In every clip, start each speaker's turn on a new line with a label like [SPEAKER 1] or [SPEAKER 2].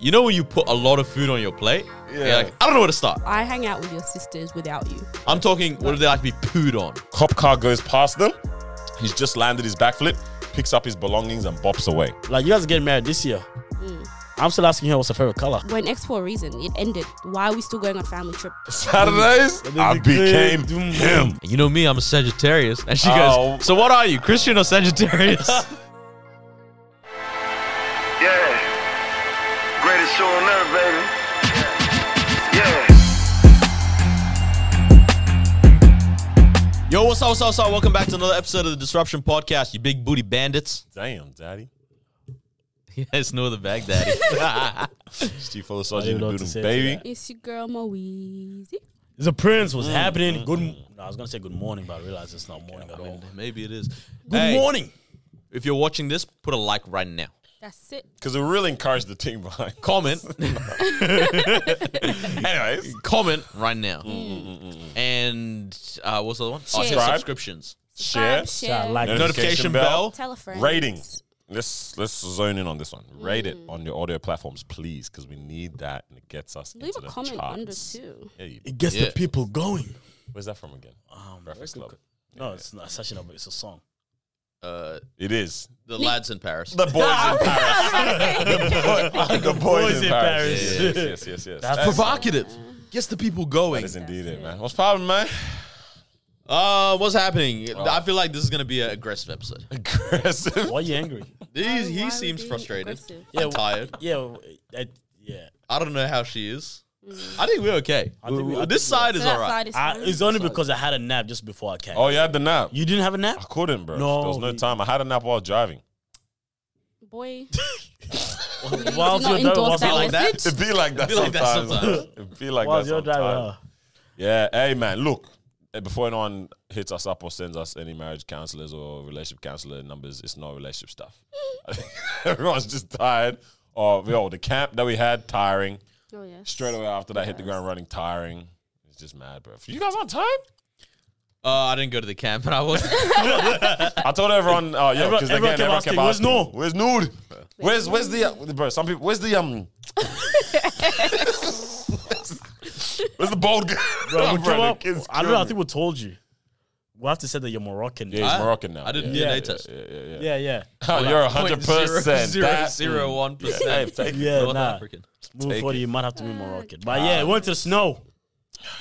[SPEAKER 1] you know when you put a lot of food on your plate? Yeah.
[SPEAKER 2] Yeah.
[SPEAKER 1] You're like, I don't know where to start.
[SPEAKER 3] I hang out with your sisters without you.
[SPEAKER 1] I'm talking, what do they like to be pooed on?
[SPEAKER 2] Cop car goes past them. He's just landed his backflip, picks up his belongings and bops away.
[SPEAKER 4] Like you guys are getting married this year.
[SPEAKER 3] Mm.
[SPEAKER 4] I'm still asking her what's her favorite color.
[SPEAKER 3] We're in X for a reason. It ended. Why are we still going on family trip?
[SPEAKER 2] Saturdays, I became him.
[SPEAKER 1] You know me, I'm a Sagittarius. And she
[SPEAKER 2] Oh.
[SPEAKER 1] goes, So what are you, Christian or Sagittarius?
[SPEAKER 5] Yeah. Greatest show on earth, baby. Yeah.
[SPEAKER 1] Yo, what's up, what's up, what's up? Welcome back to another episode of the Disruption Podcast, you big booty bandits.
[SPEAKER 2] Damn, daddy.
[SPEAKER 1] Yes, no the Baghdaddy.
[SPEAKER 2] Steve Folasage in
[SPEAKER 4] I don't
[SPEAKER 2] the
[SPEAKER 4] know what to
[SPEAKER 2] building,
[SPEAKER 4] say to
[SPEAKER 2] baby.
[SPEAKER 3] It's your girl Moeezy.
[SPEAKER 4] The prince was happening. Mm. Good. m- No, I was gonna say good morning, but I realized it's not morning at all.
[SPEAKER 1] Maybe it is.
[SPEAKER 4] Good
[SPEAKER 1] Hey,
[SPEAKER 4] morning.
[SPEAKER 1] If you're watching this, put a like right now.
[SPEAKER 3] That's it.
[SPEAKER 2] Because it really encouraged the team behind.
[SPEAKER 1] Comment.
[SPEAKER 2] Anyways,
[SPEAKER 1] comment right now. And uh, what's the other one? Oh, yeah,
[SPEAKER 3] Subscribe.
[SPEAKER 1] subscriptions.
[SPEAKER 2] share,
[SPEAKER 3] Share.
[SPEAKER 4] I like
[SPEAKER 2] Yeah.
[SPEAKER 1] Notification
[SPEAKER 4] it.
[SPEAKER 2] Notification
[SPEAKER 1] bell.
[SPEAKER 2] bell.
[SPEAKER 3] Tell a friend.
[SPEAKER 2] rating. Let's let's zone in on this one. Rate
[SPEAKER 3] Mm.
[SPEAKER 2] it on your audio platforms, please, because we need that, and it gets us
[SPEAKER 3] Leave
[SPEAKER 2] into
[SPEAKER 3] a
[SPEAKER 2] the
[SPEAKER 3] comment
[SPEAKER 2] charts.
[SPEAKER 3] under too.
[SPEAKER 2] Yeah, you-
[SPEAKER 4] It gets
[SPEAKER 1] Yeah.
[SPEAKER 4] the people going. Um,
[SPEAKER 2] where's that from again? Breakfast
[SPEAKER 4] very good
[SPEAKER 2] Club.
[SPEAKER 4] No, it's not. It's actually not. But it's a song.
[SPEAKER 1] Uh,
[SPEAKER 2] It is
[SPEAKER 1] the lads in Paris.
[SPEAKER 2] the boys in Paris. the, boys
[SPEAKER 4] Boys
[SPEAKER 2] in,
[SPEAKER 4] in
[SPEAKER 2] Paris.
[SPEAKER 4] Paris.
[SPEAKER 2] Yes, yes, yes, yes.
[SPEAKER 4] That's
[SPEAKER 1] provocative. Gets the people going.
[SPEAKER 2] that is indeed it, man. What's poppin', man?
[SPEAKER 1] Uh, what's happening? I feel like this is gonna be an aggressive episode.
[SPEAKER 2] Aggressive.
[SPEAKER 4] Why are you angry?
[SPEAKER 1] He's,
[SPEAKER 3] why are
[SPEAKER 1] he
[SPEAKER 3] we
[SPEAKER 1] seems
[SPEAKER 3] being
[SPEAKER 1] frustrated.
[SPEAKER 3] aggressive?
[SPEAKER 4] Yeah,
[SPEAKER 1] I'm
[SPEAKER 4] w-
[SPEAKER 1] tired.
[SPEAKER 4] Yeah. w- I, yeah.
[SPEAKER 1] I don't know how she is. I think we're okay.
[SPEAKER 4] think we- I think
[SPEAKER 1] this
[SPEAKER 4] we are.
[SPEAKER 1] side
[SPEAKER 3] So
[SPEAKER 1] is
[SPEAKER 3] that
[SPEAKER 1] alright.
[SPEAKER 3] side is
[SPEAKER 4] I,
[SPEAKER 3] fine.
[SPEAKER 4] it's only because I had a nap just before I came.
[SPEAKER 2] Oh, you had the nap.
[SPEAKER 4] You didn't have a nap?
[SPEAKER 2] I couldn't, bro.
[SPEAKER 4] No,
[SPEAKER 2] there was no
[SPEAKER 4] he-
[SPEAKER 2] time. I had a nap while driving.
[SPEAKER 3] Boy,
[SPEAKER 4] Whilst
[SPEAKER 3] do not
[SPEAKER 4] you're dri-
[SPEAKER 3] endorse
[SPEAKER 4] whilst
[SPEAKER 3] that
[SPEAKER 4] you're-
[SPEAKER 1] like that.
[SPEAKER 3] message.
[SPEAKER 2] It be like that
[SPEAKER 1] It be like that
[SPEAKER 2] sometimes.
[SPEAKER 1] sometimes.
[SPEAKER 2] it be like that
[SPEAKER 4] whilst you're
[SPEAKER 2] sometimes.
[SPEAKER 4] driving. uh,
[SPEAKER 2] Yeah. Hey, man. Look, eh, before anyone hits us up or sends us any marriage counselors or relationship counselor numbers, it's not relationship stuff. I think Everyone's just tired of yo the camp that we had tiring.
[SPEAKER 3] Oh, yes.
[SPEAKER 2] Straight away after that, hit the ground running, tiring. It's just mad, bro. You guys on time?
[SPEAKER 1] Uh, I didn't go to the camp, and I was.
[SPEAKER 2] I told everyone, oh, yeah,
[SPEAKER 4] Everyone-
[SPEAKER 2] because
[SPEAKER 4] everyone
[SPEAKER 2] again,
[SPEAKER 4] kept
[SPEAKER 2] everyone
[SPEAKER 4] asking,
[SPEAKER 2] kept asking,
[SPEAKER 4] "Where's
[SPEAKER 2] where's nude? Where's where's the uh, bro? Some people, where's the um, where's the bald guy?
[SPEAKER 4] Bro, we come
[SPEAKER 2] the
[SPEAKER 4] up,
[SPEAKER 2] kids
[SPEAKER 4] I don't
[SPEAKER 2] kill
[SPEAKER 4] know. I
[SPEAKER 2] me.
[SPEAKER 4] think we told you. We have to say that you're Moroccan.
[SPEAKER 2] yeah, he's
[SPEAKER 1] I-
[SPEAKER 2] Moroccan now.
[SPEAKER 1] I did
[SPEAKER 2] yeah,
[SPEAKER 1] DNA
[SPEAKER 2] yeah,
[SPEAKER 1] test.
[SPEAKER 2] Yeah, yeah, yeah.
[SPEAKER 4] yeah, yeah.
[SPEAKER 2] Oh, you're hundred percent.
[SPEAKER 1] Zero zero one percent.
[SPEAKER 2] take
[SPEAKER 4] Yeah,
[SPEAKER 1] North
[SPEAKER 4] nah.
[SPEAKER 1] African.
[SPEAKER 4] Moving
[SPEAKER 2] Take
[SPEAKER 4] forward,
[SPEAKER 2] it. Ah.
[SPEAKER 4] you might have to
[SPEAKER 3] Uh,
[SPEAKER 4] be Moroccan. But yeah, it went to the snow.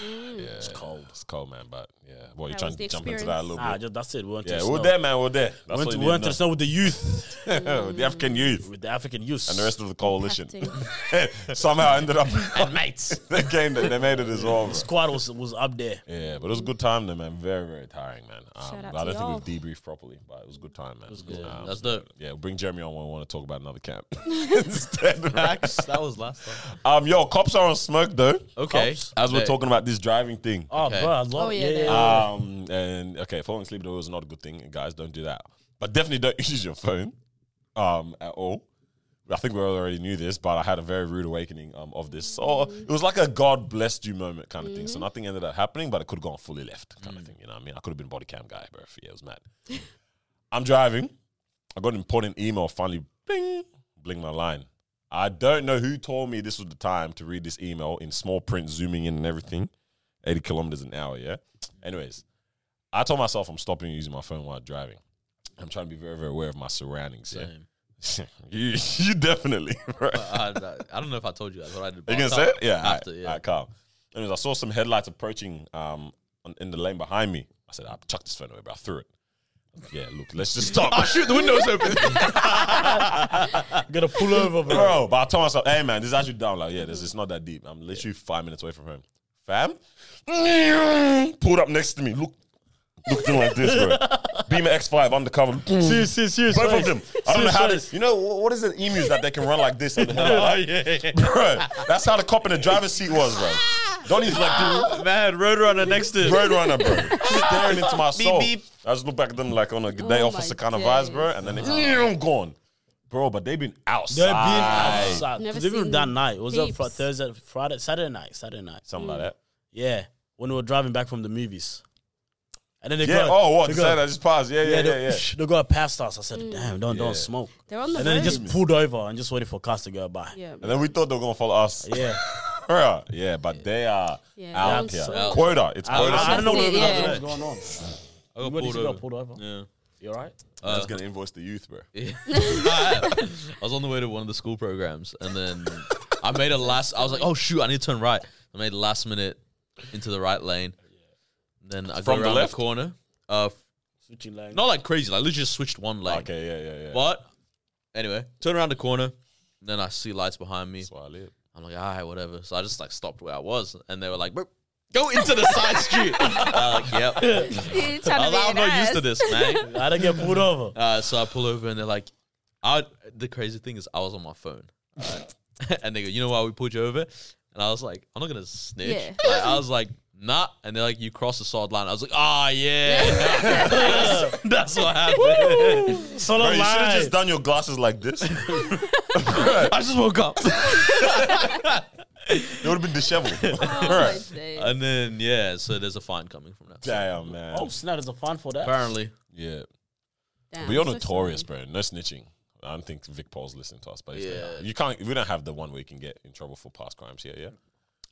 [SPEAKER 2] It's cold. It's cold, man. But yeah, well, you're
[SPEAKER 3] That
[SPEAKER 2] trying
[SPEAKER 3] was
[SPEAKER 2] to
[SPEAKER 3] the
[SPEAKER 2] jump into that a little
[SPEAKER 4] Nah,
[SPEAKER 2] bit.
[SPEAKER 4] Ah, just, that's it. We went to
[SPEAKER 2] Yeah,
[SPEAKER 4] the
[SPEAKER 2] we're
[SPEAKER 4] snow.
[SPEAKER 2] there, man. We're there.
[SPEAKER 4] We
[SPEAKER 2] That's
[SPEAKER 4] went,
[SPEAKER 2] what
[SPEAKER 4] to,
[SPEAKER 2] you
[SPEAKER 4] we
[SPEAKER 2] need
[SPEAKER 4] went to the
[SPEAKER 2] to
[SPEAKER 4] snow with the youth,
[SPEAKER 2] know. The African youth
[SPEAKER 4] with the African youth.
[SPEAKER 2] and the rest of the coalition
[SPEAKER 3] Acting.
[SPEAKER 2] somehow ended up.
[SPEAKER 1] And mates.
[SPEAKER 2] they came. They made it as well. bro.
[SPEAKER 4] squad was, was up there.
[SPEAKER 2] Yeah, but it was a good time though, man. Very, very tiring, man. Um,
[SPEAKER 3] Shout out
[SPEAKER 2] I
[SPEAKER 3] to
[SPEAKER 2] don't think we've debriefed properly, but it was a good time, man. It was good. Um,
[SPEAKER 1] That's dope.
[SPEAKER 2] yeah, we'll bring Jeremy on when we want to talk about another camp. Instead, right?
[SPEAKER 1] that was last time.
[SPEAKER 2] Um, yo, cops are on smoke though.
[SPEAKER 1] Okay.
[SPEAKER 2] Cops, as we're
[SPEAKER 1] They-
[SPEAKER 2] talking about this driving thing.
[SPEAKER 4] Oh,
[SPEAKER 1] Okay.
[SPEAKER 4] bro, I love
[SPEAKER 3] Oh,
[SPEAKER 4] it.
[SPEAKER 3] yeah,
[SPEAKER 4] yeah, yeah,
[SPEAKER 3] they
[SPEAKER 4] yeah.
[SPEAKER 2] Um, and okay, falling asleep though is not a good thing, guys. Don't do that. But definitely don't use your phone, um, at all. I think we already knew this, but I had a very rude awakening um, of this. So it was like a God blessed you moment kind of thing. So nothing ended up happening, but it could have gone fully left kind of thing. You know what I mean? I could have been body cam guy, bro. Yeah, it was mad. I'm driving. I got an important email. Finally, bling, bling my line. I don't know who told me this was the time to read this email in small print, zooming in and everything. 80 kilometers an hour, yeah? Anyways, I told myself I'm stopping using my phone while driving. I'm trying to be very, very aware of my surroundings, yeah?
[SPEAKER 1] Same.
[SPEAKER 2] you, you definitely, right?
[SPEAKER 1] I, I, I don't know if I told you that's what I did.
[SPEAKER 2] Are
[SPEAKER 1] but
[SPEAKER 2] you
[SPEAKER 1] I'll
[SPEAKER 2] gonna say it?
[SPEAKER 1] tell-
[SPEAKER 2] Yeah. all right,
[SPEAKER 1] After, yeah.
[SPEAKER 2] all right, calm. Anyways, I saw some headlights approaching um on, in the lane behind me. I said, I chucked this phone away, but I threw it. Yeah, look, let's just stop.
[SPEAKER 1] Oh,
[SPEAKER 2] I shoot the windows open.
[SPEAKER 4] Gotta pull over, bro.
[SPEAKER 2] Bro, but I told myself, hey man, this is actually down. Like, yeah, this is not that deep. I'm literally five minutes away from home. Fam? Mm-hmm. Pulled up next to me. Look, looked in like this, bro. Beamer X5 undercover.
[SPEAKER 4] serious, serious, serious.
[SPEAKER 2] Both of
[SPEAKER 4] face.
[SPEAKER 2] them. I don't know
[SPEAKER 4] Serious
[SPEAKER 2] how
[SPEAKER 4] face.
[SPEAKER 2] this. You know wh- what is it? Emus that they can run like this on the headlight. Bro, that's how the cop in the driver's seat was, bro. Donnie's like, dude,
[SPEAKER 1] Man, Roadrunner next to
[SPEAKER 2] Roadrunner, bro. Staring into my soul.
[SPEAKER 1] beep.
[SPEAKER 2] I just look back at them like on a good day
[SPEAKER 3] Oh
[SPEAKER 2] officer
[SPEAKER 3] my
[SPEAKER 2] kind of
[SPEAKER 3] days.
[SPEAKER 2] vibes, bro. And then they, I'm gone. Bro, but they've been outside.
[SPEAKER 4] They've been outside.
[SPEAKER 3] Never
[SPEAKER 4] They've been
[SPEAKER 3] seen
[SPEAKER 4] that night. It was that fr-
[SPEAKER 3] peeps.
[SPEAKER 4] Thursday, Friday, Saturday night, Saturday night.
[SPEAKER 2] Something like that.
[SPEAKER 4] Yeah, when we were driving back from the movies. And then they
[SPEAKER 2] Yeah.
[SPEAKER 4] got
[SPEAKER 2] Oh, what?
[SPEAKER 4] they
[SPEAKER 2] The
[SPEAKER 4] got-
[SPEAKER 2] Saturday that just passed. Yeah, yeah,
[SPEAKER 4] yeah,
[SPEAKER 2] yeah,
[SPEAKER 4] they,
[SPEAKER 2] yeah.
[SPEAKER 4] they got past us. I said,
[SPEAKER 3] Mm.
[SPEAKER 4] damn, don't
[SPEAKER 2] Yeah.
[SPEAKER 4] don't smoke.
[SPEAKER 3] They're on the
[SPEAKER 4] And then they
[SPEAKER 3] verge.
[SPEAKER 4] just pulled over and just waited for cars to go by.
[SPEAKER 3] yeah.
[SPEAKER 2] And then we thought they were gonna follow us.
[SPEAKER 4] Yeah.
[SPEAKER 2] Bruh. yeah, but they are
[SPEAKER 3] Yeah,
[SPEAKER 2] out
[SPEAKER 3] they're
[SPEAKER 2] here.
[SPEAKER 3] on
[SPEAKER 1] salt.
[SPEAKER 2] Quota. It's
[SPEAKER 4] I,
[SPEAKER 2] quota.
[SPEAKER 4] I- I don't know what,
[SPEAKER 3] That's it, yeah.
[SPEAKER 4] what's going on.
[SPEAKER 1] I got
[SPEAKER 4] You
[SPEAKER 1] pulled
[SPEAKER 4] got
[SPEAKER 1] over.
[SPEAKER 4] pulled over.
[SPEAKER 1] Yeah.
[SPEAKER 4] You all right?
[SPEAKER 1] Uh,
[SPEAKER 2] That's gonna invoice the youth, bro.
[SPEAKER 1] I was on the way to one of the school programs, and then I made a last. I was like, "Oh shoot, I need to turn right." I made last minute into the right lane. Then I
[SPEAKER 2] From
[SPEAKER 1] go around
[SPEAKER 2] the
[SPEAKER 1] the,
[SPEAKER 2] left?
[SPEAKER 1] corner. Uh, f-
[SPEAKER 4] Switching lanes.
[SPEAKER 1] not like crazy, like literally just switched one lane.
[SPEAKER 2] Okay, yeah, yeah, yeah.
[SPEAKER 1] But anyway, turn around the corner, and then I see lights behind me.
[SPEAKER 2] That's why I live.
[SPEAKER 1] I'm like, "All right, whatever." So I just like stopped where I was, and they were like, "Bro, "Go into the side street." I was like, "Yep."
[SPEAKER 3] You're
[SPEAKER 1] I
[SPEAKER 3] trying to
[SPEAKER 1] was
[SPEAKER 3] be
[SPEAKER 1] like, I'm
[SPEAKER 3] an
[SPEAKER 1] not used
[SPEAKER 3] ass.
[SPEAKER 1] to this, man.
[SPEAKER 4] I don't get pulled over.
[SPEAKER 1] Uh, so I pull over and they're like, I, the crazy thing is I was on my phone. alright? and they go, you know why we pulled you over? And I was like, I'm not going to snitch.
[SPEAKER 3] Yeah.
[SPEAKER 1] Like, I was like, nah. And they're like, you crossed the solid line. I was like, ah, yeah. that's, that's what happened.
[SPEAKER 4] So
[SPEAKER 2] Bro,
[SPEAKER 4] long
[SPEAKER 2] you should have just
[SPEAKER 4] line.
[SPEAKER 2] done your glasses like this. it
[SPEAKER 1] I just woke up.
[SPEAKER 2] would have been disheveled.
[SPEAKER 3] Oh,
[SPEAKER 2] Bruh.
[SPEAKER 3] my days.
[SPEAKER 1] and then, yeah, so there's a fine coming from that.
[SPEAKER 2] Damn, man.
[SPEAKER 4] Oh snap! There's a fine for that.
[SPEAKER 1] Apparently.
[SPEAKER 2] Yeah.
[SPEAKER 3] Damn,
[SPEAKER 2] But you're
[SPEAKER 3] so
[SPEAKER 2] notorious,
[SPEAKER 3] sorry.
[SPEAKER 2] bro. No snitching. I don't think Vic Paul's listening to us, but if they
[SPEAKER 1] Yeah.
[SPEAKER 2] are- you can't. We don't have the one where you can get in trouble for past crimes here. Yeah,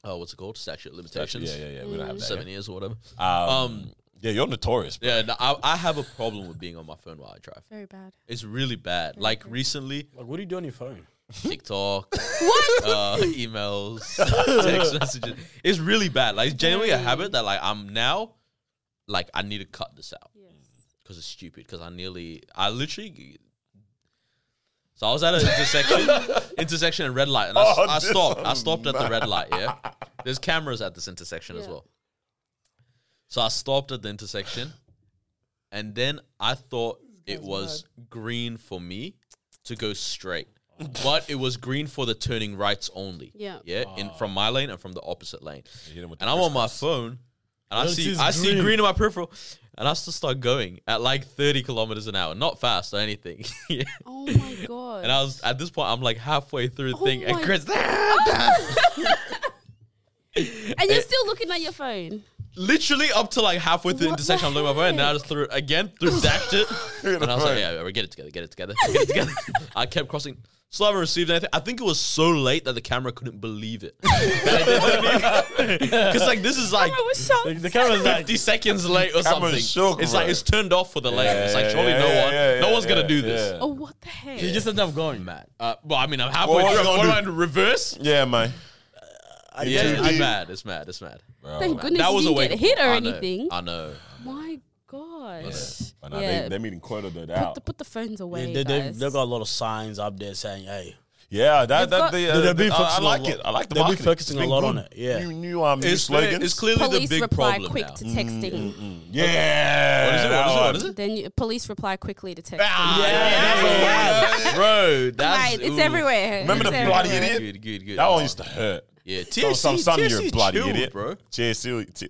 [SPEAKER 1] Oh, what's it called? Statute of
[SPEAKER 2] Actually,
[SPEAKER 1] limitations.
[SPEAKER 2] yeah, yeah, yeah. We don't have that.
[SPEAKER 1] Seven years or whatever.
[SPEAKER 2] yeah.
[SPEAKER 1] Mm.
[SPEAKER 2] Um,
[SPEAKER 1] Um,
[SPEAKER 2] yeah, you're notorious. Bro.
[SPEAKER 1] yeah, no, I, I have a problem with being on my phone while I drive.
[SPEAKER 3] Very bad.
[SPEAKER 1] It's really bad. Like recently,
[SPEAKER 4] Like, what do you do on your phone?
[SPEAKER 1] TikTok, Uh, emails, text messages. It's really bad. Like it's genuinely a habit that like I'm now, like I need to cut this out
[SPEAKER 3] Yes.
[SPEAKER 1] because it's stupid. Because I nearly, I literally. So I was at an intersection, intersection and red light, and I, s-
[SPEAKER 2] Oh,
[SPEAKER 1] I
[SPEAKER 2] this
[SPEAKER 1] stopped. I
[SPEAKER 2] is
[SPEAKER 1] stopped at the red light. Yeah, there's cameras at this intersection as
[SPEAKER 3] Yeah.
[SPEAKER 1] well. So I stopped at the intersection, and then I thought it was green for me to go straight,
[SPEAKER 2] Oh.
[SPEAKER 1] but it was green for the turning rights only.
[SPEAKER 3] Yeah.
[SPEAKER 1] yeah, in from my lane and from the opposite lane.
[SPEAKER 2] You hit him with the
[SPEAKER 1] And I'm on my phone, and I
[SPEAKER 4] This
[SPEAKER 1] see
[SPEAKER 4] is
[SPEAKER 1] I see
[SPEAKER 4] green.
[SPEAKER 1] green in my peripheral, and I still start going at like 30 kilometers an hour, not fast or anything. yeah.
[SPEAKER 3] Oh my god.
[SPEAKER 1] And I was at this point, I'm like halfway through the
[SPEAKER 3] Oh
[SPEAKER 1] thing, and
[SPEAKER 3] my-
[SPEAKER 1] Chris
[SPEAKER 3] and you're still looking at your phone.
[SPEAKER 1] literally up to like halfway through the
[SPEAKER 3] What the
[SPEAKER 1] intersection, I'm looking at my phone, and then I
[SPEAKER 3] heck?
[SPEAKER 1] just threw it again, threw dashed it, and I was like,
[SPEAKER 2] phone.
[SPEAKER 1] yeah, we get it together, get it together, get it together. I kept crossing. Still haven't received anything. I think it was so late that the camera couldn't believe it. Because like this is like
[SPEAKER 3] I was shocked.
[SPEAKER 4] The, the camera's like,
[SPEAKER 1] 50 seconds late or
[SPEAKER 2] Camera's
[SPEAKER 1] something.
[SPEAKER 2] shook,
[SPEAKER 1] it's
[SPEAKER 2] bro.
[SPEAKER 1] like it's turned off for the lane.
[SPEAKER 2] Yeah,
[SPEAKER 1] it's like
[SPEAKER 2] yeah,
[SPEAKER 1] surely
[SPEAKER 2] yeah,
[SPEAKER 1] no
[SPEAKER 2] yeah,
[SPEAKER 1] one,
[SPEAKER 2] yeah,
[SPEAKER 1] no one's
[SPEAKER 2] yeah,
[SPEAKER 1] gonna do
[SPEAKER 2] yeah.
[SPEAKER 1] this.
[SPEAKER 3] oh, what the heck?
[SPEAKER 4] you just end up going, man.
[SPEAKER 1] Uh, well, I mean, I'm halfway
[SPEAKER 2] Well, what
[SPEAKER 1] through.
[SPEAKER 2] you
[SPEAKER 1] I'm
[SPEAKER 2] gonna
[SPEAKER 1] what am
[SPEAKER 2] do?
[SPEAKER 1] I in reverse?
[SPEAKER 2] Yeah, man.
[SPEAKER 1] Yeah,
[SPEAKER 2] too
[SPEAKER 1] it's
[SPEAKER 2] deep.
[SPEAKER 1] mad. It's mad. It's mad.
[SPEAKER 2] Bro,
[SPEAKER 3] Oh, Thank
[SPEAKER 2] man.
[SPEAKER 3] goodness
[SPEAKER 1] that was
[SPEAKER 3] you
[SPEAKER 1] a
[SPEAKER 3] didn't
[SPEAKER 1] wake
[SPEAKER 3] get hit or
[SPEAKER 1] I know,
[SPEAKER 3] anything.
[SPEAKER 1] I know.
[SPEAKER 3] My gosh.
[SPEAKER 2] But nah,
[SPEAKER 3] yeah.
[SPEAKER 2] they, they meeting quota that
[SPEAKER 3] put,
[SPEAKER 2] out.
[SPEAKER 3] the, put the phones
[SPEAKER 4] Yeah,
[SPEAKER 3] away.
[SPEAKER 4] they, they,
[SPEAKER 3] guys.
[SPEAKER 4] they got a lot of signs up there saying, hey,
[SPEAKER 2] Yeah, that
[SPEAKER 3] They've
[SPEAKER 2] that
[SPEAKER 3] got-
[SPEAKER 2] they, uh,
[SPEAKER 4] They've been
[SPEAKER 2] they- I- I
[SPEAKER 4] focusing a
[SPEAKER 2] like
[SPEAKER 4] lot-
[SPEAKER 2] it. I like the
[SPEAKER 4] they've been
[SPEAKER 2] marketing.
[SPEAKER 4] focusing
[SPEAKER 2] It's
[SPEAKER 4] a lot
[SPEAKER 2] good.
[SPEAKER 4] on it, yeah.
[SPEAKER 2] new new um new
[SPEAKER 1] It's, clear,
[SPEAKER 2] slogans.
[SPEAKER 1] it's clearly
[SPEAKER 3] police
[SPEAKER 1] the big
[SPEAKER 3] reply
[SPEAKER 1] problem
[SPEAKER 3] quick
[SPEAKER 1] now.
[SPEAKER 3] to texting.
[SPEAKER 2] Mm, Yeah.
[SPEAKER 1] What is it? What is it? What is it?
[SPEAKER 3] Then you, police reply quickly to
[SPEAKER 2] Ah.
[SPEAKER 3] text.
[SPEAKER 1] Bro, that's
[SPEAKER 3] right, it's
[SPEAKER 1] ooh.
[SPEAKER 3] everywhere.
[SPEAKER 2] Remember
[SPEAKER 3] It's
[SPEAKER 2] the bloody
[SPEAKER 3] everywhere.
[SPEAKER 2] idiot?
[SPEAKER 1] Good, good, good.
[SPEAKER 2] That one used to hurt.
[SPEAKER 1] yeah, TSC,
[SPEAKER 2] Throw some sun in your
[SPEAKER 1] TSC
[SPEAKER 2] bloody
[SPEAKER 1] chilled,
[SPEAKER 2] idiot,
[SPEAKER 1] bro.
[SPEAKER 2] JSC. T-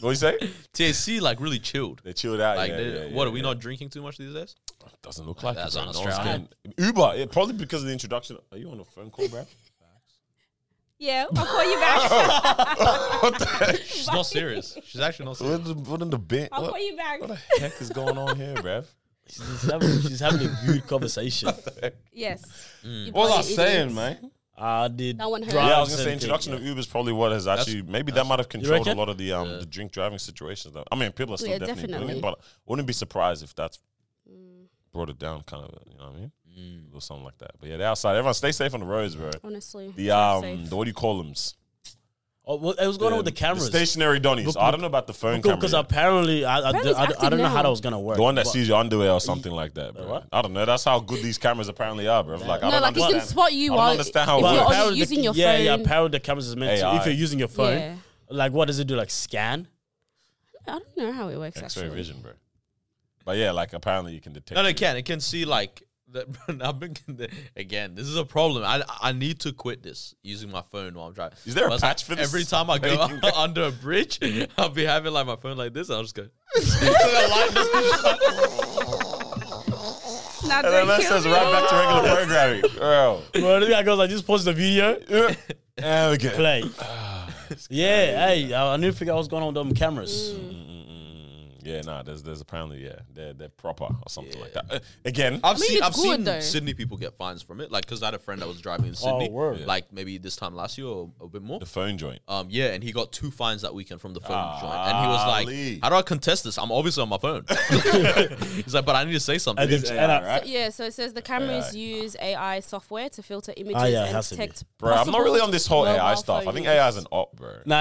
[SPEAKER 2] what you say?
[SPEAKER 1] TSC like really chilled.
[SPEAKER 2] They chilled out.
[SPEAKER 1] Like,
[SPEAKER 2] yeah,
[SPEAKER 1] they-
[SPEAKER 2] yeah, yeah,
[SPEAKER 1] what are we
[SPEAKER 2] yeah.
[SPEAKER 1] not drinking too much these days?
[SPEAKER 2] Doesn't look like
[SPEAKER 1] That's
[SPEAKER 2] it, bro.
[SPEAKER 1] on
[SPEAKER 2] No one's
[SPEAKER 1] Australia.
[SPEAKER 2] getting- Uber, yeah, probably because of the introduction. Are you on a phone call, bro?
[SPEAKER 3] Yeah, I'll call you back.
[SPEAKER 2] what the heck?
[SPEAKER 1] She's not serious. She's actually not serious.
[SPEAKER 2] What, the- what in the bin?
[SPEAKER 3] I'll
[SPEAKER 2] What,
[SPEAKER 3] call you back.
[SPEAKER 2] what the heck is going on here, bruv?
[SPEAKER 4] she's having, she's having a good conversation.
[SPEAKER 3] Yes. You
[SPEAKER 2] Mm. What was I
[SPEAKER 3] bloody
[SPEAKER 2] saying,
[SPEAKER 3] idiots.
[SPEAKER 2] man?
[SPEAKER 4] I did.
[SPEAKER 3] That one hurt.
[SPEAKER 4] drugs
[SPEAKER 2] Yeah, I was gonna say
[SPEAKER 4] and
[SPEAKER 2] introduction
[SPEAKER 4] things,
[SPEAKER 2] of Uber is probably what has actually maybe that might have controlled a
[SPEAKER 4] reckon?
[SPEAKER 2] lot of the um the drink driving situations. Though I mean, people are still
[SPEAKER 3] Yeah,
[SPEAKER 2] definitely, doing
[SPEAKER 3] definitely. Mm.
[SPEAKER 2] it, but I wouldn't be surprised if that's brought it down, kind of. You know what I mean?
[SPEAKER 4] Mm.
[SPEAKER 2] Or something like that. But yeah, they're outside. Everyone, stay safe on the roads,
[SPEAKER 3] Mm.
[SPEAKER 2] bro.
[SPEAKER 3] Honestly.
[SPEAKER 2] The um, the, what do you call them?
[SPEAKER 4] yeah. Oh, well, it was going on with the cameras.
[SPEAKER 2] stationary donnies.
[SPEAKER 4] Look-
[SPEAKER 2] I don't know about the phone camera.
[SPEAKER 4] Because
[SPEAKER 2] yet.
[SPEAKER 4] apparently, I, I,
[SPEAKER 3] Apparently
[SPEAKER 4] did-
[SPEAKER 3] it's
[SPEAKER 4] I, I
[SPEAKER 3] active
[SPEAKER 4] don't know how
[SPEAKER 3] now.
[SPEAKER 4] that was going to work.
[SPEAKER 2] The one that
[SPEAKER 4] but-
[SPEAKER 2] sees your underwear or something like that, bro.
[SPEAKER 4] what?
[SPEAKER 2] I don't know. That's how good these cameras apparently are, bro. Like, I
[SPEAKER 3] no,
[SPEAKER 2] don't
[SPEAKER 3] like it can
[SPEAKER 2] understand.
[SPEAKER 3] spot you
[SPEAKER 2] I don't
[SPEAKER 3] while
[SPEAKER 2] understand how
[SPEAKER 3] if
[SPEAKER 2] it
[SPEAKER 3] you're
[SPEAKER 2] works.
[SPEAKER 3] only
[SPEAKER 4] Apparently the-
[SPEAKER 3] using your
[SPEAKER 4] yeah,
[SPEAKER 3] phone.
[SPEAKER 4] Yeah, apparently the cameras is meant to.
[SPEAKER 2] AI.
[SPEAKER 4] If you're using your phone,
[SPEAKER 3] Yeah.
[SPEAKER 4] like what does it do? Like scan?
[SPEAKER 3] I don't know how it works
[SPEAKER 2] X-ray
[SPEAKER 3] actually.
[SPEAKER 2] vision, bro. But yeah, like apparently you can detect.
[SPEAKER 1] No, no, it can. It can see like that. I've been again. This is a problem. I I need to quit this using my phone while I'm driving.
[SPEAKER 2] Is there a
[SPEAKER 1] But it's like
[SPEAKER 2] patch for this?
[SPEAKER 1] Every time I go
[SPEAKER 2] Making that-
[SPEAKER 1] under a bridge, I'll be having like my phone like this. I'll just go. So the light just-
[SPEAKER 3] Now
[SPEAKER 2] and then
[SPEAKER 3] don't
[SPEAKER 2] that
[SPEAKER 3] kill
[SPEAKER 2] says
[SPEAKER 3] me.
[SPEAKER 2] right back to regular programming, bro.
[SPEAKER 4] Bro, the guy goes like, just pause the video,
[SPEAKER 2] Yeah, okay.
[SPEAKER 4] play. Yeah, hey, I I need to figure out what's going on with them cameras.
[SPEAKER 3] Mm.
[SPEAKER 2] Mm, Yeah, nah, there's there's apparently yeah, they're they're proper or something like that. Uh, again,
[SPEAKER 1] I've
[SPEAKER 3] mean,
[SPEAKER 1] seen
[SPEAKER 3] it's
[SPEAKER 1] I've
[SPEAKER 3] good,
[SPEAKER 1] seen
[SPEAKER 3] though.
[SPEAKER 1] Sydney people get fines from it. Like, because I had a friend that was driving in Sydney,
[SPEAKER 4] word.
[SPEAKER 1] like maybe this time last year or a bit more.
[SPEAKER 2] Oh, the phone joint.
[SPEAKER 1] Um, yeah, and he got two fines that weekend from the phone joint, and he was like,
[SPEAKER 2] Ah, Ali.
[SPEAKER 1] "How do I contest this? I'm obviously on my phone." He's like, "But I need to say something."
[SPEAKER 4] And it's- and I-
[SPEAKER 2] right?
[SPEAKER 3] Yeah, so it says the cameras use AI software to filter
[SPEAKER 2] Ah,
[SPEAKER 3] images
[SPEAKER 4] yeah, it
[SPEAKER 3] and
[SPEAKER 4] has to be.
[SPEAKER 3] detect.
[SPEAKER 2] Bro, I'm not
[SPEAKER 3] possible
[SPEAKER 2] really on this whole AI
[SPEAKER 3] mobile
[SPEAKER 2] stuff. I
[SPEAKER 3] phone
[SPEAKER 2] think
[SPEAKER 3] use.
[SPEAKER 2] AI is an op, bro.
[SPEAKER 4] Nah,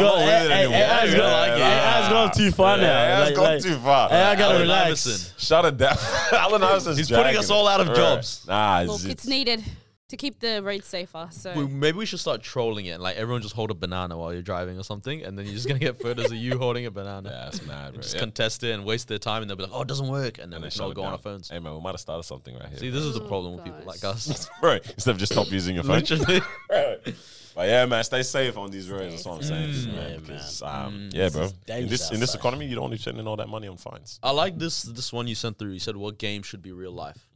[SPEAKER 2] Yeah, I'm
[SPEAKER 4] gone.
[SPEAKER 2] not with it
[SPEAKER 4] AI,
[SPEAKER 2] anymore.
[SPEAKER 4] AI's
[SPEAKER 2] Yeah,
[SPEAKER 4] gone. like,
[SPEAKER 2] yeah.
[SPEAKER 4] AI's gone too far now.
[SPEAKER 2] Yeah, it's
[SPEAKER 4] Like-
[SPEAKER 2] gone
[SPEAKER 4] like,
[SPEAKER 2] too far.
[SPEAKER 4] AI gotta
[SPEAKER 1] Alan
[SPEAKER 4] relax.
[SPEAKER 1] Iverson.
[SPEAKER 2] Shut it down. Alan Iverson's
[SPEAKER 1] He's putting
[SPEAKER 2] dragging
[SPEAKER 1] us
[SPEAKER 2] it.
[SPEAKER 1] all out of
[SPEAKER 2] Bro.
[SPEAKER 1] jobs.
[SPEAKER 2] Nah, it's,
[SPEAKER 3] Look, it's,
[SPEAKER 2] it's-
[SPEAKER 3] needed to keep the road safer. So
[SPEAKER 1] We- Maybe we should start trolling it. and, Like everyone just hold a banana while you're driving or something, and then you're just gonna get photos of you holding a banana.
[SPEAKER 2] yeah, it's mad, bro.
[SPEAKER 1] Just
[SPEAKER 2] Yeah.
[SPEAKER 1] contest it and waste their time, and they'll be like, "Oh, it doesn't work," and then
[SPEAKER 2] And
[SPEAKER 1] we
[SPEAKER 2] they
[SPEAKER 1] can
[SPEAKER 2] shut
[SPEAKER 1] all
[SPEAKER 2] it
[SPEAKER 1] go on
[SPEAKER 2] down. Oh,
[SPEAKER 1] our phones.
[SPEAKER 2] Hey man, we might have started something right here.
[SPEAKER 1] See, this is the problem with people
[SPEAKER 3] gosh.
[SPEAKER 1] like us.
[SPEAKER 2] bro, instead of just stop using your phone.
[SPEAKER 1] Literally,
[SPEAKER 2] Right. But yeah, man, stay safe on these roads. That's what I'm saying. man,
[SPEAKER 4] Yeah,
[SPEAKER 2] because, um, yeah, bro. In this
[SPEAKER 4] dangerous
[SPEAKER 2] in this
[SPEAKER 4] outside.
[SPEAKER 2] economy, you don't want to be spending all that money on fines.
[SPEAKER 1] I like this this one you sent through. You said, "What game should be real life?"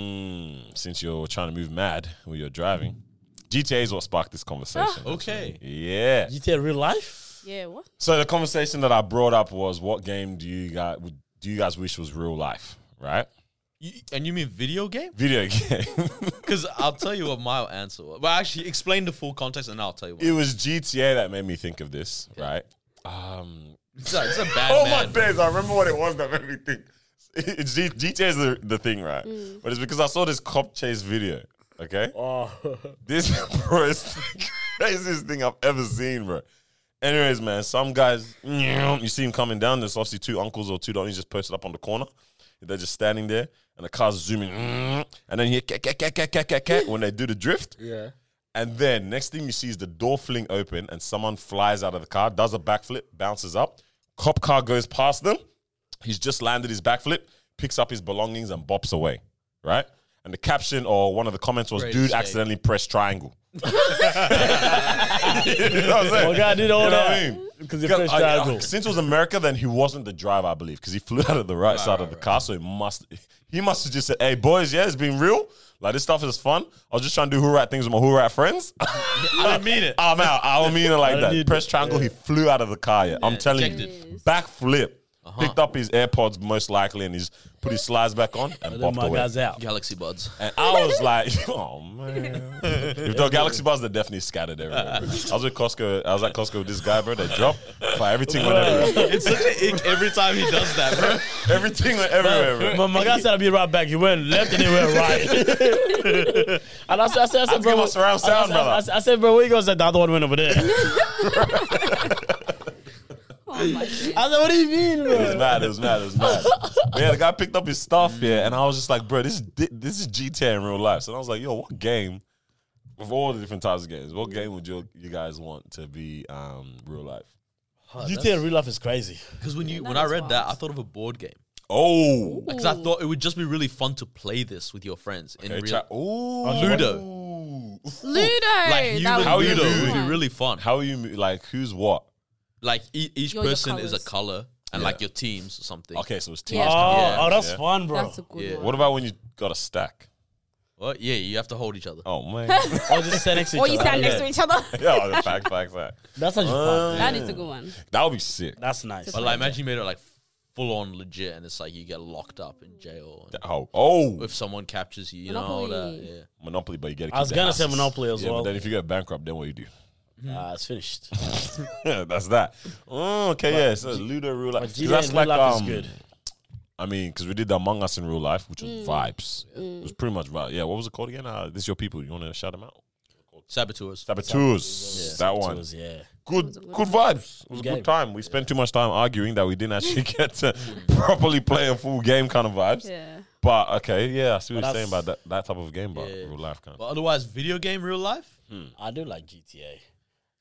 [SPEAKER 2] Mm, since you're trying to move mad when you're driving, GTA is what sparked this conversation.
[SPEAKER 1] Okay.
[SPEAKER 2] Yeah.
[SPEAKER 4] GTA real life?
[SPEAKER 3] yeah, what?
[SPEAKER 2] So the conversation that I brought up was, what game do you guys do you guys wish was real life? Right?
[SPEAKER 1] You, and you mean video game?
[SPEAKER 2] Video game.
[SPEAKER 1] Because I'll tell you what my answer was. Well, actually, explain the full context, and I'll tell you. What.
[SPEAKER 2] it was GTA that made me think of this. Right? Um,
[SPEAKER 1] It's a, it's a bad
[SPEAKER 2] Oh
[SPEAKER 1] man.
[SPEAKER 2] my days! I remember what it was that made me think. It's G- GTA is the, the thing, right? But it's because I saw this cop chase video. Okay,
[SPEAKER 4] Oh,
[SPEAKER 2] this bro is the craziest thing I've ever seen, bro. Anyways, man, some guys, you see him coming down. There's obviously two uncles or two donkeys just posted up on the corner. They're just standing there, and the car's zooming, and then you hear cat, cat, cat, cat, cat, cat, cat when they do the drift.
[SPEAKER 4] yeah.
[SPEAKER 2] And then next thing you see is the door fling open and someone flies out of the car, does a backflip, bounces up. Cop car goes past them. He's just landed his backflip, picks up his belongings and bops away. Right? And the caption or one of the comments was,
[SPEAKER 1] Great
[SPEAKER 2] dude
[SPEAKER 1] escape."
[SPEAKER 2] accidentally pressed triangle. you know what I'm saying?
[SPEAKER 4] Well, God did all
[SPEAKER 2] You know what I
[SPEAKER 4] that
[SPEAKER 2] mean?
[SPEAKER 4] because you
[SPEAKER 2] Because
[SPEAKER 4] first
[SPEAKER 2] I- I-
[SPEAKER 4] triangle.
[SPEAKER 2] since it was America, then he wasn't the driver, I believe, because he flew out of the right, side of the car. So he must he must have just said, "Hey boys, yeah, it's been real. Like this stuff is fun. I was just trying to do who right things with my who right friends.
[SPEAKER 1] I didn't mean it.
[SPEAKER 2] I'm out. I don't mean it like
[SPEAKER 4] I
[SPEAKER 2] that.
[SPEAKER 4] need
[SPEAKER 2] Press triangle. He flew out of the car. Yeah, I'm telling you,
[SPEAKER 1] ejected.
[SPEAKER 2] backflip.
[SPEAKER 4] Uh-huh.
[SPEAKER 2] Picked up his AirPods most likely, and he's put his slides back on and
[SPEAKER 4] Then
[SPEAKER 2] popped
[SPEAKER 4] my
[SPEAKER 2] away.
[SPEAKER 4] guy's out.
[SPEAKER 1] Galaxy buds.
[SPEAKER 2] And I was like, oh man. if the Galaxy bars, they're definitely scattered everywhere. bro. I was with Costco. I was at Costco with this guy, bro. They drop fire everything went everywhere.
[SPEAKER 1] It's such an ick every time he does that, bro.
[SPEAKER 2] Everything went everywhere, bro.
[SPEAKER 4] My, my guy said I'll be right back. He went left and he went right. and I said, I said, I said,
[SPEAKER 2] to
[SPEAKER 4] bro,
[SPEAKER 2] give us surround
[SPEAKER 4] I said- I
[SPEAKER 2] sound,
[SPEAKER 4] said- I
[SPEAKER 2] brother.
[SPEAKER 4] said, I said, bro, where you going? I said, the other one went over there. I said,
[SPEAKER 3] Oh my goodness.
[SPEAKER 4] what do you mean,
[SPEAKER 2] It was
[SPEAKER 4] bro?
[SPEAKER 2] mad. It was mad. It was mad. But yeah, the guy picked up his stuff, yeah, and I was just like, bro, this is di- this is GTA in real life. So I was like, yo, what game? Of all the different types of games, what game would you you guys want to be um, real life?
[SPEAKER 4] GTA real life is crazy.
[SPEAKER 1] Because when you
[SPEAKER 3] that
[SPEAKER 1] when I
[SPEAKER 3] is
[SPEAKER 1] read that, I
[SPEAKER 3] wild.
[SPEAKER 1] thought of a board game.
[SPEAKER 2] Oh,
[SPEAKER 1] Because I thought it would just be really fun to play this with your friends in
[SPEAKER 2] Okay,
[SPEAKER 1] real.
[SPEAKER 2] try- Ooh.
[SPEAKER 1] Ludo.
[SPEAKER 2] oh,
[SPEAKER 3] Ludo.
[SPEAKER 1] Like
[SPEAKER 3] that
[SPEAKER 1] human
[SPEAKER 3] would
[SPEAKER 2] How
[SPEAKER 3] be
[SPEAKER 2] you
[SPEAKER 1] Ludo
[SPEAKER 2] do?
[SPEAKER 1] would be
[SPEAKER 3] fun.
[SPEAKER 1] really fun.
[SPEAKER 2] How are you mo- like? Who's what?
[SPEAKER 1] Like e- each
[SPEAKER 3] You're your
[SPEAKER 1] person is a
[SPEAKER 3] colours.
[SPEAKER 1] color, and
[SPEAKER 2] Yeah.
[SPEAKER 1] like your teams or something.
[SPEAKER 2] Okay, so it's teams.
[SPEAKER 3] Yeah.
[SPEAKER 4] Oh,
[SPEAKER 1] Yeah.
[SPEAKER 4] oh, that's
[SPEAKER 2] Yeah.
[SPEAKER 4] fun, bro.
[SPEAKER 3] That's a good
[SPEAKER 1] Yeah.
[SPEAKER 3] one.
[SPEAKER 2] What about when you got a stack?
[SPEAKER 1] Well, yeah, you have to hold each other.
[SPEAKER 2] Oh man,
[SPEAKER 4] or just stand next to each
[SPEAKER 3] or you
[SPEAKER 4] other.
[SPEAKER 3] stand
[SPEAKER 4] Yeah.
[SPEAKER 3] next to each other.
[SPEAKER 2] yeah, the fact, fact, fact.
[SPEAKER 4] That's actually
[SPEAKER 2] Uh,
[SPEAKER 4] fun.
[SPEAKER 3] that is a good one.
[SPEAKER 2] That would be sick.
[SPEAKER 4] That's nice.
[SPEAKER 1] But like, imagine you made it like full on legit, and it's like you get locked up in jail. and
[SPEAKER 2] Oh, oh,
[SPEAKER 1] if someone captures you, you know all that.
[SPEAKER 3] Monopoly.
[SPEAKER 1] Yeah.
[SPEAKER 2] Monopoly, but you get.
[SPEAKER 4] I was gonna say Monopoly as
[SPEAKER 2] yeah,
[SPEAKER 4] well.
[SPEAKER 2] But then if you go bankrupt, then what you do?
[SPEAKER 4] Ah, it's finished.
[SPEAKER 2] that's that. Oh, okay, yeah. So Ludo real life.
[SPEAKER 4] But
[SPEAKER 2] 'Cause
[SPEAKER 4] GTA
[SPEAKER 2] that's
[SPEAKER 4] real
[SPEAKER 2] like,
[SPEAKER 4] life
[SPEAKER 2] um,
[SPEAKER 4] is good.
[SPEAKER 2] I mean, because we did the Among Us in real life, which was vibes. It was pretty much vibes. Yeah. What was it called again? Uh, this your people. You want to shout them out?
[SPEAKER 1] Saboteurs.
[SPEAKER 2] Saboteurs. That
[SPEAKER 4] It
[SPEAKER 2] one.
[SPEAKER 4] was, yeah.
[SPEAKER 2] good good vibes. It was a
[SPEAKER 4] game.
[SPEAKER 2] good time. We spent too much time arguing that we didn't actually get to properly play a full game kind of vibes.
[SPEAKER 3] Yeah.
[SPEAKER 2] But okay, yeah, I see what you're saying about
[SPEAKER 4] that's-
[SPEAKER 2] that, that type of game, but real life kind.
[SPEAKER 1] But
[SPEAKER 2] Of.
[SPEAKER 1] otherwise, video game, real life.
[SPEAKER 4] I do like GTA.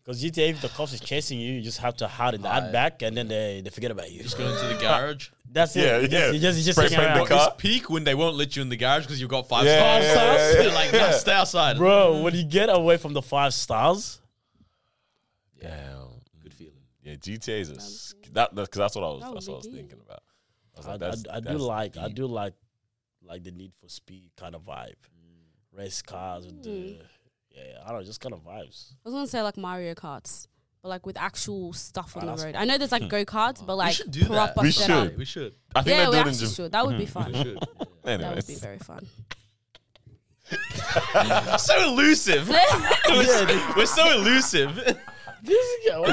[SPEAKER 4] Because GTA, if the cops is chasing you, you just have to hide in the outback and then they, they forget about you.
[SPEAKER 1] Just go into the garage.
[SPEAKER 4] That's
[SPEAKER 2] Yeah,
[SPEAKER 4] it. You
[SPEAKER 2] yeah.
[SPEAKER 4] Just, you just, you just
[SPEAKER 2] Spray
[SPEAKER 4] hang
[SPEAKER 2] paint the
[SPEAKER 4] around.
[SPEAKER 2] car.
[SPEAKER 1] It's peak when they won't let you in the garage because you've got five
[SPEAKER 2] Uh, Yeah,
[SPEAKER 1] stars.
[SPEAKER 2] yeah, yeah,
[SPEAKER 1] They're
[SPEAKER 2] yeah,
[SPEAKER 1] like,
[SPEAKER 2] yeah.
[SPEAKER 1] no, stay outside.
[SPEAKER 4] Bro, when you get away from the five stars,
[SPEAKER 2] Damn.
[SPEAKER 1] Good feeling.
[SPEAKER 2] Yeah, GTA is a sk- that because that's what I was
[SPEAKER 3] That would
[SPEAKER 2] that's what I was
[SPEAKER 3] be deep.
[SPEAKER 2] thinking about. I, was
[SPEAKER 4] I,
[SPEAKER 2] like,
[SPEAKER 4] I,
[SPEAKER 2] that's-
[SPEAKER 4] I do
[SPEAKER 2] that's
[SPEAKER 4] like I
[SPEAKER 2] deep.
[SPEAKER 4] do like like the Need for Speed kind of vibe,
[SPEAKER 2] Mm.
[SPEAKER 4] race cars with the yeah I don't know just kind of vibes.
[SPEAKER 3] I was gonna say like Mario Karts, but like with actual stuff on the road. I know there's like go karts, but like
[SPEAKER 1] should do that.
[SPEAKER 3] proper
[SPEAKER 2] We
[SPEAKER 3] setup.
[SPEAKER 2] should.
[SPEAKER 1] We should.
[SPEAKER 2] I think they're
[SPEAKER 3] Yeah, we
[SPEAKER 2] building
[SPEAKER 3] actually
[SPEAKER 2] gym.
[SPEAKER 3] should. That would be fun.
[SPEAKER 1] We should.
[SPEAKER 3] That would be
[SPEAKER 2] Anyways,
[SPEAKER 3] very fun.
[SPEAKER 1] so elusive. We're so elusive. We're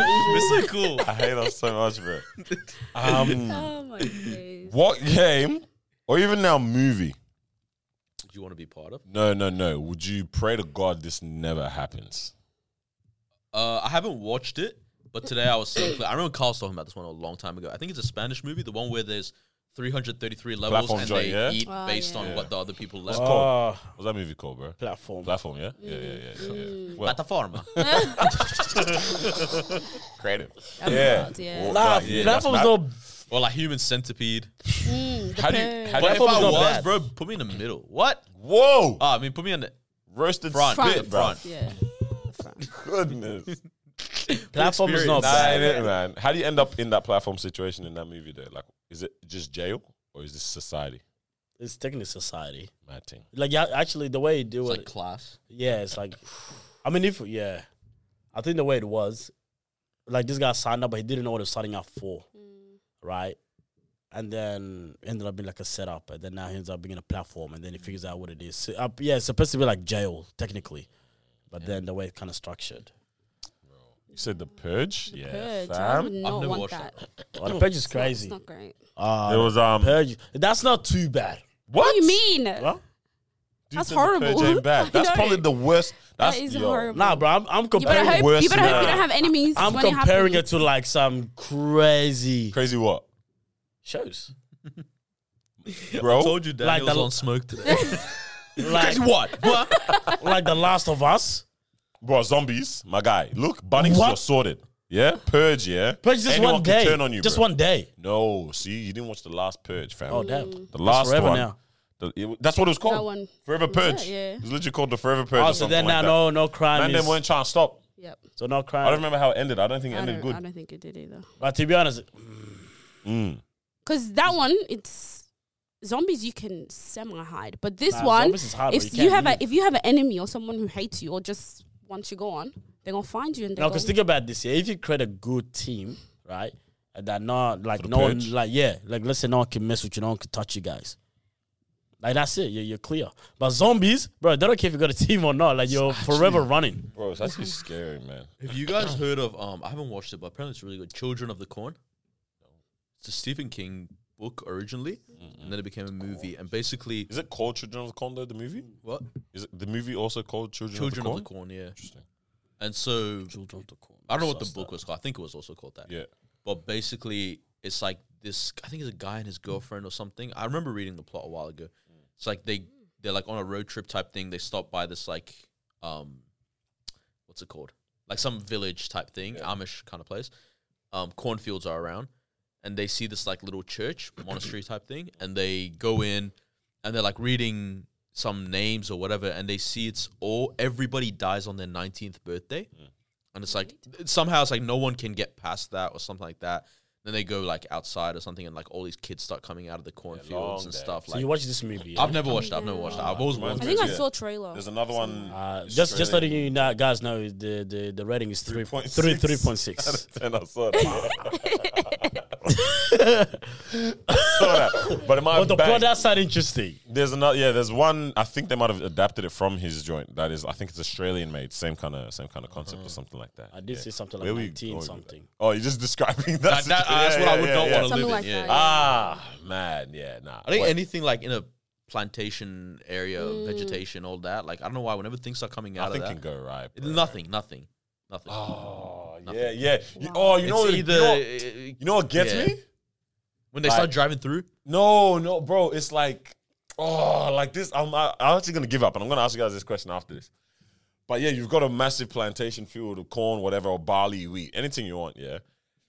[SPEAKER 1] so cool.
[SPEAKER 2] I hate us so much, bro. Um,
[SPEAKER 3] oh my days.
[SPEAKER 2] what game or even now movie?
[SPEAKER 1] Do you want to be part of?
[SPEAKER 2] No, no, no. Would you pray to God this never happens?
[SPEAKER 1] Uh, I haven't watched it, but today I was saying, I remember Carl's talking about this one a long time ago. I think it's a Spanish movie, the one where there's 333 levels
[SPEAKER 2] Platform
[SPEAKER 1] and
[SPEAKER 2] joint,
[SPEAKER 1] they
[SPEAKER 2] yeah?
[SPEAKER 1] eat
[SPEAKER 3] Oh,
[SPEAKER 1] based
[SPEAKER 3] yeah.
[SPEAKER 1] on
[SPEAKER 2] Yeah.
[SPEAKER 1] what the other people left.
[SPEAKER 2] It's called-
[SPEAKER 4] Uh,
[SPEAKER 2] What's that movie called, bro?
[SPEAKER 4] platform.
[SPEAKER 2] Platform, yeah, yeah, yeah, yeah. yeah,
[SPEAKER 3] Mm.
[SPEAKER 2] yeah. Well,
[SPEAKER 1] Plataforma.
[SPEAKER 2] creative.
[SPEAKER 3] Yeah. Yeah.
[SPEAKER 2] Well,
[SPEAKER 4] Nah,
[SPEAKER 2] like, yeah, that's
[SPEAKER 4] platform's
[SPEAKER 2] not-
[SPEAKER 4] not.
[SPEAKER 1] or like human centipede.
[SPEAKER 3] Mm, the
[SPEAKER 2] How do
[SPEAKER 1] But
[SPEAKER 2] you? How do you
[SPEAKER 3] purge.
[SPEAKER 1] if I
[SPEAKER 4] Platform's not
[SPEAKER 1] was,
[SPEAKER 4] bad.
[SPEAKER 1] bro, put me in the middle. What?
[SPEAKER 2] Whoa!
[SPEAKER 1] Ah, I mean, put me in the
[SPEAKER 2] Roasted
[SPEAKER 1] Front.
[SPEAKER 3] Uh, Front.
[SPEAKER 2] spit, bro.
[SPEAKER 3] Yeah.
[SPEAKER 2] Goodness.
[SPEAKER 4] Platform is
[SPEAKER 1] experience.
[SPEAKER 4] not
[SPEAKER 2] Nah,
[SPEAKER 4] bad.
[SPEAKER 2] ain't it, man. How do you end up in that platform situation in that movie though? Like, is it just jail or is this society?
[SPEAKER 4] It's taking the society.
[SPEAKER 2] Mad thing.
[SPEAKER 4] Like, yeah, actually, the way you do
[SPEAKER 1] it's
[SPEAKER 4] it,
[SPEAKER 1] like class.
[SPEAKER 4] yeah, it's like, I mean, if yeah, I think the way it was, like this guy signed up, but he didn't know what he was signing up for,
[SPEAKER 3] Mm.
[SPEAKER 4] right? And then ended up being like a setup, and then now he ends up being a platform, and then he
[SPEAKER 3] Mm.
[SPEAKER 4] figures out what it is. So, uh, yeah, it's supposed to be like jail technically, but then the way it's kind of structured.
[SPEAKER 2] You said the purge. yeah,
[SPEAKER 3] Purge. I would
[SPEAKER 2] fam.
[SPEAKER 1] I've
[SPEAKER 3] not
[SPEAKER 1] never
[SPEAKER 3] want
[SPEAKER 1] watched
[SPEAKER 3] that.
[SPEAKER 4] Oh, the purge is
[SPEAKER 3] It's
[SPEAKER 4] crazy.
[SPEAKER 3] not great.
[SPEAKER 4] Uh,
[SPEAKER 2] It was um.
[SPEAKER 4] purge. That's not too bad.
[SPEAKER 2] What?
[SPEAKER 3] What do you mean?
[SPEAKER 4] Well,
[SPEAKER 2] Dude
[SPEAKER 3] That's
[SPEAKER 2] said the purge
[SPEAKER 3] horrible.
[SPEAKER 2] ain't bad.
[SPEAKER 3] I
[SPEAKER 2] That's
[SPEAKER 3] know.
[SPEAKER 2] probably the worst. That's
[SPEAKER 3] is
[SPEAKER 2] yo.
[SPEAKER 3] horrible.
[SPEAKER 4] nah, bro, I'm, I'm
[SPEAKER 3] You better
[SPEAKER 4] comparing.
[SPEAKER 3] hope,
[SPEAKER 2] worse
[SPEAKER 3] you, better hope you
[SPEAKER 2] now.
[SPEAKER 3] don't have enemies.
[SPEAKER 4] I'm
[SPEAKER 3] when it
[SPEAKER 4] comparing it
[SPEAKER 3] happens.
[SPEAKER 4] to like some crazy
[SPEAKER 2] Crazy what,
[SPEAKER 4] shows.
[SPEAKER 1] I
[SPEAKER 2] bro?
[SPEAKER 1] told you Daniel
[SPEAKER 4] Like
[SPEAKER 1] was
[SPEAKER 4] the-
[SPEAKER 1] on smoke today.
[SPEAKER 4] Like,
[SPEAKER 1] what? What?
[SPEAKER 4] like The Last of Us.
[SPEAKER 2] Bro, zombies, my guy. Look, Bunnings
[SPEAKER 4] What?
[SPEAKER 2] are sorted. Yeah, purge. Yeah,
[SPEAKER 4] But it's just
[SPEAKER 2] Anyone
[SPEAKER 4] one
[SPEAKER 2] can
[SPEAKER 4] day.
[SPEAKER 2] Turn on you,
[SPEAKER 4] just
[SPEAKER 2] bro.
[SPEAKER 4] one day.
[SPEAKER 2] No, see, you didn't watch the last purge, fam.
[SPEAKER 4] Oh, damn. That's
[SPEAKER 2] The last
[SPEAKER 4] forever
[SPEAKER 2] one.
[SPEAKER 4] now.
[SPEAKER 2] The- it- that's what it was called.
[SPEAKER 3] That one.
[SPEAKER 2] Forever
[SPEAKER 3] Was it?
[SPEAKER 2] Purge.
[SPEAKER 3] Yeah.
[SPEAKER 2] It was literally called the Forever Purge.
[SPEAKER 4] Oh,
[SPEAKER 2] or
[SPEAKER 4] so
[SPEAKER 2] something
[SPEAKER 4] then
[SPEAKER 2] like
[SPEAKER 4] now
[SPEAKER 2] that.
[SPEAKER 4] no, no crime.
[SPEAKER 2] And
[SPEAKER 4] Is,
[SPEAKER 2] then weren't trying to stop.
[SPEAKER 3] Yep.
[SPEAKER 4] so no crime.
[SPEAKER 2] I don't remember how it ended. I don't think it
[SPEAKER 3] I
[SPEAKER 2] ended
[SPEAKER 3] don't, I
[SPEAKER 2] good.
[SPEAKER 3] don't think it did either.
[SPEAKER 4] But to be honest,
[SPEAKER 2] Mm.
[SPEAKER 3] Because that one, it's zombies you can semi hide, but this
[SPEAKER 4] Nah,
[SPEAKER 3] one,
[SPEAKER 4] zombies is hard,
[SPEAKER 3] if
[SPEAKER 4] bro.
[SPEAKER 3] you,
[SPEAKER 4] You
[SPEAKER 3] have
[SPEAKER 4] can't
[SPEAKER 3] a
[SPEAKER 4] leave.
[SPEAKER 3] if you have an enemy or someone who hates you or just wants you gone, they're gonna find you and they're
[SPEAKER 4] no, because
[SPEAKER 3] gonna.
[SPEAKER 4] think about this. Yeah, if you create a good team, right, and that not like
[SPEAKER 2] the
[SPEAKER 4] no
[SPEAKER 2] purge?
[SPEAKER 4] one, like yeah, like let's say no one can mess with you, no one can touch you guys. Like that's it. You're, you're clear. But zombies, bro, they don't care if you got a team or not. Like you're forever running.
[SPEAKER 2] Bro, it's actually scary, man.
[SPEAKER 1] Have you guys heard of um? I haven't watched it, but apparently it's really good. Children of the Corn. It's a Stephen King book originally, and then it became a movie. And basically,
[SPEAKER 2] Is it called Children of the Corn, though, the movie?
[SPEAKER 1] what
[SPEAKER 2] Is it the movie also called Children,
[SPEAKER 1] Children
[SPEAKER 2] of the Corn?
[SPEAKER 1] yeah.
[SPEAKER 2] Interesting.
[SPEAKER 1] And so
[SPEAKER 4] Children of the corn.
[SPEAKER 1] I don't know what the book was called. I think it was also called that.
[SPEAKER 2] Yeah.
[SPEAKER 1] But basically, it's like this. I think it's a guy and his girlfriend or something. I remember reading the plot a while ago. It's like they they're like on a road trip type thing. They stop by this like um, what's it called? Like some village type thing, Amish kind of place. Um, cornfields are around, and they see this like little church monastery type thing, and they go in, and they're like reading some names or whatever, and they see it's all everybody dies on their nineteenth birthday and it's like th- somehow it's like no one can get past that or something like that. Then they go like outside or something, and like all these kids start coming out of the cornfields
[SPEAKER 2] long
[SPEAKER 1] and
[SPEAKER 2] day.
[SPEAKER 1] stuff.
[SPEAKER 4] So
[SPEAKER 1] Like
[SPEAKER 4] you watch this movie. Yeah?
[SPEAKER 1] I've never watched it. I've never watched it. I've always
[SPEAKER 2] Reminds
[SPEAKER 1] wanted to.
[SPEAKER 3] I
[SPEAKER 2] me
[SPEAKER 3] think I
[SPEAKER 2] Yeah.
[SPEAKER 3] saw a trailer.
[SPEAKER 2] There's another one.
[SPEAKER 4] Uh, just just letting you know, guys know the, the, the rating is 3,
[SPEAKER 2] 3.6.
[SPEAKER 4] 3, 3.6.
[SPEAKER 2] Ten, I saw that. saw that. But it might
[SPEAKER 4] But the
[SPEAKER 2] bang.
[SPEAKER 4] plot that's not interesting.
[SPEAKER 2] There's another. Yeah, there's one. I think they might have adapted it from his joint. That is, I think it's Australian made. Same kind of, same kind of concept or something like that.
[SPEAKER 4] Uh-huh. I did
[SPEAKER 2] yeah.
[SPEAKER 4] see something like
[SPEAKER 2] Where we
[SPEAKER 4] 19
[SPEAKER 2] going with
[SPEAKER 4] something. uh,
[SPEAKER 2] that? Oh, you're just describing
[SPEAKER 1] That,
[SPEAKER 2] that.
[SPEAKER 1] that-
[SPEAKER 2] situation.
[SPEAKER 1] that's
[SPEAKER 2] Yeah,
[SPEAKER 1] what I
[SPEAKER 2] yeah,
[SPEAKER 1] would
[SPEAKER 2] yeah,
[SPEAKER 1] not want
[SPEAKER 2] yeah.
[SPEAKER 1] to live
[SPEAKER 3] Something
[SPEAKER 1] in.
[SPEAKER 3] like
[SPEAKER 1] Yeah.
[SPEAKER 3] that,
[SPEAKER 2] Ah, man, yeah, nah.
[SPEAKER 1] I think
[SPEAKER 2] Wait.
[SPEAKER 1] anything like in a plantation area, vegetation, all that. Like I don't know why. Whenever things start coming out
[SPEAKER 2] I
[SPEAKER 1] of
[SPEAKER 2] think
[SPEAKER 1] that,
[SPEAKER 2] can go right. bro.
[SPEAKER 1] nothing, nothing, nothing.
[SPEAKER 2] Oh, yeah, yeah. You- oh, you
[SPEAKER 1] it's
[SPEAKER 2] know,
[SPEAKER 1] either
[SPEAKER 2] you know,
[SPEAKER 1] uh,
[SPEAKER 2] you know what gets
[SPEAKER 1] yeah.
[SPEAKER 2] me?
[SPEAKER 1] when they
[SPEAKER 2] like-
[SPEAKER 1] start driving through.
[SPEAKER 2] No, no, bro. It's like, oh, like this. I'm, I, I'm actually gonna give up, and I'm gonna ask you guys this question after this. But yeah, you've got a massive plantation field of corn, whatever, or barley, wheat, anything you want, yeah.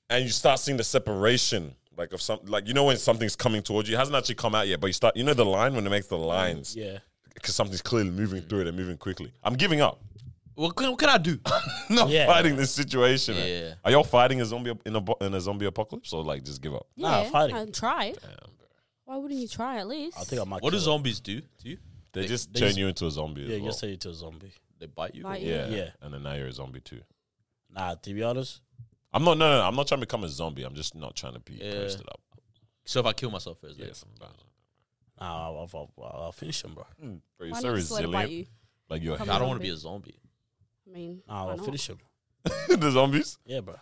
[SPEAKER 2] And you start seeing the separation, like of some, like you know when something's coming towards you. It hasn't actually come out yet, but you start, you know, the line when it makes the lines,
[SPEAKER 4] Yeah.
[SPEAKER 2] because something's clearly moving through it and moving quickly. I'm giving up.
[SPEAKER 1] What can, what can I do?
[SPEAKER 2] not
[SPEAKER 4] Yeah.
[SPEAKER 2] fighting this situation. man.
[SPEAKER 1] Yeah.
[SPEAKER 2] Are y'all fighting a zombie ap- in a bo- in a zombie apocalypse or like just give up?
[SPEAKER 3] yeah,
[SPEAKER 4] Nah, fighting.
[SPEAKER 3] and try. Why wouldn't you try at least?
[SPEAKER 4] I think I might.
[SPEAKER 1] what do
[SPEAKER 4] kill it.
[SPEAKER 1] zombies do to you?
[SPEAKER 2] They, just
[SPEAKER 4] they
[SPEAKER 2] turn
[SPEAKER 4] just-
[SPEAKER 2] you into a zombie.
[SPEAKER 4] Yeah,
[SPEAKER 2] as
[SPEAKER 4] you
[SPEAKER 2] well.
[SPEAKER 4] just turn you to a zombie.
[SPEAKER 1] They bite you.
[SPEAKER 3] Bite you.
[SPEAKER 2] yeah,
[SPEAKER 4] Yeah.
[SPEAKER 2] and then now you're a zombie too.
[SPEAKER 4] Nah, to be honest,
[SPEAKER 2] I'm not. No, no, no, I'm not trying to become a zombie. I'm just not trying to be
[SPEAKER 1] Yeah.
[SPEAKER 2] posted up.
[SPEAKER 1] So if I kill myself first, like,
[SPEAKER 2] Yes, I'm
[SPEAKER 4] nah, I'll, I'll, I'll, I'll finish him, bro.
[SPEAKER 3] Mm,
[SPEAKER 2] Bro, you're
[SPEAKER 3] Why
[SPEAKER 2] so
[SPEAKER 3] not just let it bite
[SPEAKER 2] resilient.
[SPEAKER 3] you?
[SPEAKER 2] Like you're
[SPEAKER 3] Come
[SPEAKER 1] I don't
[SPEAKER 3] on.
[SPEAKER 1] want to be a zombie.
[SPEAKER 3] I mean,
[SPEAKER 4] Nah,
[SPEAKER 3] why
[SPEAKER 4] I'll
[SPEAKER 3] not?
[SPEAKER 4] finish him.
[SPEAKER 2] the zombies.
[SPEAKER 4] Yeah, bro.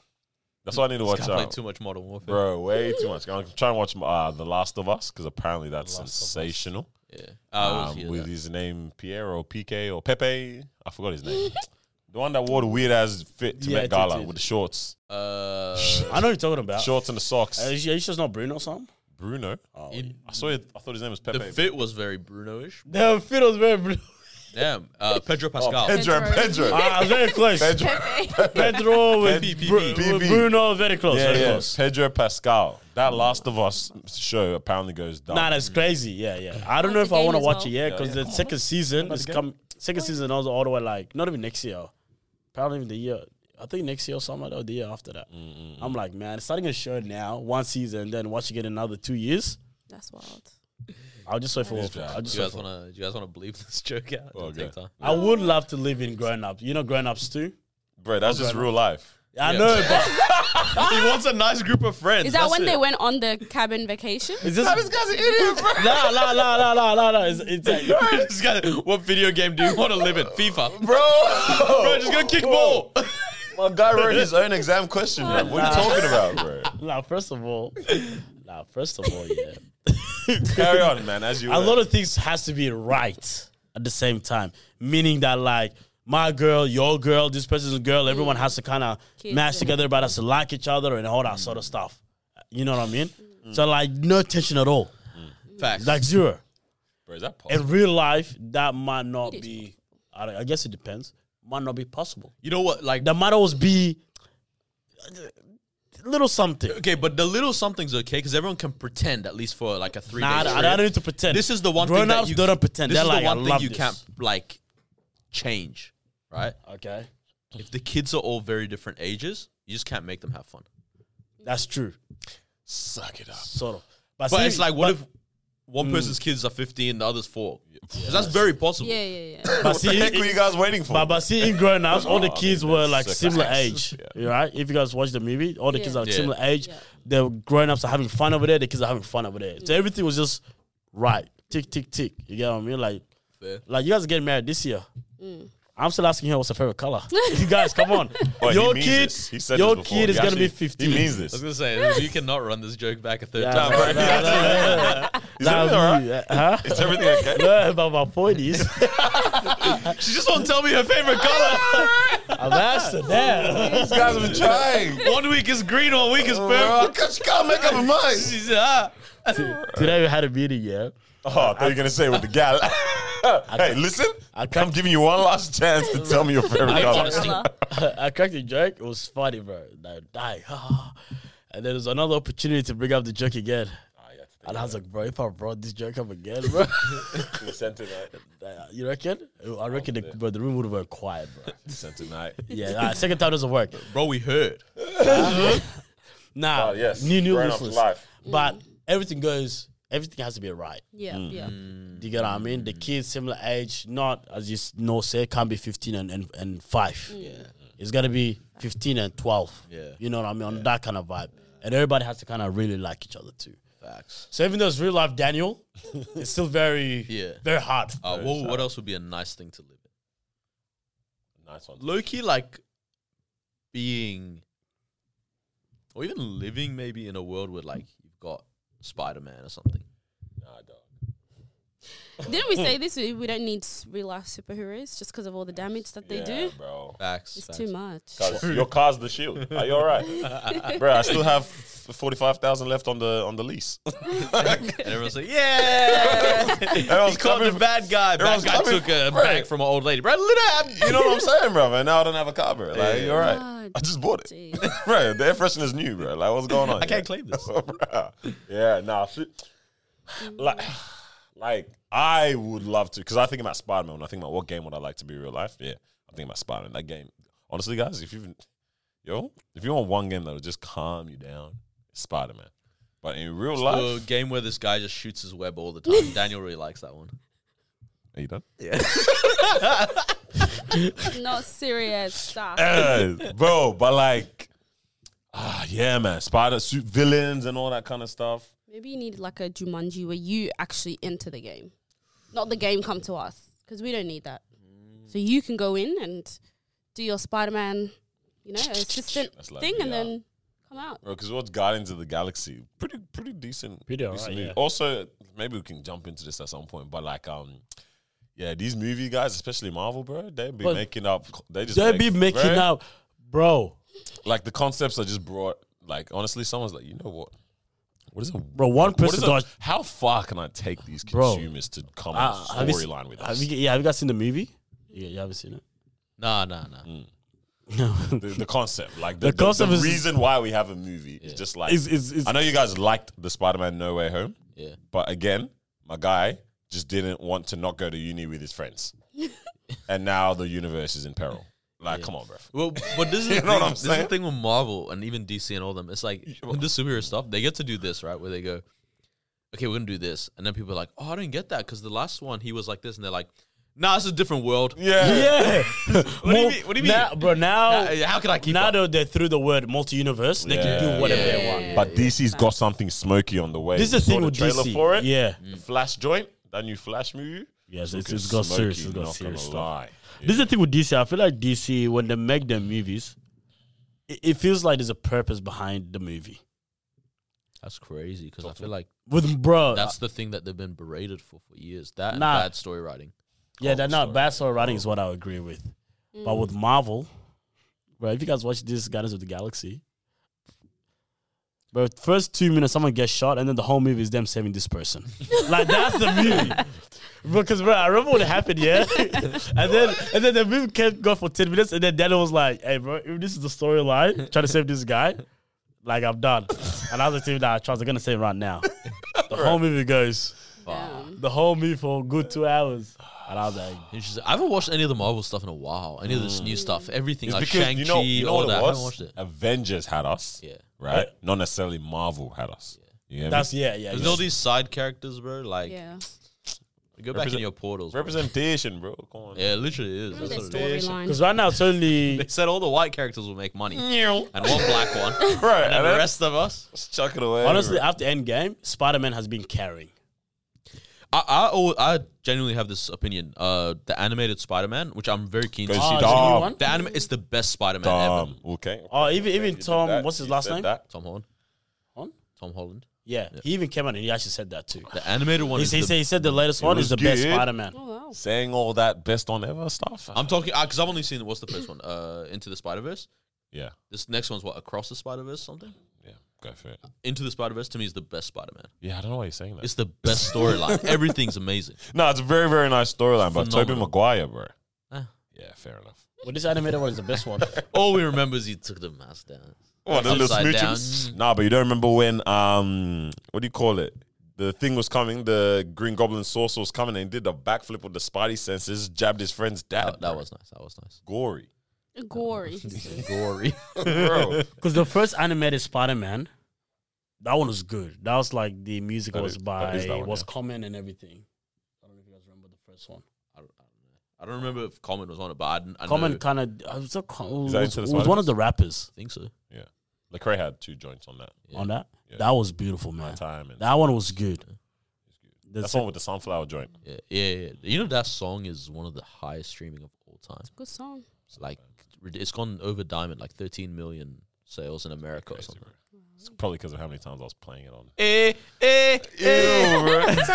[SPEAKER 2] That's why I need to
[SPEAKER 1] This
[SPEAKER 2] watch
[SPEAKER 1] guy played
[SPEAKER 2] out,
[SPEAKER 1] too much Modern Warfare.
[SPEAKER 2] bro. Way too much. I'm trying to watch uh, The Last of Us because apparently that's
[SPEAKER 4] Last of Us.
[SPEAKER 2] sensational.
[SPEAKER 1] Yeah, I always
[SPEAKER 2] um,
[SPEAKER 1] hear
[SPEAKER 2] with
[SPEAKER 1] that.
[SPEAKER 2] his name Pierre or PK or Pepe. I forgot his name. the one that wore the weird ass fit to
[SPEAKER 4] Yeah, I
[SPEAKER 2] Met
[SPEAKER 4] did,
[SPEAKER 2] Gala
[SPEAKER 4] did.
[SPEAKER 2] with the shorts,
[SPEAKER 1] Uh,
[SPEAKER 4] I know what you're talking about.
[SPEAKER 2] shorts and the
[SPEAKER 4] Uh,
[SPEAKER 2] socks.
[SPEAKER 4] Are you, are you just not Bruno or something?
[SPEAKER 2] Bruno.
[SPEAKER 4] Oh,
[SPEAKER 1] it-
[SPEAKER 2] I saw it. I thought his name was Pepe.
[SPEAKER 1] the fit was very Bruno-ish.
[SPEAKER 4] Damn, fit was very Bruno.
[SPEAKER 1] Damn, uh, Pedro Pascal.
[SPEAKER 2] Oh, Pedro.
[SPEAKER 3] Pedro.
[SPEAKER 2] Pedro.
[SPEAKER 4] I was very close. Pedro, with,
[SPEAKER 2] Ped-
[SPEAKER 4] Bru-
[SPEAKER 2] PB.
[SPEAKER 4] with Bruno, very close.
[SPEAKER 2] yeah,
[SPEAKER 4] very
[SPEAKER 2] yeah.
[SPEAKER 4] close.
[SPEAKER 2] Pedro Pascal. That Last of Us show apparently goes down.
[SPEAKER 4] Nah, that's crazy. Yeah, yeah. I don't know
[SPEAKER 3] What's
[SPEAKER 4] if
[SPEAKER 3] the
[SPEAKER 4] I
[SPEAKER 3] game
[SPEAKER 4] want to
[SPEAKER 3] as
[SPEAKER 4] watch
[SPEAKER 3] well?
[SPEAKER 4] it. Yeah, because the second season is come. Second season is all the way like not even next year. Probably even the year. I think next year or something or the year after that. I'm like, man, starting a show now, one season, then watching it another two years.
[SPEAKER 3] That's wild.
[SPEAKER 4] I'll just wait for.
[SPEAKER 2] Yeah.
[SPEAKER 4] I'll
[SPEAKER 1] Do
[SPEAKER 4] just
[SPEAKER 1] you
[SPEAKER 4] wait
[SPEAKER 1] guys
[SPEAKER 4] for.
[SPEAKER 1] wanna? Do you guys wanna believe this joke out?
[SPEAKER 2] Oh,
[SPEAKER 1] It'll take
[SPEAKER 2] okay.
[SPEAKER 1] time.
[SPEAKER 4] I would love to live in grown ups. You know, grown ups too.
[SPEAKER 2] bro, that's just real life.
[SPEAKER 4] I
[SPEAKER 1] Yeah.
[SPEAKER 4] know, but
[SPEAKER 1] he wants a nice group of friends.
[SPEAKER 3] Is that
[SPEAKER 1] That's
[SPEAKER 3] when
[SPEAKER 1] it.
[SPEAKER 3] they went on the cabin vacation?
[SPEAKER 4] is this? Nah,
[SPEAKER 1] guy's an idiot, bro.
[SPEAKER 4] nah, nah, nah, nah, nah, nah. It's, it's like,
[SPEAKER 1] This guy- what video game do you want to live in? FIFA. Bro,
[SPEAKER 2] Bro,
[SPEAKER 1] just gonna kick ball.
[SPEAKER 2] my guy wrote his own exam question. bro. What are you talking about, bro?
[SPEAKER 4] nah. First of all, nah. First of all, yeah.
[SPEAKER 2] Carry on, man. As you
[SPEAKER 4] a
[SPEAKER 2] were.
[SPEAKER 4] lot of things has to be right at the same time. Meaning that like my girl, your girl, this person's girl, everyone has to kind of
[SPEAKER 3] Kids
[SPEAKER 4] match
[SPEAKER 3] and-
[SPEAKER 4] together, but has to like each other and all that sort of stuff. You know what I mean?
[SPEAKER 3] Mm.
[SPEAKER 4] So like no tension at all,
[SPEAKER 1] Facts.
[SPEAKER 4] like zero.
[SPEAKER 2] bro, is that possible?
[SPEAKER 4] In real life, that might not
[SPEAKER 3] It is
[SPEAKER 4] be. I, don't- I guess it depends. Might not be possible.
[SPEAKER 1] you know what? Like,
[SPEAKER 4] That might always be little something.
[SPEAKER 1] okay, but the little something's okay because everyone can pretend at least for like a three.
[SPEAKER 4] Nah,
[SPEAKER 1] day
[SPEAKER 4] I, don't- I
[SPEAKER 1] period.
[SPEAKER 4] don't need to pretend.
[SPEAKER 1] This is the one
[SPEAKER 4] Grown
[SPEAKER 1] thing that
[SPEAKER 4] ups
[SPEAKER 1] you
[SPEAKER 4] don't pretend.
[SPEAKER 1] This
[SPEAKER 4] They're
[SPEAKER 1] is
[SPEAKER 4] like,
[SPEAKER 1] the one
[SPEAKER 4] I
[SPEAKER 1] thing
[SPEAKER 4] love
[SPEAKER 1] you
[SPEAKER 4] this.
[SPEAKER 1] can't like change, right?
[SPEAKER 4] Okay,
[SPEAKER 1] If the kids are all very different ages, you just can't make them have fun.
[SPEAKER 4] that's true.
[SPEAKER 2] Suck it up.
[SPEAKER 4] Sort of.
[SPEAKER 1] But
[SPEAKER 4] see-
[SPEAKER 1] it's like, what
[SPEAKER 4] but- Mm.
[SPEAKER 1] if one person's kids are 15, the other's four? 'Cause that's very possible.
[SPEAKER 3] Yeah, yeah, yeah.
[SPEAKER 2] What
[SPEAKER 4] But
[SPEAKER 2] the
[SPEAKER 4] see,
[SPEAKER 2] heck were you
[SPEAKER 4] it,
[SPEAKER 2] guys waiting for?
[SPEAKER 4] but, but see, in growing ups, all the
[SPEAKER 2] Oh, I
[SPEAKER 4] kids
[SPEAKER 2] mean,
[SPEAKER 4] were
[SPEAKER 2] that's
[SPEAKER 4] like
[SPEAKER 2] sex-
[SPEAKER 4] similar
[SPEAKER 2] that's-
[SPEAKER 4] age,
[SPEAKER 2] yeah.
[SPEAKER 4] right? If you guys watch the movie, all the kids
[SPEAKER 3] Yeah.
[SPEAKER 4] are like
[SPEAKER 1] Yeah.
[SPEAKER 4] similar age.
[SPEAKER 3] Yeah.
[SPEAKER 4] The grown ups are having fun over there. The kids are having fun over there. So everything was just right, tick tick tick. You get what I mean? Like,
[SPEAKER 1] Fair.
[SPEAKER 4] like you guys are getting married this year. I'm still asking her what's her favorite color. you guys, come on.
[SPEAKER 2] Oh, he
[SPEAKER 4] your
[SPEAKER 2] means
[SPEAKER 4] kid,
[SPEAKER 2] this. He said
[SPEAKER 4] your
[SPEAKER 2] this before.
[SPEAKER 4] kid is
[SPEAKER 2] He
[SPEAKER 4] gonna
[SPEAKER 2] actually-
[SPEAKER 4] be 15.
[SPEAKER 2] He means
[SPEAKER 1] I was
[SPEAKER 2] this.
[SPEAKER 1] gonna say you cannot run this joke back a third
[SPEAKER 4] Yeah,
[SPEAKER 1] time.
[SPEAKER 2] Bro,
[SPEAKER 4] bro. Nah, nah, nah, nah, nah.
[SPEAKER 2] Is everything all right?
[SPEAKER 4] Nah, Huh?
[SPEAKER 2] Is everything okay?
[SPEAKER 4] No, but my point is,
[SPEAKER 1] She just won't tell me her favorite color.
[SPEAKER 4] I've asked her that.
[SPEAKER 2] These guys have been trying.
[SPEAKER 1] one week is green, one week is
[SPEAKER 2] Oh, Bro,
[SPEAKER 1] purple.
[SPEAKER 2] I can't- she can't make up her mind.
[SPEAKER 1] She said, ah.
[SPEAKER 4] Today we had a meeting, yeah.
[SPEAKER 2] Oh, I thought you were gonna say with the gal. hey, listen.
[SPEAKER 4] I can't-
[SPEAKER 2] I'm giving you one last chance to tell me your favorite color.
[SPEAKER 1] Honesty.
[SPEAKER 4] I cracked the joke. It was funny, bro. Like, die. and there was another opportunity to bring up the joke again. And I was like, bro, if I brought this joke up again, bro, Uh, you reckon? I reckon, the, bro, the room would have went quiet, bro.
[SPEAKER 2] tonight.
[SPEAKER 4] Yeah, nah, second time doesn't work.
[SPEAKER 1] Bro, we heard.
[SPEAKER 4] Nah,
[SPEAKER 2] Oh, yes.
[SPEAKER 4] new, new
[SPEAKER 2] Grown up
[SPEAKER 4] listeners.
[SPEAKER 2] life.
[SPEAKER 4] But everything goes, everything has to be right.
[SPEAKER 3] Yeah, yeah.
[SPEAKER 4] Do you get what I mean?
[SPEAKER 1] Mm.
[SPEAKER 4] The kids, similar age, not, as you s- know, say, can't be 15 and, and, and 5. Yeah. It's got to be 15 and 12.
[SPEAKER 1] Mm. Yeah.
[SPEAKER 4] You know what I mean? On that kind of vibe. And everybody has to kind of really like each other too.
[SPEAKER 1] Facts.
[SPEAKER 4] So even though it's real life Daniel, it's still very,
[SPEAKER 1] Yeah.
[SPEAKER 4] very hard.
[SPEAKER 1] Uh, what, what else would be a nice thing to live in?
[SPEAKER 2] Nice one.
[SPEAKER 1] Low key, like being, or even living maybe in a world where like you've got Spider Man or something.
[SPEAKER 2] Nah, dog.
[SPEAKER 3] Didn't we say this? We we don't need s- real life superheroes just because of all the damage that they
[SPEAKER 2] Yeah,
[SPEAKER 3] do.
[SPEAKER 2] bro.
[SPEAKER 1] Facts.
[SPEAKER 3] It's
[SPEAKER 1] facts.
[SPEAKER 3] too much.
[SPEAKER 2] Cause your car's the shield. Are you all right, bro? I still have forty-five thousand left on the on the lease.
[SPEAKER 1] And everyone's like, yeah.
[SPEAKER 2] Everyone's
[SPEAKER 1] he caught the
[SPEAKER 2] coming-
[SPEAKER 1] bad guy. Bad
[SPEAKER 2] everyone's
[SPEAKER 1] guy
[SPEAKER 2] coming-
[SPEAKER 1] took a
[SPEAKER 2] Bro.
[SPEAKER 1] bag from an old lady. Bro, lit up.
[SPEAKER 2] You know what I'm saying, bro? And now I don't have a car, bro. Like,
[SPEAKER 1] Yeah.
[SPEAKER 2] you all right?
[SPEAKER 3] God.
[SPEAKER 2] I just bought it,
[SPEAKER 3] Jeez.
[SPEAKER 2] bro. The air freshener's new, bro. Like, what's going on?
[SPEAKER 1] I can't claim this.
[SPEAKER 2] Bruh. yeah, nah. fi- Like, like I would love to, because I think about Spider Man when I think about what game would I like to be in real life. Yeah, I think about Spider Man. That game, honestly, guys, if you, yo, if you want one game that'll just calm you down, Spider Man. But in real
[SPEAKER 1] The
[SPEAKER 2] life,
[SPEAKER 1] game where this guy just shoots his web all the time. Daniel really likes that one.
[SPEAKER 2] Are you done?
[SPEAKER 3] Not serious stuff.
[SPEAKER 2] Uh, bro, but like, ah, yeah, man, spider suit villains and all that kind of stuff.
[SPEAKER 3] Maybe you need like a Jumanji where you actually enter the game, not the game come to us because we don't need that. So you can go in and do your Spider Man, you know, assistant
[SPEAKER 2] That's like
[SPEAKER 3] thing, and
[SPEAKER 2] VR.
[SPEAKER 3] then come out.
[SPEAKER 2] Bro, because what's Guardians of the Galaxy? Pretty, pretty decent.
[SPEAKER 4] Pretty
[SPEAKER 2] decent
[SPEAKER 4] alright,
[SPEAKER 2] movie.
[SPEAKER 4] yeah.
[SPEAKER 2] Also, maybe we can jump into this at some point. But like, um, yeah, these movie guys, especially Marvel, bro, they be
[SPEAKER 4] But
[SPEAKER 2] making up. They just
[SPEAKER 4] They
[SPEAKER 2] make-
[SPEAKER 4] be making
[SPEAKER 2] bro,
[SPEAKER 4] out, bro.
[SPEAKER 2] like the concepts are just brought. Like honestly, someone's like, you know what? What is a
[SPEAKER 4] Bro, one
[SPEAKER 2] what is
[SPEAKER 4] person
[SPEAKER 2] a-
[SPEAKER 4] dodged.
[SPEAKER 2] How far can I take these
[SPEAKER 4] Bro.
[SPEAKER 2] consumers to come
[SPEAKER 4] Uh,
[SPEAKER 2] on
[SPEAKER 4] have you se-
[SPEAKER 2] storyline with
[SPEAKER 4] Have
[SPEAKER 2] us?
[SPEAKER 4] you, yeah, have you guys seen the movie? Yeah, you haven't seen it.
[SPEAKER 1] Nah, nah, nah.
[SPEAKER 2] Mm.
[SPEAKER 4] No,
[SPEAKER 2] the, the concept, like the,
[SPEAKER 4] The
[SPEAKER 2] the,
[SPEAKER 4] concept
[SPEAKER 2] the
[SPEAKER 4] is-
[SPEAKER 2] reason why we have a movie is just like
[SPEAKER 4] is is is
[SPEAKER 2] I know you guys liked the Spider-Man No Way Home,
[SPEAKER 1] Yeah.
[SPEAKER 2] but again, my guy just didn't want to not go to uni with his friends, and now the universe is in peril. Like, come on, bro.
[SPEAKER 1] Well, but this is,
[SPEAKER 2] You
[SPEAKER 1] the
[SPEAKER 2] know what
[SPEAKER 1] thing-
[SPEAKER 2] I'm
[SPEAKER 1] this is the
[SPEAKER 2] saying?
[SPEAKER 1] thing with Marvel and even DC and all them. It's like with the superhero stuff, they get to do this, right? Where they go, okay, we're gonna do this, and then people are like, oh, I didn't get that because the last one he was like this, and they're like, nah, it's a different world.
[SPEAKER 2] Yeah,
[SPEAKER 4] yeah. what,
[SPEAKER 1] do you mean- what do you mean?
[SPEAKER 4] Now, bro, now
[SPEAKER 1] How, how can I keep
[SPEAKER 4] now
[SPEAKER 1] up?
[SPEAKER 4] that they threw the word multi-universe, they can
[SPEAKER 2] Yeah.
[SPEAKER 4] do whatever they
[SPEAKER 3] Yeah.
[SPEAKER 4] want.
[SPEAKER 2] but DC's got something smoky on the way.
[SPEAKER 4] This is the
[SPEAKER 2] You saw
[SPEAKER 4] thing with
[SPEAKER 2] trailer
[SPEAKER 4] DC.
[SPEAKER 2] for it.
[SPEAKER 4] Yeah.
[SPEAKER 2] the Flash joint, that new Flash movie.
[SPEAKER 4] Yes, it's,
[SPEAKER 2] Looking
[SPEAKER 4] it's got serious.
[SPEAKER 2] smoky,
[SPEAKER 4] It's got
[SPEAKER 2] not gonna
[SPEAKER 4] serious stuff.
[SPEAKER 2] lie.
[SPEAKER 4] This is the thing with DC. I feel like DC when they make their movies, it, it feels like there's a purpose behind the movie.
[SPEAKER 1] That's crazy because I feel like
[SPEAKER 4] With bro,
[SPEAKER 1] that's the thing that they've been berated for for years. That and
[SPEAKER 4] Uh, Nah.
[SPEAKER 1] bad story writing.
[SPEAKER 4] yeah, they're not bad story writing is what I agree with. But with Marvel, bro, if you guys watch this Guardians of the Galaxy, bro, first two minutes someone gets shot, and then the whole movie is them saving this person. like that's the movie. Because bro, I remember what happened, yeah, and then and then the movie kept going for ten minutes, and then Daniel was like, "Hey, bro, if this is the storyline, trying to save this guy, like I'm done." And I was like, "Team, nah, Charles, they're gonna save him right now." The whole movie goes,
[SPEAKER 3] Damn.
[SPEAKER 4] the whole movie for a good two hours, and I was like,
[SPEAKER 1] Interesting. I haven't watched any of the Marvel stuff in a while. Any of this new stuff, everything
[SPEAKER 2] Mm. It's
[SPEAKER 1] like
[SPEAKER 2] because
[SPEAKER 1] Shang
[SPEAKER 2] you
[SPEAKER 1] Chi,
[SPEAKER 2] know, you know
[SPEAKER 1] all
[SPEAKER 2] what
[SPEAKER 1] that.
[SPEAKER 2] it
[SPEAKER 1] I haven't
[SPEAKER 2] was.
[SPEAKER 1] watched it.
[SPEAKER 2] Avengers had us,
[SPEAKER 1] Yeah.
[SPEAKER 2] right? Not necessarily Marvel had us. You hear me?
[SPEAKER 4] "That's yeah, yeah."
[SPEAKER 1] There's all these side characters, bro. Like,
[SPEAKER 3] Yeah.
[SPEAKER 1] go back in
[SPEAKER 2] Represent-
[SPEAKER 1] your portals. bro.
[SPEAKER 2] representation, bro. Come on.
[SPEAKER 1] Yeah, it literally is.
[SPEAKER 3] Remember
[SPEAKER 1] That's
[SPEAKER 3] their
[SPEAKER 1] what it is.
[SPEAKER 3] storyline.
[SPEAKER 4] Because right now it's only
[SPEAKER 1] They said all the white characters will make money, and one black one,
[SPEAKER 2] Bro,
[SPEAKER 1] and then the rest of us.
[SPEAKER 2] just chuck it away.
[SPEAKER 4] honestly
[SPEAKER 2] bro.
[SPEAKER 4] after Endgame, Spider Man has been carrying.
[SPEAKER 1] I I, al- I genuinely have this opinion. Uh, the animated Spider-Man, which I'm very keen to
[SPEAKER 2] Go
[SPEAKER 1] see.
[SPEAKER 2] see
[SPEAKER 4] Oh, is it
[SPEAKER 2] Dom.
[SPEAKER 4] new one?
[SPEAKER 1] Ah, The anime, it's the best Spider-Man ever.
[SPEAKER 2] Dom. Okay.
[SPEAKER 4] Oh, even
[SPEAKER 2] You
[SPEAKER 4] even
[SPEAKER 2] did
[SPEAKER 4] Tom,
[SPEAKER 2] that.
[SPEAKER 4] what's his
[SPEAKER 2] You
[SPEAKER 4] last
[SPEAKER 2] said
[SPEAKER 4] name?
[SPEAKER 2] that.
[SPEAKER 1] Tom Holland.
[SPEAKER 4] Hon?
[SPEAKER 1] Tom Holland.
[SPEAKER 4] Yeah, he even came out and he actually said that too.
[SPEAKER 1] The animated one
[SPEAKER 4] He,
[SPEAKER 1] is.
[SPEAKER 4] said- he
[SPEAKER 1] the-
[SPEAKER 4] said, he said the latest one
[SPEAKER 2] was
[SPEAKER 4] is the best
[SPEAKER 2] good.
[SPEAKER 4] Spider Man.
[SPEAKER 3] Oh wow.
[SPEAKER 2] Saying all that best on ever stuff.
[SPEAKER 1] I'm talking because I've only seen what's the first one? Uh, Into the Spider Verse.
[SPEAKER 2] yeah.
[SPEAKER 1] This next one's what? Across the Spider Verse, something.
[SPEAKER 2] Yeah. Go for it.
[SPEAKER 1] Into the Spider Verse to me is the best Spider-Man.
[SPEAKER 2] Yeah, I don't know why you're saying that.
[SPEAKER 1] It's the best storyline. Everything's amazing.
[SPEAKER 2] no, it's a very, very nice storyline, but Toby
[SPEAKER 1] Phenomenal.
[SPEAKER 2] Maguire, bro.
[SPEAKER 1] Ah.
[SPEAKER 2] Yeah, fair enough.
[SPEAKER 4] Well, this animated one is the best one.
[SPEAKER 1] All we remember is he took the mask down.
[SPEAKER 2] What, the little
[SPEAKER 1] upside
[SPEAKER 2] smooches?
[SPEAKER 1] down.
[SPEAKER 2] Nah, but you don't remember when, um, what do you call it? The thing was coming, the Green Goblin sauce was coming and he did the backflip with the Spidey senses, jabbed his friend's dad.
[SPEAKER 1] That, that
[SPEAKER 2] bro.
[SPEAKER 1] was nice. That was nice.
[SPEAKER 2] gory.
[SPEAKER 3] Gory.
[SPEAKER 1] Gory.
[SPEAKER 2] Bro.
[SPEAKER 4] Because the first animated Spider Man, that one was good. That was like the music
[SPEAKER 2] That
[SPEAKER 4] was
[SPEAKER 2] is- that
[SPEAKER 4] by
[SPEAKER 2] is that one,
[SPEAKER 4] was
[SPEAKER 2] yeah.
[SPEAKER 4] common and everything. I don't know if you guys remember the first one.
[SPEAKER 1] I don't remember if Common was on it, but I, didn't- I
[SPEAKER 4] Common
[SPEAKER 1] know-
[SPEAKER 4] kind of I was, so com-
[SPEAKER 2] Is
[SPEAKER 4] was,
[SPEAKER 2] that Into the
[SPEAKER 4] was one
[SPEAKER 2] Spider-Verse?
[SPEAKER 4] of the rappers
[SPEAKER 1] think so.
[SPEAKER 2] Yeah. Lecrae had two joints on that.
[SPEAKER 1] Yeah.
[SPEAKER 4] on that.
[SPEAKER 2] Yeah.
[SPEAKER 4] That was beautiful, man.
[SPEAKER 2] Time and
[SPEAKER 4] That one was good. The
[SPEAKER 2] that's
[SPEAKER 4] se-
[SPEAKER 2] one with the sunflower joint.
[SPEAKER 1] Yeah, yeah, yeah. You know that song is one of the highest streaming of all time.
[SPEAKER 3] Good song.
[SPEAKER 1] It's like rid- it's gone over diamond, like 13 million sales in America or something.
[SPEAKER 2] It's probably because of how many times I was playing it on.
[SPEAKER 1] Eh, eh, eh.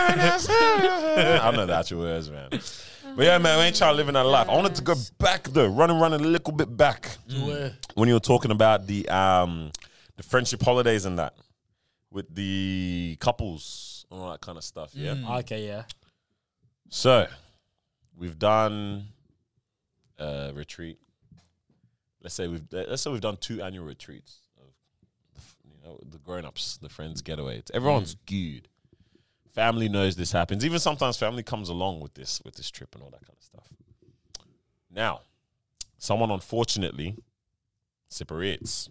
[SPEAKER 2] I know the actual words, man. But yeah, man, we ain't trying to live in that life. I wanted to go back though, running, running a little bit back
[SPEAKER 4] Mm.
[SPEAKER 2] when you were talking about the um the friendship holidays and that with the couples and all that kind of stuff. Yeah.
[SPEAKER 1] Mm.
[SPEAKER 4] okay, yeah.
[SPEAKER 2] So we've done a retreat. Let's say we've let's say we've done two annual retreats of the, f- you know the grown ups, the friends getaway. It's, everyone's good. Family knows this happens. Even sometimes family comes along with this with this trip and all that kind of stuff. Now, someone unfortunately separates.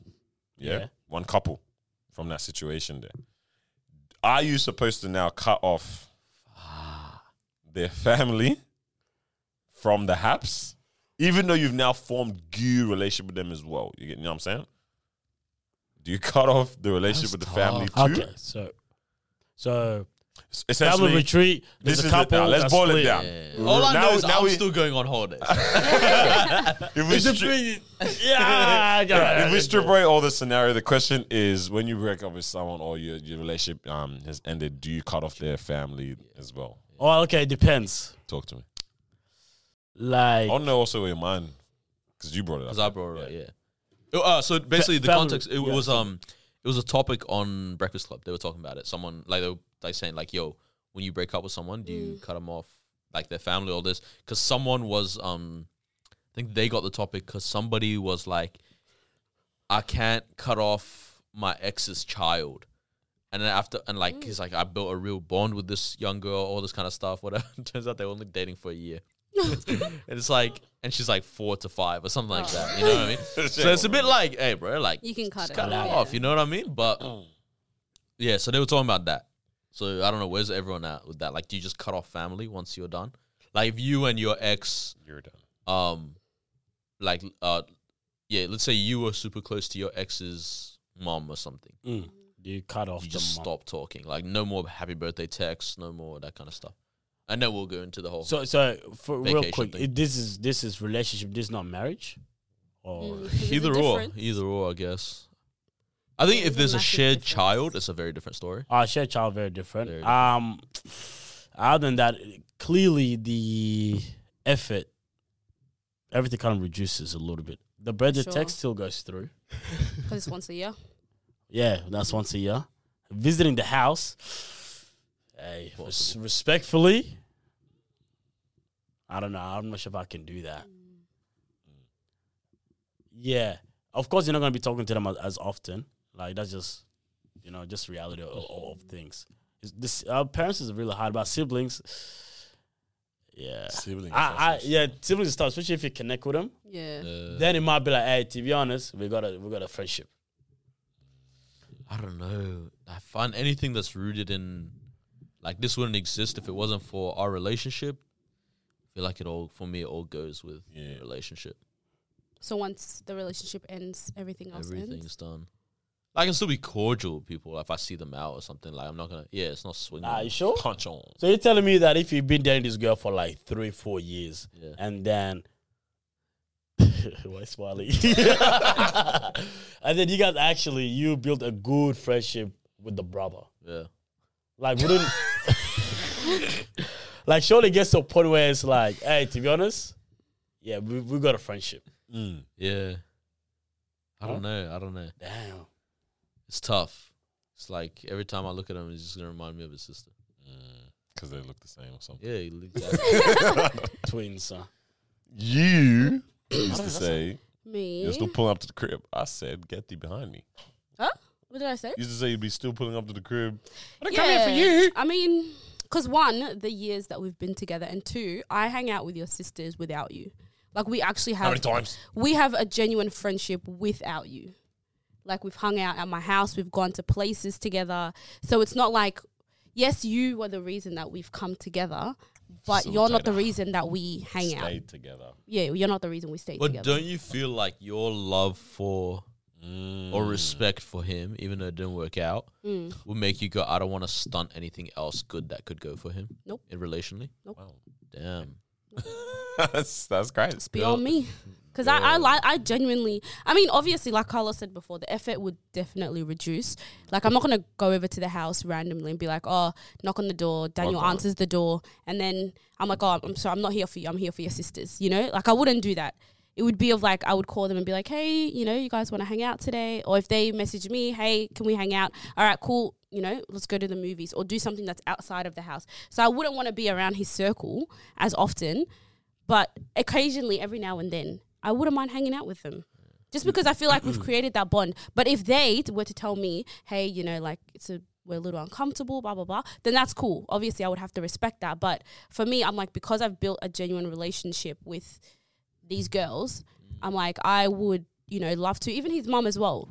[SPEAKER 2] Yeah,
[SPEAKER 4] Yeah.
[SPEAKER 2] one couple from that situation. There, are you supposed to now cut off their family? from the Haps, even though you've now formed good relationship with them as well. You, get, you know what I'm saying? Do you cut off the relationship with the family too?
[SPEAKER 4] Okay, so so
[SPEAKER 2] S-
[SPEAKER 4] family
[SPEAKER 2] Essentially,
[SPEAKER 4] retreat. There's
[SPEAKER 2] this
[SPEAKER 4] a
[SPEAKER 2] is it
[SPEAKER 4] couple.
[SPEAKER 2] now. Let's
[SPEAKER 4] that's
[SPEAKER 2] boil it
[SPEAKER 4] split.
[SPEAKER 2] down.
[SPEAKER 1] All I know
[SPEAKER 2] Now-
[SPEAKER 1] is
[SPEAKER 2] now
[SPEAKER 1] I'm
[SPEAKER 2] we-
[SPEAKER 1] still going on holidays.
[SPEAKER 2] If we, stri-
[SPEAKER 4] Yeah, yeah.
[SPEAKER 2] if we strip away all the scenario, the question is: when you break up with someone or your, your relationship um, has ended, do you cut off their family as well?
[SPEAKER 4] Oh, okay. It depends.
[SPEAKER 2] Talk to me.
[SPEAKER 4] Like
[SPEAKER 2] I want to know also where your mind, because you brought it up.
[SPEAKER 1] Because I brought it up, yeah. Oh, Uh, so basically, the
[SPEAKER 4] family,
[SPEAKER 1] context it
[SPEAKER 4] yeah.
[SPEAKER 1] was um, it was a topic on Breakfast Club. They were talking about it. Someone like they were like saying like, "Yo, when you break up with someone, do you cut them off like their family or this?" Because someone was um, I think they got the topic because somebody was like, "I can't cut off my ex's child." And then after, and like he's like, I built a real bond with this young girl, all this kind of stuff. Whatever. Turns out they were only dating for a year. And it's like, and she's like four to five or something like that. You know what I mean? so it's a bit like, hey, bro, like
[SPEAKER 3] You can cut
[SPEAKER 1] just
[SPEAKER 3] it
[SPEAKER 1] cut it
[SPEAKER 3] off,
[SPEAKER 1] off.
[SPEAKER 3] yeah.
[SPEAKER 1] You know what I mean? But
[SPEAKER 4] Oh.
[SPEAKER 1] yeah, so they were talking about that. So I don't know where's everyone at with that. Like, do you just cut off family once you're done? Like, if you and your ex,
[SPEAKER 2] You're done.
[SPEAKER 1] um, like, uh, yeah, let's say you were super close to your ex's mom or something,
[SPEAKER 4] mm, you cut off
[SPEAKER 1] you
[SPEAKER 4] the
[SPEAKER 1] just
[SPEAKER 4] mom.
[SPEAKER 1] stop talking. Like, no more happy birthday texts, no more that kind of stuff. And then we'll go into the whole.
[SPEAKER 4] So so for real
[SPEAKER 1] Vacation
[SPEAKER 4] quick,
[SPEAKER 1] thing.
[SPEAKER 4] it- this is this is relationship. This is not marriage. Or
[SPEAKER 3] Mm, 'cause there's a
[SPEAKER 1] either or,
[SPEAKER 3] difference.
[SPEAKER 1] either or, I guess. I think
[SPEAKER 3] There's
[SPEAKER 1] if
[SPEAKER 3] a
[SPEAKER 1] there's a
[SPEAKER 3] massive
[SPEAKER 1] shared
[SPEAKER 3] difference.
[SPEAKER 1] child, it's a very different story.
[SPEAKER 4] Uh, share child very different.
[SPEAKER 1] Very different.
[SPEAKER 4] Um, other than that, clearly the effort, everything kind of reduces a little bit. The bread
[SPEAKER 3] Sure.
[SPEAKER 4] text still goes through.
[SPEAKER 3] Because it's once a year.
[SPEAKER 4] Yeah, that's once a year. Visiting the house, hey, res- respectfully. I don't know. I'm not sure if I can do that. Yeah, of course you're not gonna be talking to them as, as often. Like that's just, you know, just reality of, of things. It's- This uh, parents is really hard about siblings. Yeah,
[SPEAKER 2] Sibling
[SPEAKER 4] I, I
[SPEAKER 2] assassination.
[SPEAKER 4] yeah siblings is tough, especially if you connect with them.
[SPEAKER 3] Yeah.
[SPEAKER 1] Uh,
[SPEAKER 4] Then it might be like, hey, to be honest, we got a we got a friendship.
[SPEAKER 1] I don't know. I find anything that's rooted in, like, this wouldn't exist if it wasn't for our relationship. I feel like it all, for me, it all goes with
[SPEAKER 2] Yeah.
[SPEAKER 1] the relationship.
[SPEAKER 3] So once the relationship ends, everything else ends.
[SPEAKER 1] Everything's done. I can still be cordial with people if I see them out or something. Like, I'm not going to, yeah, it's not swinging.
[SPEAKER 4] Nah, you sure?
[SPEAKER 2] Punch on.
[SPEAKER 4] So you're telling me that if you've been dating this girl for like three, four years,
[SPEAKER 1] Yeah.
[SPEAKER 4] and then why smiling? and then you guys actually you built a good friendship with the brother.
[SPEAKER 1] yeah.
[SPEAKER 4] Like wouldn't like surely it gets to a point where it's like, hey, to be honest, yeah, we we got a friendship.
[SPEAKER 1] Yeah. I don't know. I don't know.
[SPEAKER 4] Damn.
[SPEAKER 1] It's tough. It's like every time I look at him, he's just going to remind me of his sister.
[SPEAKER 4] Uh.
[SPEAKER 2] Because they look the same or something.
[SPEAKER 1] Yeah, exactly.
[SPEAKER 4] Twins, huh?
[SPEAKER 2] You used to say,
[SPEAKER 3] Me?
[SPEAKER 2] you're still pulling up to the crib. I said, get thee behind me.
[SPEAKER 3] huh? What did I say?
[SPEAKER 2] You used to say you'd be still pulling up to the crib.
[SPEAKER 3] you. I mean, because one, the years that we've been together, and two, I hang out with your sisters without you. Like we actually have.
[SPEAKER 2] times?
[SPEAKER 3] We have a genuine friendship without you. Like we've hung out at my house, we've gone to places together. So it's not like, yes, you were the reason that we've come together, but
[SPEAKER 2] So
[SPEAKER 3] you're not the
[SPEAKER 2] tight.
[SPEAKER 3] reason that we hang out.
[SPEAKER 2] Stayed together.
[SPEAKER 3] Yeah, you're not the reason we stayed
[SPEAKER 1] But
[SPEAKER 3] together.
[SPEAKER 1] don't you feel like your love for
[SPEAKER 2] Mm.
[SPEAKER 3] Mm.
[SPEAKER 1] or respect for him, even though it didn't work out, will make you go, I don't want to stunt anything else good that could go for him?
[SPEAKER 3] Nope.
[SPEAKER 1] In relationally?
[SPEAKER 3] Nope.
[SPEAKER 2] Wow.
[SPEAKER 1] Damn.
[SPEAKER 2] that's, that's great.
[SPEAKER 3] It's beyond me. Because I, I like I genuinely I mean obviously like Carlos said before the effort would definitely reduce like I'm not gonna go over to the house randomly and be like oh knock on the door Daniel
[SPEAKER 2] Welcome.
[SPEAKER 3] answers the door and then I'm like oh I'm sorry I'm not here for you I'm here for your sisters you know like I wouldn't do that it would be of like I would call them and be like hey you know you guys want to hang out today or if they message me hey can we hang out all right cool you know let's go to the movies or do something that's outside of the house so I wouldn't want to be around his circle as often but occasionally every now and then i wouldn't mind hanging out with them just because i feel like we've created that bond but if they t- were to tell me hey you know like it's a we're a little uncomfortable blah blah blah then that's cool obviously i would have to respect that but for me i'm like because i've built a genuine relationship with these girls i'm like i would you know love to even his mom as well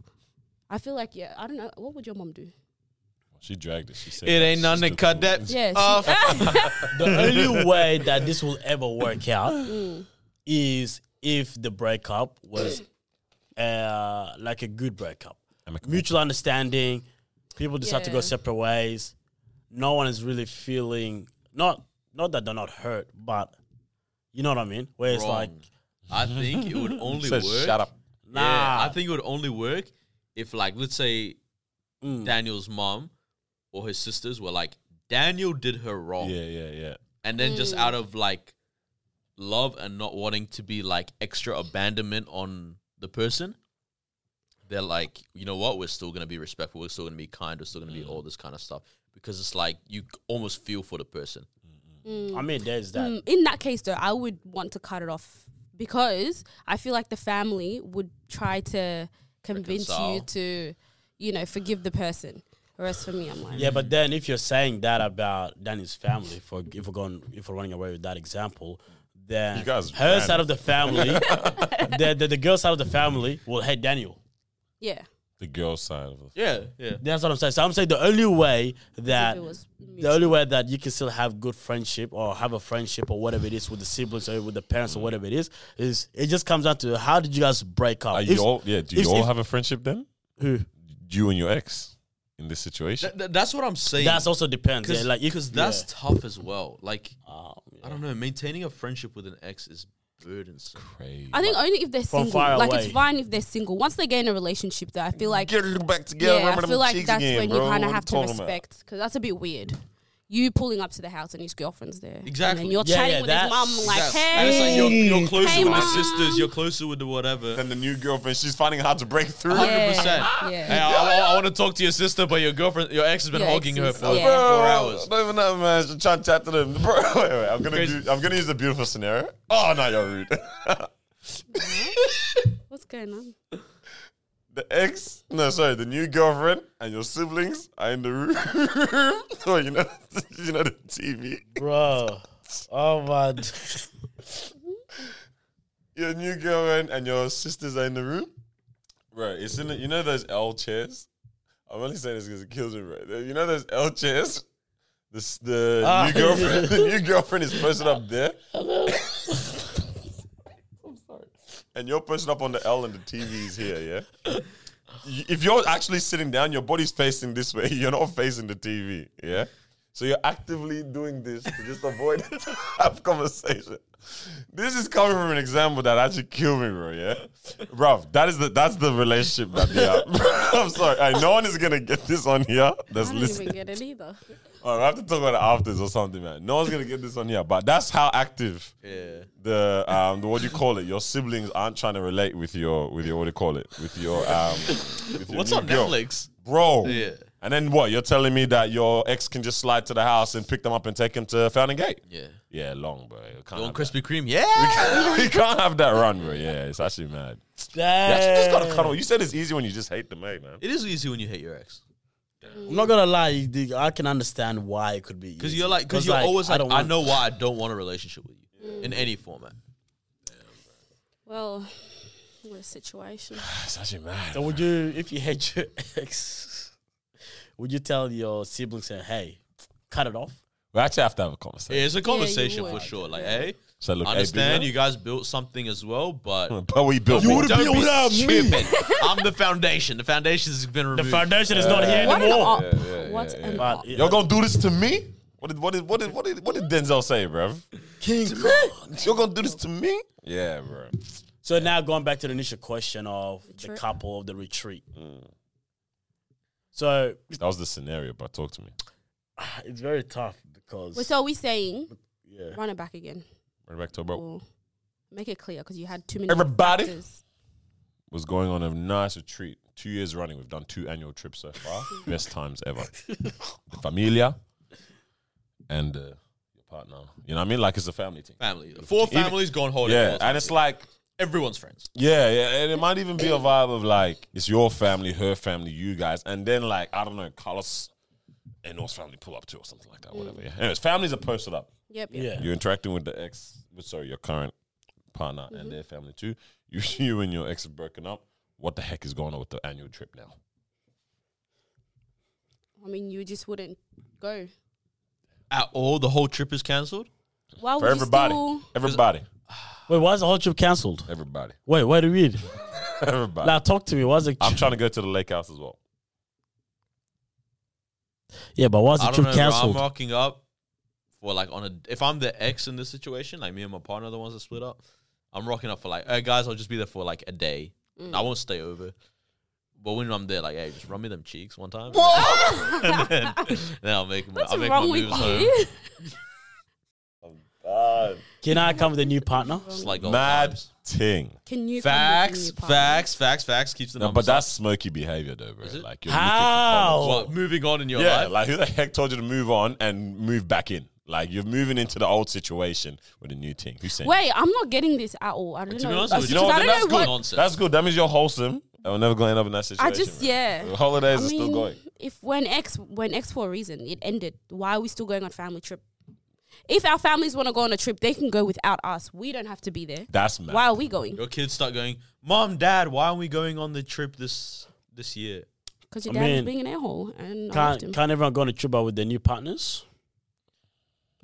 [SPEAKER 3] i feel like yeah i don't know what would your mom do
[SPEAKER 2] She dragged it. She said,
[SPEAKER 1] It ain't none to
[SPEAKER 2] that
[SPEAKER 1] cut that
[SPEAKER 3] Yeah, she-
[SPEAKER 1] off.
[SPEAKER 4] The only way that this will ever work out is if the breakup was uh, like a good breakup,
[SPEAKER 2] Amicable.
[SPEAKER 4] mutual understanding. People decide to go
[SPEAKER 3] Yeah.
[SPEAKER 4] separate ways. No one is really feeling not not that they're not hurt, but you know what I mean. Where it's like,
[SPEAKER 1] Wrong. I think it would only work.
[SPEAKER 2] Says, shut up.
[SPEAKER 4] nah,
[SPEAKER 1] Yeah, I think it would only work if, like, let's say
[SPEAKER 4] Mm.
[SPEAKER 1] Daniel's mom or his sisters were like, Daniel did her wrong.
[SPEAKER 2] Yeah, yeah, yeah.
[SPEAKER 1] And then
[SPEAKER 3] Mm.
[SPEAKER 1] just out of like love and not wanting to be like extra abandonment on the person, they're like, you know what? We're still going to be respectful. We're still going to be kind. We're still going to
[SPEAKER 3] Mm.
[SPEAKER 1] be all this kind of stuff. Because it's like you c- almost feel for the person.
[SPEAKER 4] I mean, there's that.
[SPEAKER 3] Mm, in that case, though, I would want to cut it off because I feel like the family would try to convince you
[SPEAKER 1] Reconcile.
[SPEAKER 3] to, you know, forgive the person. Whereas for me, I'm like,
[SPEAKER 4] Yeah, but then if you're saying that about Danny's family, for if we're going, if we're running away with that example, then
[SPEAKER 2] You guys
[SPEAKER 4] her
[SPEAKER 2] ran.
[SPEAKER 4] side of the family, the, the the girl side of the family will hate Daniel.
[SPEAKER 3] yeah,
[SPEAKER 2] The girl side of it.
[SPEAKER 1] Yeah, yeah.
[SPEAKER 4] That's what I'm saying. So I'm saying the only way
[SPEAKER 3] if
[SPEAKER 4] that
[SPEAKER 3] it was
[SPEAKER 4] the only way that you can still have good friendship or have a friendship or whatever it is with the siblings or with the
[SPEAKER 2] Mm.
[SPEAKER 4] parents or whatever it is is it just comes down to how did you guys break up?
[SPEAKER 2] Are
[SPEAKER 4] If-
[SPEAKER 2] you all? Yeah. Do you
[SPEAKER 4] if-
[SPEAKER 2] all
[SPEAKER 4] if-
[SPEAKER 2] have a friendship then?
[SPEAKER 4] Who?
[SPEAKER 2] You and your ex in this situation.
[SPEAKER 1] Th- th- that's what I'm saying.
[SPEAKER 4] That's also depends.
[SPEAKER 1] Cause,
[SPEAKER 4] Yeah, like if-
[SPEAKER 1] because that's tough as well. Like,
[SPEAKER 4] yeah. Um,
[SPEAKER 1] I don't know. Maintaining a friendship with an ex is burdensome.
[SPEAKER 2] Crazy.
[SPEAKER 3] I think only if they're
[SPEAKER 4] From
[SPEAKER 3] single.
[SPEAKER 4] far
[SPEAKER 3] like
[SPEAKER 4] away.
[SPEAKER 3] it's fine if they're single. Once they get in a relationship, though, I feel like
[SPEAKER 2] Get it back together.
[SPEAKER 3] yeah,
[SPEAKER 2] remember
[SPEAKER 3] I
[SPEAKER 2] them
[SPEAKER 3] feel like
[SPEAKER 2] cheeks
[SPEAKER 3] that's
[SPEAKER 2] again,
[SPEAKER 3] when
[SPEAKER 2] bro.
[SPEAKER 3] you kind
[SPEAKER 2] What
[SPEAKER 3] of have to
[SPEAKER 2] talking about?
[SPEAKER 3] respect because that's a bit weird. You pulling up to the house and his girlfriend's there.
[SPEAKER 1] Exactly.
[SPEAKER 3] And you're
[SPEAKER 4] Yeah,
[SPEAKER 3] chatting
[SPEAKER 4] yeah,
[SPEAKER 3] with his
[SPEAKER 4] that's-
[SPEAKER 3] mom like,
[SPEAKER 1] Yes.
[SPEAKER 3] hey.
[SPEAKER 1] And it's like you're, you're closer
[SPEAKER 3] Hey,
[SPEAKER 1] with
[SPEAKER 3] Mom.
[SPEAKER 1] the sisters, you're closer with the whatever.
[SPEAKER 2] Then the new girlfriend, she's finding it hard to break through.
[SPEAKER 3] Yeah.
[SPEAKER 1] 100%.
[SPEAKER 3] Yeah.
[SPEAKER 1] Hey, I, want to talk to your sister, but your girlfriend, your ex has been
[SPEAKER 3] Your ex
[SPEAKER 1] hogging her
[SPEAKER 3] is-
[SPEAKER 1] for like
[SPEAKER 3] yeah.
[SPEAKER 1] four
[SPEAKER 2] Bro,
[SPEAKER 1] hours.
[SPEAKER 2] I don't even know, man. Just trying to chat to them, bro. Wait, wait, I'm gonna
[SPEAKER 1] Crazy.
[SPEAKER 2] do. I'm gonna use the beautiful scenario. Oh no, you're rude.
[SPEAKER 3] What's going on?
[SPEAKER 2] the ex, no, sorry, the new girlfriend and your siblings are in the room. oh, you know, you know the TV.
[SPEAKER 4] bro. Oh my. d-
[SPEAKER 2] Your new girlfriend and your sisters are in the room, bro. It's in. The, you know those L chairs. I'm only saying this because it kills me, bro. You know those L chairs. This the
[SPEAKER 4] Ah.
[SPEAKER 2] new girlfriend. the new girlfriend is posted up there. and you're posting up on the L and the TV is here, yeah? You- if you're actually sitting down, your body's facing this way. You're not facing the TV, yeah? So you're actively doing this to just avoid to have conversation. This is coming from an example that actually killed me, bro. Yeah, bro, that is the that's the relationship that they have. I'm sorry, Hey, no one is gonna get this on here. That's
[SPEAKER 3] I don't
[SPEAKER 2] listening.
[SPEAKER 3] even get it either.
[SPEAKER 2] All right, Oh, I have to talk about it afters or something, man. No one's gonna get this on here, but that's how active
[SPEAKER 1] Yeah.
[SPEAKER 2] the um the, what do you call it? Your siblings aren't trying to relate with your with your what do you call it? With your um with your
[SPEAKER 1] What's
[SPEAKER 2] new
[SPEAKER 1] on
[SPEAKER 2] girl.
[SPEAKER 1] Netflix?
[SPEAKER 2] Bro.
[SPEAKER 1] Yeah.
[SPEAKER 2] And then what? You're telling me that your ex can just slide to the house and pick them up and take them to Fountain Gate?
[SPEAKER 1] Yeah.
[SPEAKER 2] Yeah, long, bro. You can't,
[SPEAKER 1] You want
[SPEAKER 2] have
[SPEAKER 1] Krispy
[SPEAKER 2] that.
[SPEAKER 1] Kreme? Yeah.
[SPEAKER 2] you can't have that run, bro. Yeah, it's actually mad. You actually just gotta cut off. You said it's easy when you just hate them, hey man.
[SPEAKER 1] It is easy when you hate your ex.
[SPEAKER 4] I'm not gonna lie, you dig- I can understand why it could be
[SPEAKER 1] Because
[SPEAKER 4] easy.
[SPEAKER 1] you're like, because you're always like,
[SPEAKER 4] don't
[SPEAKER 1] I,
[SPEAKER 4] want-
[SPEAKER 1] know why I don't want a relationship with you in any format.
[SPEAKER 3] Well, what a situation.
[SPEAKER 2] It's actually mad.
[SPEAKER 4] So would you, if you hate your ex, would you tell your siblings, say, "Hey, cut it off"?
[SPEAKER 2] We actually have to have a conversation.
[SPEAKER 1] Yeah, it's a conversation for
[SPEAKER 3] would.
[SPEAKER 1] sure. Like, hey,
[SPEAKER 2] So look,
[SPEAKER 1] I
[SPEAKER 2] hey,
[SPEAKER 1] understand
[SPEAKER 2] Bina,
[SPEAKER 1] you guys built something as well, but
[SPEAKER 2] But we built.
[SPEAKER 4] You would've
[SPEAKER 1] don't
[SPEAKER 4] been without me.
[SPEAKER 1] stupid. I'm the foundation. The foundation has been removed.
[SPEAKER 4] is not here
[SPEAKER 3] What an op. what an op.
[SPEAKER 4] But
[SPEAKER 2] Y'all gonna do this to me? What did what did what did what did, what did Denzel say, bruv?
[SPEAKER 4] King.
[SPEAKER 2] You're gonna do this to me? Yeah, bro.
[SPEAKER 4] So now going back to the initial question of the
[SPEAKER 3] Retreat.
[SPEAKER 4] couple of the retreat. So
[SPEAKER 2] That was the scenario, but talk to me.
[SPEAKER 4] it's very tough because
[SPEAKER 3] Well, so are we saying
[SPEAKER 4] yeah.
[SPEAKER 3] run it back again?
[SPEAKER 2] Right back to bro.
[SPEAKER 3] Or make it clear because you had too many.
[SPEAKER 2] Everybody.
[SPEAKER 3] factors.
[SPEAKER 2] Was going on a nice retreat. Two years running. We've done two annual trips so far. Best times ever. the familia and uh, your partner. You know what I mean? Like it's a family thing.
[SPEAKER 1] family. Four
[SPEAKER 2] Even-
[SPEAKER 1] families gone holiday.
[SPEAKER 2] Yeah, and it's like
[SPEAKER 1] everyone's friends.
[SPEAKER 2] Yeah, yeah, and it might even be a vibe of like it's your family, her family, you guys, and then like I don't know, Carlos and North's family pull up too or something like that, whatever. Yeah. Anyways, families are posted up.
[SPEAKER 3] Yep. yep.
[SPEAKER 4] yeah.
[SPEAKER 2] You're interacting with the ex, with, sorry, your current partner and their family too. You, you and your ex have broken up. What the heck is going on with the annual trip now?
[SPEAKER 3] I mean, you just wouldn't go.
[SPEAKER 1] At all, the whole trip is cancelled.
[SPEAKER 3] Why
[SPEAKER 2] For
[SPEAKER 3] would
[SPEAKER 2] everybody.
[SPEAKER 3] you Oh, still?
[SPEAKER 2] Everybody.
[SPEAKER 4] Wait, why is the whole trip cancelled?
[SPEAKER 2] Everybody.
[SPEAKER 4] Wait, wait a minute.
[SPEAKER 2] Everybody.
[SPEAKER 4] Now talk to me. Why's the
[SPEAKER 2] I'm trying to go to the lake house as well.
[SPEAKER 4] yeah? But why's the
[SPEAKER 1] I don't
[SPEAKER 4] trip
[SPEAKER 1] know. bro, I'm
[SPEAKER 4] cancelled?
[SPEAKER 1] rocking up for like on a. If I'm the ex in this situation, like me and my partner, are the ones that split up, I'm rocking up for like, hey guys, I'll just be there for like a day.
[SPEAKER 3] Mm.
[SPEAKER 1] I won't stay over. But when I'm there, like, hey, just run me them cheeks one time. and then, then I'll make my,
[SPEAKER 3] What's
[SPEAKER 1] I'll make my
[SPEAKER 3] wrong with
[SPEAKER 1] moves home.
[SPEAKER 3] you?
[SPEAKER 4] Can I come with a new partner?
[SPEAKER 1] It's like old
[SPEAKER 2] Mad
[SPEAKER 1] times.
[SPEAKER 2] ting.
[SPEAKER 3] Can you? come with me,
[SPEAKER 1] Facts,
[SPEAKER 3] partner?
[SPEAKER 1] facts, facts, facts. Keeps the
[SPEAKER 2] No,
[SPEAKER 1] numbers.
[SPEAKER 2] but that's smoky behavior, though, bro.
[SPEAKER 1] Is it?
[SPEAKER 2] Like, you're
[SPEAKER 4] How?
[SPEAKER 2] looking for
[SPEAKER 1] what, moving on in your
[SPEAKER 2] Yeah,
[SPEAKER 1] life.
[SPEAKER 2] like who the heck told you to move on and move back in? Like you're moving into the old situation with a new team. Who's saying?
[SPEAKER 3] Wait, I'm not getting this at all. I don't
[SPEAKER 1] to
[SPEAKER 3] know.
[SPEAKER 1] be honest
[SPEAKER 3] That's
[SPEAKER 1] with
[SPEAKER 2] you
[SPEAKER 1] you,
[SPEAKER 2] know
[SPEAKER 3] because
[SPEAKER 2] what?
[SPEAKER 3] I
[SPEAKER 2] Then
[SPEAKER 3] don't
[SPEAKER 2] that's
[SPEAKER 3] know
[SPEAKER 2] good.
[SPEAKER 3] what.
[SPEAKER 1] Nonsense.
[SPEAKER 2] That's good. That means you're wholesome. And we're never going to end up in that
[SPEAKER 3] I
[SPEAKER 2] situation.
[SPEAKER 3] just
[SPEAKER 2] bro.
[SPEAKER 3] yeah.
[SPEAKER 2] The holidays
[SPEAKER 3] I
[SPEAKER 2] are still
[SPEAKER 3] mean,
[SPEAKER 2] going.
[SPEAKER 3] If when X when X for a reason it ended, why are we still going on family trip? If our families want to go on a trip, they can go without us. We don't have to be there.
[SPEAKER 2] That's mad.
[SPEAKER 3] Why are we going?
[SPEAKER 1] Your kids start going, Mom, Dad, why aren't we going on the trip this this year?
[SPEAKER 3] Because your dad
[SPEAKER 4] I
[SPEAKER 3] was
[SPEAKER 4] mean,
[SPEAKER 3] being an a hole, and I loved him.
[SPEAKER 4] Can't can't everyone go on a trip out with their new partners?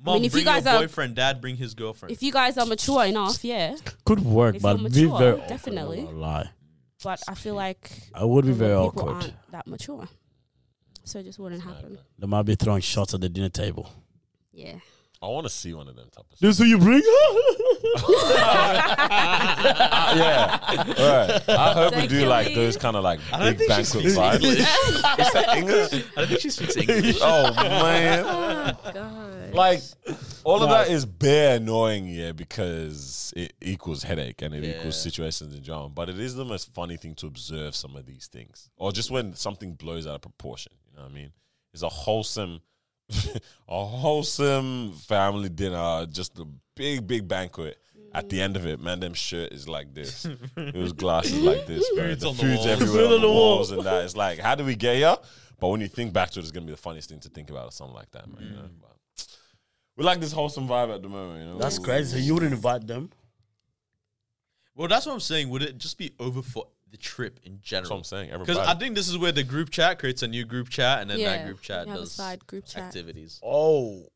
[SPEAKER 1] Mom,
[SPEAKER 3] if you
[SPEAKER 1] bring
[SPEAKER 3] guys
[SPEAKER 1] your
[SPEAKER 3] are-
[SPEAKER 1] boyfriend. Dad, bring his girlfriend.
[SPEAKER 3] If you guys are mature enough, yeah.
[SPEAKER 4] Could work,
[SPEAKER 3] If
[SPEAKER 4] but
[SPEAKER 3] you're
[SPEAKER 4] be
[SPEAKER 3] mature,
[SPEAKER 4] very awkward,
[SPEAKER 3] definitely.
[SPEAKER 4] I'm not gonna lie.
[SPEAKER 3] But I feel like
[SPEAKER 4] I would be
[SPEAKER 3] a lot
[SPEAKER 4] very
[SPEAKER 3] of people
[SPEAKER 4] awkward.
[SPEAKER 3] aren't that mature, so it just wouldn't happen.
[SPEAKER 4] They might be throwing shots at the dinner table.
[SPEAKER 3] Yeah.
[SPEAKER 2] I want to see one of them type of
[SPEAKER 4] This who you bring?
[SPEAKER 2] yeah. Right. I hope we do like
[SPEAKER 3] Secondly-
[SPEAKER 2] those kind of like
[SPEAKER 1] don't
[SPEAKER 2] big
[SPEAKER 1] think she
[SPEAKER 2] banquet
[SPEAKER 1] speaks
[SPEAKER 2] vibes.
[SPEAKER 1] English.
[SPEAKER 2] Is that English?
[SPEAKER 1] I don't think she speaks English.
[SPEAKER 2] oh man.
[SPEAKER 3] Oh God.
[SPEAKER 2] Like all of that is bare annoying, yeah, because it equals headache and it equals
[SPEAKER 1] Yeah.
[SPEAKER 2] situations in drama. But it is the most funny thing to observe some of these things. Or just when something blows out of proportion. You know what I mean? It's a wholesome a wholesome family dinner, just a big, big banquet. At the end of it, man, them shirt is like this. it was glasses like this, bro.
[SPEAKER 1] Food's
[SPEAKER 2] the
[SPEAKER 1] on the
[SPEAKER 2] food's
[SPEAKER 1] walls.
[SPEAKER 2] everywhere on
[SPEAKER 4] Food on
[SPEAKER 2] the
[SPEAKER 4] the wall.
[SPEAKER 2] walls and that. It's like, how do we get here? But when you think back to it, it's gonna be the funniest thing to think about or something like that, man. You know? But we like this wholesome vibe at the moment. You know?
[SPEAKER 4] That's crazy. So you wouldn't invite them?
[SPEAKER 1] Well, that's what I'm saying. Would it just be over for the trip in
[SPEAKER 2] That's what I'm
[SPEAKER 1] general?
[SPEAKER 2] saying.
[SPEAKER 1] Because
[SPEAKER 2] Everybody.
[SPEAKER 1] I think this is where the group chat creates a new group chat, and then that
[SPEAKER 3] Yeah,
[SPEAKER 1] group chat
[SPEAKER 3] we have a
[SPEAKER 1] does
[SPEAKER 3] side group chat.
[SPEAKER 1] activities.
[SPEAKER 4] Oh,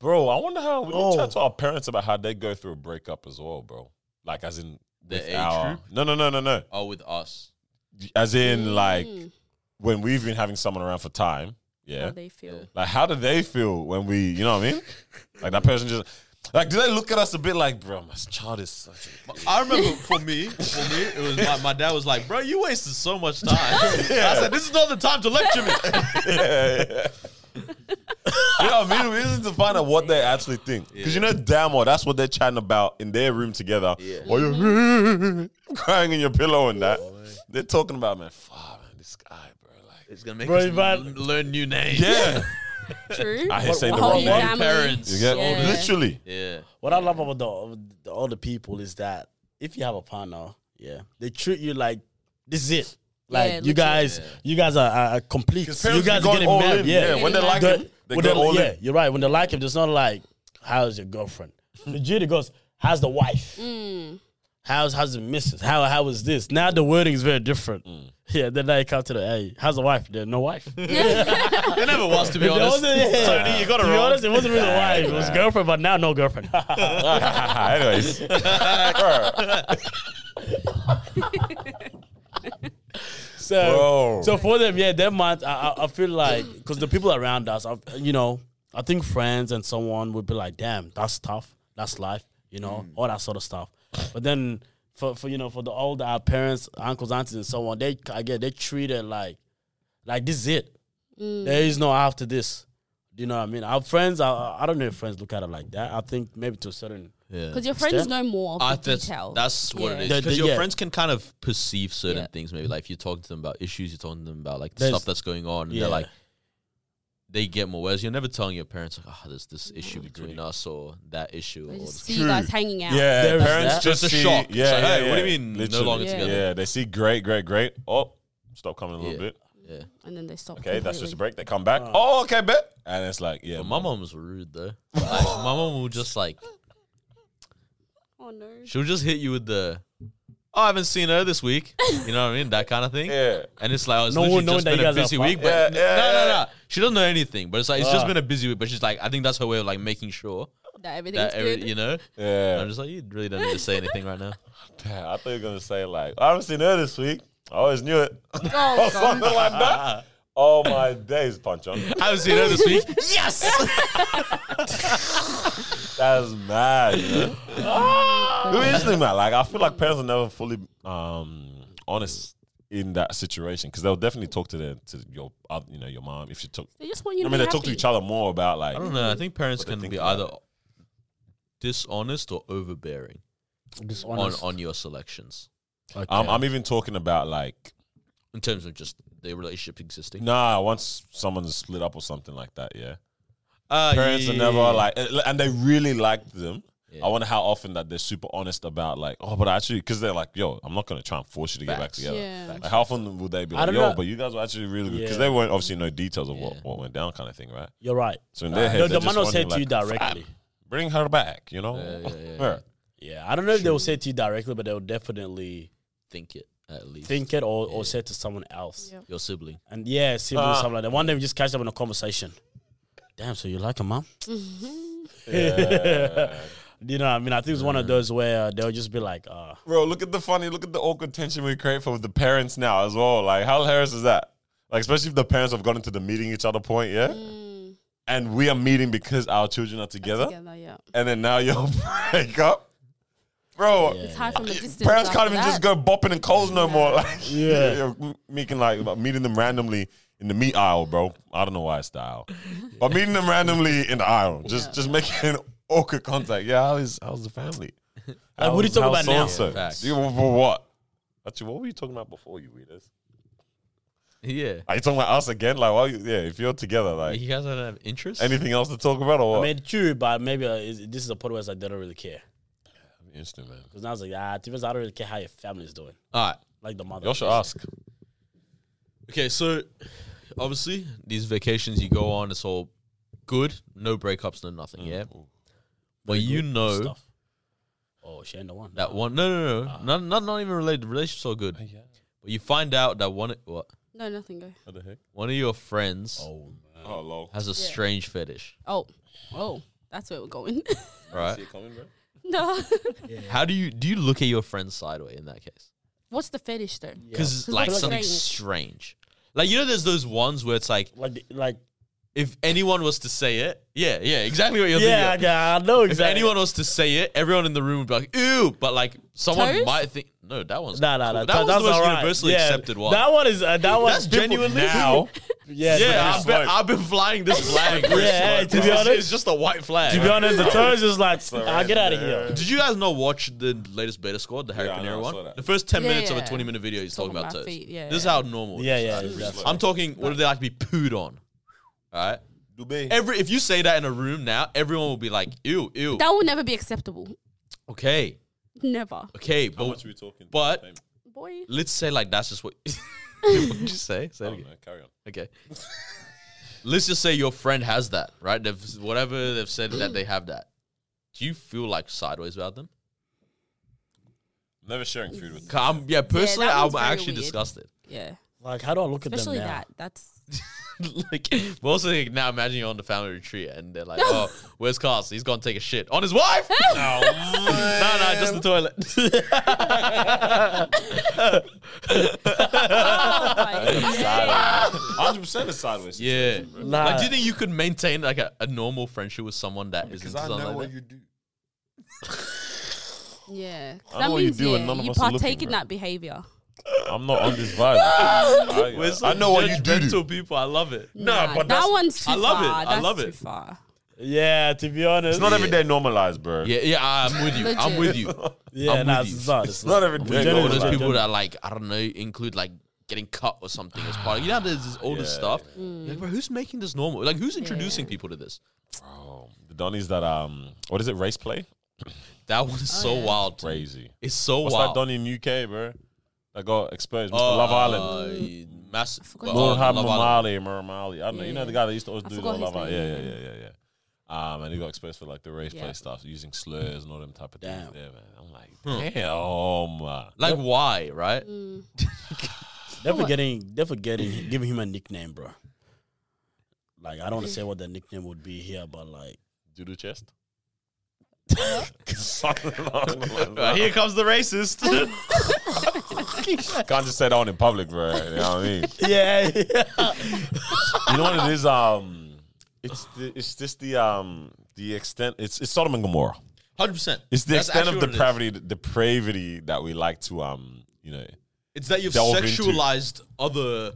[SPEAKER 2] bro, I wonder how we
[SPEAKER 4] Oh.
[SPEAKER 2] can chat to our parents about how they go through a breakup as well, bro. Like as in
[SPEAKER 1] The
[SPEAKER 2] with
[SPEAKER 1] age
[SPEAKER 2] our-
[SPEAKER 1] group? Mm.
[SPEAKER 2] No, no, no, no, no.
[SPEAKER 1] Oh, with us.
[SPEAKER 2] As in
[SPEAKER 3] Hmm,
[SPEAKER 2] like when we've been having someone around for time. Yeah.
[SPEAKER 3] How they feel.
[SPEAKER 2] Like, how do they feel when we, you know what I mean? Like, that person just, like, do they look at us a bit like, bro, my child is such a.
[SPEAKER 1] But I remember for me, for me, it was my, my dad was like, "Bro, you wasted so much time." I said, "This is not the time to lecture me."
[SPEAKER 2] You know what I mean? We need to find out what they actually think. Because you know damn well that's what they're chatting about in their room together. Or you're crying in your pillow and that. They're talking about, man, fuck, man, this guy, bro. Like,
[SPEAKER 1] It's gonna make
[SPEAKER 4] Bro,
[SPEAKER 1] us
[SPEAKER 4] if I-
[SPEAKER 1] l- learn new names.
[SPEAKER 2] yeah.
[SPEAKER 3] True.
[SPEAKER 2] I hate saying
[SPEAKER 3] The
[SPEAKER 2] the
[SPEAKER 3] whole
[SPEAKER 2] wrong
[SPEAKER 1] New
[SPEAKER 2] name.
[SPEAKER 3] family.
[SPEAKER 1] parents.
[SPEAKER 2] You get-
[SPEAKER 3] Yeah.
[SPEAKER 2] Literally.
[SPEAKER 1] Yeah.
[SPEAKER 4] What I love about the, the older people is that if you have a partner, yeah, they treat you like this is it. Like
[SPEAKER 3] Yeah,
[SPEAKER 4] you guys, you guys are, are are complete. You
[SPEAKER 2] parents be
[SPEAKER 4] guys are
[SPEAKER 2] going
[SPEAKER 4] getting
[SPEAKER 2] all
[SPEAKER 4] married.
[SPEAKER 2] in,
[SPEAKER 4] Yeah.
[SPEAKER 2] yeah, when they like
[SPEAKER 4] The-
[SPEAKER 2] him, they
[SPEAKER 4] when
[SPEAKER 2] go all
[SPEAKER 4] yeah,
[SPEAKER 2] in.
[SPEAKER 4] you're right. When they like him, there's not like how's your girlfriend. Legit, it goes how's the wife.
[SPEAKER 3] Mm.
[SPEAKER 4] How's how's the missus? How how is this? Now the wording is very different.
[SPEAKER 2] Mm.
[SPEAKER 4] Yeah, then they come to the hey, how's the wife? There no wife.
[SPEAKER 1] It never was, to be
[SPEAKER 4] There
[SPEAKER 1] honest.
[SPEAKER 4] wasn't- yeah.
[SPEAKER 1] Tony, you got it
[SPEAKER 4] to be
[SPEAKER 1] wrong.
[SPEAKER 4] honest, it wasn't really a wife. It was girlfriend, but now no girlfriend.
[SPEAKER 2] Anyways.
[SPEAKER 4] So,
[SPEAKER 2] Bro.
[SPEAKER 4] so for them, yeah, their mind. I, I, I feel like because the people around us, I, you know, I think friends and someone would be like, "Damn, that's tough. That's life," you know,
[SPEAKER 2] Mm.
[SPEAKER 4] all that sort of stuff. But then for, for you know, for the older our parents, uncles, aunties, and so on, they again they treat it like, like this is it. There is no after this. Do you know what I mean? Our friends, I, I don't know if friends look at it like that. I think maybe to a certain.
[SPEAKER 3] Because your friends
[SPEAKER 4] Step.
[SPEAKER 3] know more of
[SPEAKER 1] I,
[SPEAKER 3] the
[SPEAKER 1] that's,
[SPEAKER 3] detail.
[SPEAKER 1] that's what it
[SPEAKER 3] Yeah.
[SPEAKER 1] is.
[SPEAKER 4] The- the-
[SPEAKER 1] Because your
[SPEAKER 4] yeah.
[SPEAKER 1] friends can kind of perceive certain
[SPEAKER 3] Yeah.
[SPEAKER 1] things. Maybe like if you're talking to them about issues, you're talking to them about like the
[SPEAKER 4] There's-
[SPEAKER 1] stuff that's going on, and
[SPEAKER 4] Yeah.
[SPEAKER 1] they're like, they get more. Whereas you're never telling your parents like, oh, there's this issue between us or that issue.
[SPEAKER 3] I
[SPEAKER 1] Or
[SPEAKER 3] just
[SPEAKER 1] this.
[SPEAKER 3] see you guys hanging out.
[SPEAKER 2] Yeah,
[SPEAKER 4] There is
[SPEAKER 2] parents
[SPEAKER 4] that.
[SPEAKER 2] just
[SPEAKER 1] Just a
[SPEAKER 2] see-
[SPEAKER 1] shock.
[SPEAKER 2] Yeah,
[SPEAKER 1] It's like,
[SPEAKER 2] yeah,
[SPEAKER 1] hey,
[SPEAKER 2] yeah.
[SPEAKER 1] what do you mean no
[SPEAKER 2] Literally.
[SPEAKER 1] longer
[SPEAKER 3] Yeah.
[SPEAKER 1] together?
[SPEAKER 2] Yeah, they see great, great, great. Oh, stop coming a little
[SPEAKER 1] Yeah.
[SPEAKER 2] bit.
[SPEAKER 1] Yeah.
[SPEAKER 3] And then they stop.
[SPEAKER 2] Okay, that's just a
[SPEAKER 3] completely.
[SPEAKER 2] break. They come back. Oh, okay, bet. And it's like, yeah,
[SPEAKER 1] But my mom was rude though. Like, my mom will just like
[SPEAKER 3] Oh no.
[SPEAKER 1] she'll just hit you with the oh, I haven't seen her this week. You know what I mean? That kind of thing.
[SPEAKER 2] Yeah.
[SPEAKER 1] And it's like, oh, it's
[SPEAKER 4] No one
[SPEAKER 1] literally
[SPEAKER 4] knowing
[SPEAKER 1] just
[SPEAKER 4] that
[SPEAKER 1] been
[SPEAKER 4] you
[SPEAKER 1] a
[SPEAKER 4] guys are
[SPEAKER 1] busy
[SPEAKER 4] fuck-
[SPEAKER 1] week. But
[SPEAKER 2] Yeah, yeah,
[SPEAKER 1] no, no,
[SPEAKER 2] yeah.
[SPEAKER 1] no. She doesn't know anything. But it's like, it's
[SPEAKER 4] Ah.
[SPEAKER 1] just been a busy week. But she's like, I think that's her way of like making sure
[SPEAKER 3] That everything's
[SPEAKER 1] that, every,
[SPEAKER 3] good.
[SPEAKER 1] you know?
[SPEAKER 2] Yeah.
[SPEAKER 1] I'm just like, you really don't need to say anything right now.
[SPEAKER 2] Damn, I thought you were gonna say like, I haven't seen her this week. I always knew it.
[SPEAKER 3] Oh,
[SPEAKER 2] or something like that. Oh my days, punch on.
[SPEAKER 1] I haven't seen her this week. yes!
[SPEAKER 2] That's mad. You know? Who is the man? Like, I feel like parents are never fully um honest in that situation because they'll definitely talk to their to your uh, you know your mom if she talk.
[SPEAKER 3] They just want you
[SPEAKER 2] I
[SPEAKER 3] to
[SPEAKER 2] mean,
[SPEAKER 3] be
[SPEAKER 2] they talk to
[SPEAKER 3] happy.
[SPEAKER 2] each other more about like.
[SPEAKER 1] I don't know. I think parents
[SPEAKER 2] What they
[SPEAKER 1] can
[SPEAKER 2] think
[SPEAKER 1] be
[SPEAKER 2] about
[SPEAKER 1] either dishonest or overbearing on,
[SPEAKER 4] Dishonest.
[SPEAKER 1] on your selections
[SPEAKER 4] Okay.
[SPEAKER 2] I'm, I'm even talking about like
[SPEAKER 1] in terms of just their relationship existing.
[SPEAKER 2] nah. Once someone's split up or something like that, yeah.
[SPEAKER 1] Uh,
[SPEAKER 2] parents
[SPEAKER 1] yeah,
[SPEAKER 2] are
[SPEAKER 1] yeah,
[SPEAKER 2] never
[SPEAKER 1] yeah.
[SPEAKER 2] like, and and they really like them.
[SPEAKER 1] Yeah.
[SPEAKER 2] I wonder how often that they're super honest about like, oh, but actually, because they're like, yo, I'm not gonna try and force you to get back
[SPEAKER 1] Facts.
[SPEAKER 2] together.
[SPEAKER 3] Yeah.
[SPEAKER 2] Like, how often would they be
[SPEAKER 4] I
[SPEAKER 2] like,
[SPEAKER 4] don't
[SPEAKER 2] yo,
[SPEAKER 4] know.
[SPEAKER 2] but you guys were actually really good because
[SPEAKER 4] Yeah.
[SPEAKER 2] they weren't obviously no details of
[SPEAKER 1] Yeah.
[SPEAKER 2] what, what went down, kind of thing, right?
[SPEAKER 4] You're right.
[SPEAKER 2] So in their head,
[SPEAKER 4] No,
[SPEAKER 2] they're
[SPEAKER 4] the man
[SPEAKER 2] just
[SPEAKER 4] will say
[SPEAKER 2] wondering,
[SPEAKER 4] to you
[SPEAKER 2] like,
[SPEAKER 4] directly.
[SPEAKER 2] "Fam, bring her back, you know.
[SPEAKER 1] Yeah, yeah, yeah,
[SPEAKER 2] Yeah.
[SPEAKER 4] Yeah, I don't know if they will say it to you directly, but they'll definitely
[SPEAKER 1] think it at least.
[SPEAKER 4] think it or, or say it to someone else.
[SPEAKER 3] Yeah.
[SPEAKER 1] your sibling.
[SPEAKER 4] And yeah, sibling
[SPEAKER 2] Ah.
[SPEAKER 4] something like that. One day we just catch up in a conversation. Damn, so you like her, mom? You know, what I mean, I think it's one of those where they'll just be like, uh,
[SPEAKER 2] Bro, look at the funny, look at the awkward tension we create for the parents now as well. Like, how hilarious is that? Like, especially if the parents have gotten to the meeting each other point, yeah?
[SPEAKER 3] Mm.
[SPEAKER 2] And we are meeting because our children are together.
[SPEAKER 3] Together, yeah.
[SPEAKER 2] And then now you'll break up. Bro,
[SPEAKER 3] It's high from a distance.
[SPEAKER 2] parents can't
[SPEAKER 3] after
[SPEAKER 2] even just
[SPEAKER 3] that.
[SPEAKER 2] go bopping and calls no more. Like,
[SPEAKER 4] Yeah.
[SPEAKER 2] you're m- making like like, meeting them randomly in the meat aisle, bro. I don't know why it's the aisle, but meeting them randomly in the aisle, just just making awkward contact. Yeah, how is how's the family?
[SPEAKER 4] Like, what are you
[SPEAKER 2] How's-
[SPEAKER 4] talking
[SPEAKER 2] how's
[SPEAKER 4] about now?
[SPEAKER 2] so-and-so?
[SPEAKER 1] Yeah, facts.
[SPEAKER 2] You- for what? Actually, what were you talking about before you weirdos?
[SPEAKER 1] Yeah.
[SPEAKER 2] Are you talking about us again? Like, why? you- Yeah, if you're together, like
[SPEAKER 1] You guys don't have interest?
[SPEAKER 2] anything else to talk about or what?
[SPEAKER 4] I mean, true, but maybe uh, is, this is a point where it's like they don't really care.
[SPEAKER 2] Interesting, man.
[SPEAKER 4] Because now it's like, ah, to be honest, I don't really care how your family's doing.
[SPEAKER 1] All right.
[SPEAKER 4] Like the mother.
[SPEAKER 2] Y'all should ask.
[SPEAKER 1] Okay, so obviously these vacations you go on, it's all good, no breakups, no nothing.
[SPEAKER 2] Mm.
[SPEAKER 1] Yeah, but you know
[SPEAKER 4] Stuff. Oh, she ain't the one.
[SPEAKER 1] that one. No, no, no,
[SPEAKER 4] Ah.
[SPEAKER 1] not, not not even related. Relationships are good, but you find out that one what
[SPEAKER 3] No, nothing. Go.
[SPEAKER 2] What the heck?
[SPEAKER 1] one of your friends
[SPEAKER 4] Oh, man.
[SPEAKER 2] Oh, lol.
[SPEAKER 1] has a strange fetish.
[SPEAKER 3] Oh, oh, that's where we're going.
[SPEAKER 1] Right?
[SPEAKER 2] coming, bro?
[SPEAKER 3] no.
[SPEAKER 1] How do you do? You look at your friend sideways in that case
[SPEAKER 3] What's the fetish though?
[SPEAKER 1] because
[SPEAKER 3] Yeah.
[SPEAKER 1] like
[SPEAKER 3] Look
[SPEAKER 1] something
[SPEAKER 3] strange.
[SPEAKER 1] strange. Like you know, there's those ones where it's like
[SPEAKER 4] Like, the- like,
[SPEAKER 1] if anyone was to say it, yeah, yeah, exactly what you're thinking.
[SPEAKER 4] yeah, yeah, I know
[SPEAKER 1] If
[SPEAKER 4] exactly.
[SPEAKER 1] anyone was to say it, everyone in the room would be like, "Ew!" But like, someone
[SPEAKER 3] Toes?
[SPEAKER 1] might think, "No, that one's
[SPEAKER 4] Nah, nah,
[SPEAKER 1] cool.
[SPEAKER 4] nah.
[SPEAKER 1] That
[SPEAKER 4] That,
[SPEAKER 1] one's
[SPEAKER 4] that's
[SPEAKER 1] the most
[SPEAKER 4] all right.
[SPEAKER 1] universally
[SPEAKER 4] yeah.
[SPEAKER 1] accepted one."
[SPEAKER 4] That one is uh, that one.
[SPEAKER 1] That's
[SPEAKER 4] people-
[SPEAKER 1] genuinely
[SPEAKER 4] now.
[SPEAKER 1] yeah,
[SPEAKER 4] yeah, yeah.
[SPEAKER 1] I've been,
[SPEAKER 2] Smoke.
[SPEAKER 1] I've been flying this flag.
[SPEAKER 4] Yeah, hey,
[SPEAKER 1] yeah,
[SPEAKER 4] to be honest-
[SPEAKER 1] it's just a white flag.
[SPEAKER 4] To be honest, the toes is like,
[SPEAKER 2] all
[SPEAKER 4] ah,
[SPEAKER 2] right,
[SPEAKER 4] get out of
[SPEAKER 2] yeah.
[SPEAKER 4] here.
[SPEAKER 1] Did you guys not watch the latest Beta Squad, the Harry
[SPEAKER 2] Yeah, I know,
[SPEAKER 1] Panera
[SPEAKER 2] I
[SPEAKER 1] one?
[SPEAKER 2] saw that.
[SPEAKER 1] The first ten
[SPEAKER 3] Yeah,
[SPEAKER 1] minutes of a
[SPEAKER 3] yeah.
[SPEAKER 1] twenty-minute video, he's talking,
[SPEAKER 3] Talking
[SPEAKER 1] about,
[SPEAKER 3] about
[SPEAKER 1] toes.
[SPEAKER 3] feet, yeah,
[SPEAKER 1] this is
[SPEAKER 3] yeah.
[SPEAKER 1] how normal. it
[SPEAKER 4] Yeah,
[SPEAKER 1] is.
[SPEAKER 4] yeah, exactly.
[SPEAKER 1] I'm talking. What do they like to be pooed on? All right.
[SPEAKER 2] Dubai.
[SPEAKER 1] Every if you say that in a room now, everyone will be like, "Ew, ew."
[SPEAKER 3] That will never be acceptable.
[SPEAKER 1] okay,
[SPEAKER 3] Never,
[SPEAKER 1] okay, but
[SPEAKER 2] are we talking?
[SPEAKER 1] but-
[SPEAKER 3] boy.
[SPEAKER 1] let's say like that's just what. what did you say? Say it again.
[SPEAKER 2] carry on.
[SPEAKER 1] Okay. Let's just say your friend has that, right? They've whatever they've said that they have that. Do you feel like sideways about them?
[SPEAKER 2] Never sharing food with
[SPEAKER 1] 'Cause I'm, yeah, personally,
[SPEAKER 3] that one's
[SPEAKER 1] I'm
[SPEAKER 3] very
[SPEAKER 1] actually
[SPEAKER 3] weird.
[SPEAKER 1] disgusted.
[SPEAKER 3] Yeah,
[SPEAKER 4] Like, how do I look at
[SPEAKER 3] especially
[SPEAKER 4] them now?
[SPEAKER 3] that. That's
[SPEAKER 1] like, but also like, now imagine you're on the family retreat and they're like, "Oh, where's Cars? He's gone to take a shit on his wife." no, no, no, just the toilet.
[SPEAKER 3] oh my
[SPEAKER 2] Hundred percent is sideways.
[SPEAKER 1] yeah.
[SPEAKER 4] Nah.
[SPEAKER 1] Like, do you think you could maintain like a, a normal friendship with someone that is
[SPEAKER 2] because
[SPEAKER 1] into
[SPEAKER 2] I
[SPEAKER 1] something
[SPEAKER 2] know
[SPEAKER 1] like
[SPEAKER 2] what
[SPEAKER 1] that?
[SPEAKER 2] you do.
[SPEAKER 3] yeah. 'Cause
[SPEAKER 2] I
[SPEAKER 3] That
[SPEAKER 2] know what you
[SPEAKER 3] means
[SPEAKER 2] do
[SPEAKER 3] yeah,
[SPEAKER 2] and none of
[SPEAKER 3] you
[SPEAKER 2] us are looking,
[SPEAKER 3] partake in
[SPEAKER 2] bro.
[SPEAKER 3] that behavior.
[SPEAKER 2] I'm not on this vibe. I,
[SPEAKER 1] We're so
[SPEAKER 2] I know what you do.
[SPEAKER 1] judgmental people. I love it.
[SPEAKER 3] Nah,
[SPEAKER 2] but
[SPEAKER 3] that
[SPEAKER 2] that's-
[SPEAKER 3] one's too
[SPEAKER 1] I love it.
[SPEAKER 3] far.
[SPEAKER 1] I
[SPEAKER 3] That's
[SPEAKER 1] love
[SPEAKER 3] too
[SPEAKER 1] it.
[SPEAKER 3] far.
[SPEAKER 4] Yeah, to be honest,
[SPEAKER 2] It's not every day normalized, bro.
[SPEAKER 1] Yeah, yeah, I'm with you. I'm
[SPEAKER 3] Legit.
[SPEAKER 1] with you.
[SPEAKER 4] Yeah,
[SPEAKER 1] I'm
[SPEAKER 4] nah,
[SPEAKER 1] with you.
[SPEAKER 4] it's not. It's
[SPEAKER 2] It's not every
[SPEAKER 1] You
[SPEAKER 2] day
[SPEAKER 1] know,
[SPEAKER 4] Generally,
[SPEAKER 1] those
[SPEAKER 4] like-
[SPEAKER 2] normalized.
[SPEAKER 1] people that like I don't know include like getting cut or something as part. of You know, how there's this, all this
[SPEAKER 2] Yeah.
[SPEAKER 1] stuff.
[SPEAKER 3] Mm.
[SPEAKER 1] You're Like, bro, who's making this normal? Like, who's introducing people to this?
[SPEAKER 2] Bro, the Donnie's that um, what is it? Race play?
[SPEAKER 1] That one is so
[SPEAKER 3] Oh, yeah.
[SPEAKER 1] wild. to me.
[SPEAKER 2] Crazy.
[SPEAKER 1] It's so
[SPEAKER 2] What's
[SPEAKER 1] wild.
[SPEAKER 2] that Donnie in UK, bro? That got exposed. Mr.
[SPEAKER 1] Oh,
[SPEAKER 2] Love Island.
[SPEAKER 1] uh, Mass.
[SPEAKER 3] forgot his
[SPEAKER 1] oh,
[SPEAKER 2] Lord have
[SPEAKER 1] Love Island.
[SPEAKER 2] Mamali, Muramali. I don't know. You know the guy that used to always
[SPEAKER 3] I
[SPEAKER 2] do the
[SPEAKER 3] forgot
[SPEAKER 2] Love
[SPEAKER 3] his
[SPEAKER 2] Island. Yeah, yeah, yeah, yeah, yeah. Um, and he got exposed for like the race
[SPEAKER 3] Yeah.
[SPEAKER 2] play stuff, using slurs and all them type of things.
[SPEAKER 4] Damn.
[SPEAKER 2] There, man. I'm like, damn. uh,
[SPEAKER 1] Like why, right?
[SPEAKER 4] They're forgetting. They're forgetting. giving him a nickname, bro. Like I don't want to say what the nickname would be here, but like
[SPEAKER 2] Doodle chest.
[SPEAKER 1] Uh,
[SPEAKER 2] Can't
[SPEAKER 1] here comes the racist.
[SPEAKER 2] just say that one in public, bro. You know what I mean?
[SPEAKER 4] yeah,
[SPEAKER 2] you know what it is? Um, it's the, it's just the um the extent. It's it's Sodom and Gomorrah.
[SPEAKER 1] Hundred percent.
[SPEAKER 2] It's the extent of depravity depravity that we like to um you know
[SPEAKER 1] It's that you've
[SPEAKER 2] delve into.
[SPEAKER 1] sexualized other.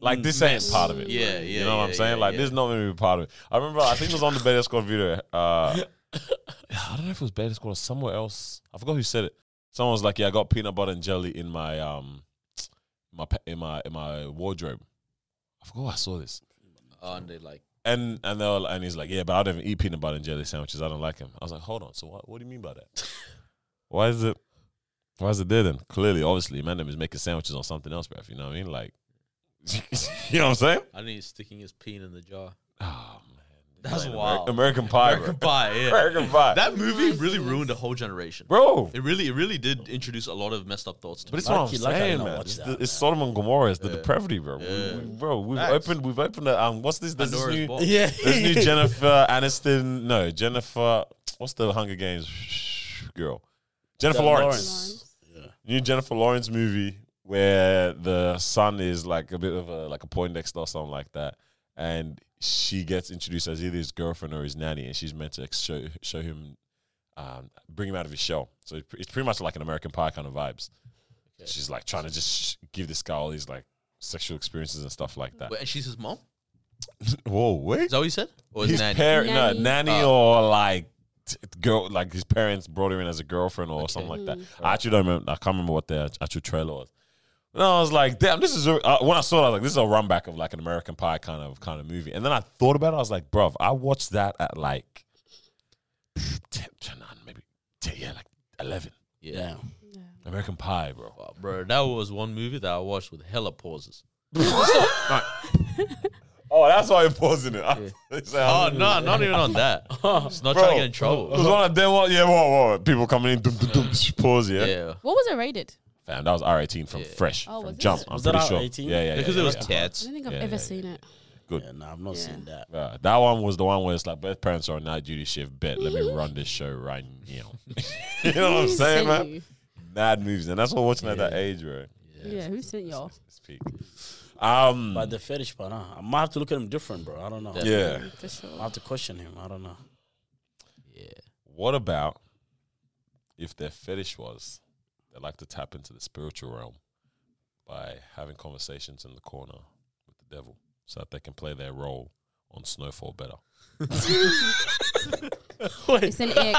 [SPEAKER 2] like this
[SPEAKER 1] mess.
[SPEAKER 2] ain't part of it.
[SPEAKER 1] Yeah,
[SPEAKER 2] You
[SPEAKER 1] yeah,
[SPEAKER 2] know what I'm
[SPEAKER 1] yeah,
[SPEAKER 2] saying?
[SPEAKER 1] yeah,
[SPEAKER 2] like
[SPEAKER 1] yeah.
[SPEAKER 2] this is not gonna be part of it. I remember I think it was on the Better Squad video. Uh, I don't know if it was Better Squad or somewhere else. I forgot who said it. Someone was like, "Yeah, I got peanut butter and jelly in my um my pa- in my in my wardrobe." I forgot where I saw this.
[SPEAKER 1] Aren't Oh, they like?
[SPEAKER 2] And and they were, and he's like, yeah, but I don't even eat peanut butter and jelly sandwiches. I don't like them. I was like, hold on. So what? What do you mean by that? why is it? Why is it there then? Clearly, obviously, man, them is making sandwiches on something else, bruv. You know what I mean? Like, you know what I'm saying?
[SPEAKER 1] I think he's sticking his peen in the jar.
[SPEAKER 2] Oh man,
[SPEAKER 1] That's
[SPEAKER 2] Amer-
[SPEAKER 1] wild.
[SPEAKER 2] American Pie,
[SPEAKER 1] American
[SPEAKER 2] bro.
[SPEAKER 1] Pie, yeah.
[SPEAKER 2] American Pie,
[SPEAKER 1] That movie really ruined a whole generation.
[SPEAKER 2] bro.
[SPEAKER 1] It really, it really did introduce a lot of messed up thoughts. To
[SPEAKER 2] But
[SPEAKER 1] me.
[SPEAKER 2] it's what I'm
[SPEAKER 4] Lucky- lucky I
[SPEAKER 2] saying,
[SPEAKER 4] did not
[SPEAKER 2] man.
[SPEAKER 4] watch
[SPEAKER 2] It's,
[SPEAKER 4] that,
[SPEAKER 2] the,
[SPEAKER 4] man.
[SPEAKER 2] it's Sodom and Gomorrah. It's the depravity, bro. We-
[SPEAKER 1] Yeah.
[SPEAKER 2] we- bro, we've
[SPEAKER 1] Facts.
[SPEAKER 2] opened, we've opened. A, um, what's this? There's this
[SPEAKER 1] Pandora's
[SPEAKER 2] new,
[SPEAKER 1] box.
[SPEAKER 4] yeah.
[SPEAKER 2] This new Jennifer Aniston. No, Jennifer. What's the Hunger Games girl? Jennifer
[SPEAKER 4] Yeah,
[SPEAKER 2] Lawrence.
[SPEAKER 4] Lawrence.
[SPEAKER 2] New Jennifer Lawrence movie where the son is like a bit of a like a Poindexter or something like that, and she gets introduced as either his girlfriend or his nanny, and she's meant to ex- show show him, um, bring him out of his shell. So it's pre- it's pretty much like an American Pie kind of vibes. She's like trying to just sh- give this guy all these like sexual experiences and stuff like that.
[SPEAKER 1] Wait, and she's his mom.
[SPEAKER 2] Whoa, wait.
[SPEAKER 1] Is that what you said? Or his
[SPEAKER 2] his
[SPEAKER 1] nanny?
[SPEAKER 2] parent,
[SPEAKER 3] Nanny.
[SPEAKER 2] no, nanny
[SPEAKER 1] Ah.
[SPEAKER 2] or like t- girl, like his parents brought her in as a girlfriend or something like that. I actually don't remember. I can't remember what the actual trailer was. And I was like, damn, this is a, uh, when I saw it. I was like, this is a run back of like an American Pie kind of kind of movie. And then I thought about it. I was like, bruv, I watched that at like ten, 10 maybe 10, yeah, like eleven.
[SPEAKER 1] yeah.
[SPEAKER 4] Yeah.
[SPEAKER 2] American Pie, bro.
[SPEAKER 1] Wow, bro, that was one movie that I watched with hella pauses.
[SPEAKER 2] Oh, that's why I'm pausing it.
[SPEAKER 1] Oh no, not even on that. It's not
[SPEAKER 2] Bro.
[SPEAKER 1] trying to get in trouble.
[SPEAKER 2] Because one of them, was- yeah, whoa, whoa, people coming in, dum, dum, dum, pause,
[SPEAKER 1] Yeah,
[SPEAKER 3] What was it rated?
[SPEAKER 2] Fam, that was R18 from Fresh,
[SPEAKER 3] Oh, was
[SPEAKER 2] from
[SPEAKER 3] it?
[SPEAKER 2] Jump. I'm
[SPEAKER 4] Was that
[SPEAKER 2] pretty sure.
[SPEAKER 4] R18?
[SPEAKER 2] Yeah, yeah,
[SPEAKER 1] because
[SPEAKER 2] yeah,
[SPEAKER 1] it was
[SPEAKER 2] yeah.
[SPEAKER 3] I
[SPEAKER 1] tats.
[SPEAKER 3] don't think I've
[SPEAKER 2] Yeah,
[SPEAKER 3] ever
[SPEAKER 2] yeah,
[SPEAKER 3] seen it.
[SPEAKER 2] Good.
[SPEAKER 4] Yeah, nah, I've not
[SPEAKER 3] Yeah.
[SPEAKER 4] seen that.
[SPEAKER 2] Uh, that one was the one where it's like both parents are on night duty shift. Bet let me run this show right now. you know what I'm
[SPEAKER 3] Who
[SPEAKER 2] saying,
[SPEAKER 3] sent
[SPEAKER 2] man?
[SPEAKER 3] you?
[SPEAKER 2] Mad movies, and that's what watching at that age, bro.
[SPEAKER 3] Yeah, who sent y'all?
[SPEAKER 2] It's peak. Um,
[SPEAKER 4] But the fetish part, huh? I might have to look at him different, bro. I don't know.
[SPEAKER 2] yeah.
[SPEAKER 3] For
[SPEAKER 4] I
[SPEAKER 3] sure.
[SPEAKER 4] have to question him. I don't know.
[SPEAKER 2] What about if their fetish was they like to tap into the spiritual realm by having conversations in the corner with the devil, so that they can play their role on Snowfall better.
[SPEAKER 3] It's an ick.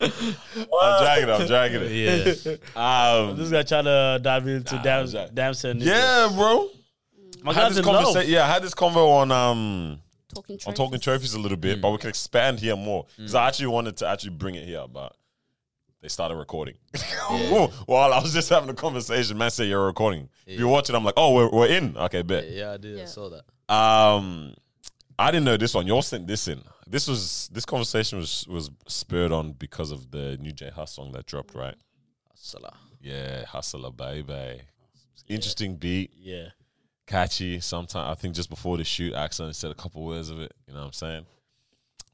[SPEAKER 2] I'm dragging it. I'm dragging it.
[SPEAKER 1] Yeah,
[SPEAKER 2] Um,
[SPEAKER 4] This guy trying to dive into
[SPEAKER 2] Nah,
[SPEAKER 4] damn,
[SPEAKER 2] Jack.
[SPEAKER 4] damn certain.
[SPEAKER 2] yeah, bro.
[SPEAKER 4] my
[SPEAKER 2] I had
[SPEAKER 4] guy's
[SPEAKER 2] this
[SPEAKER 4] in love.
[SPEAKER 2] conversation. Yeah, I had this convo on um
[SPEAKER 3] Talking
[SPEAKER 2] on talking trophies a little bit, but we can expand here more because I actually wanted to actually bring it here, but they started recording while I was just having a conversation. Man, said you're recording. If you're watching, I'm like, oh, we're we're in. Okay, bet.
[SPEAKER 1] yeah, I did. I
[SPEAKER 3] Yeah.
[SPEAKER 1] saw that.
[SPEAKER 2] Um, I didn't know this one. Y'all sent this in. This was this conversation was was spurred on because of the new J Huss song that dropped, right?
[SPEAKER 1] Salah.
[SPEAKER 2] Yeah, Hustler Baby. Interesting beat
[SPEAKER 4] Yeah.
[SPEAKER 2] catchy. Sometimes I think just before the shoot, I accidentally said a couple words of it. You know what I'm saying?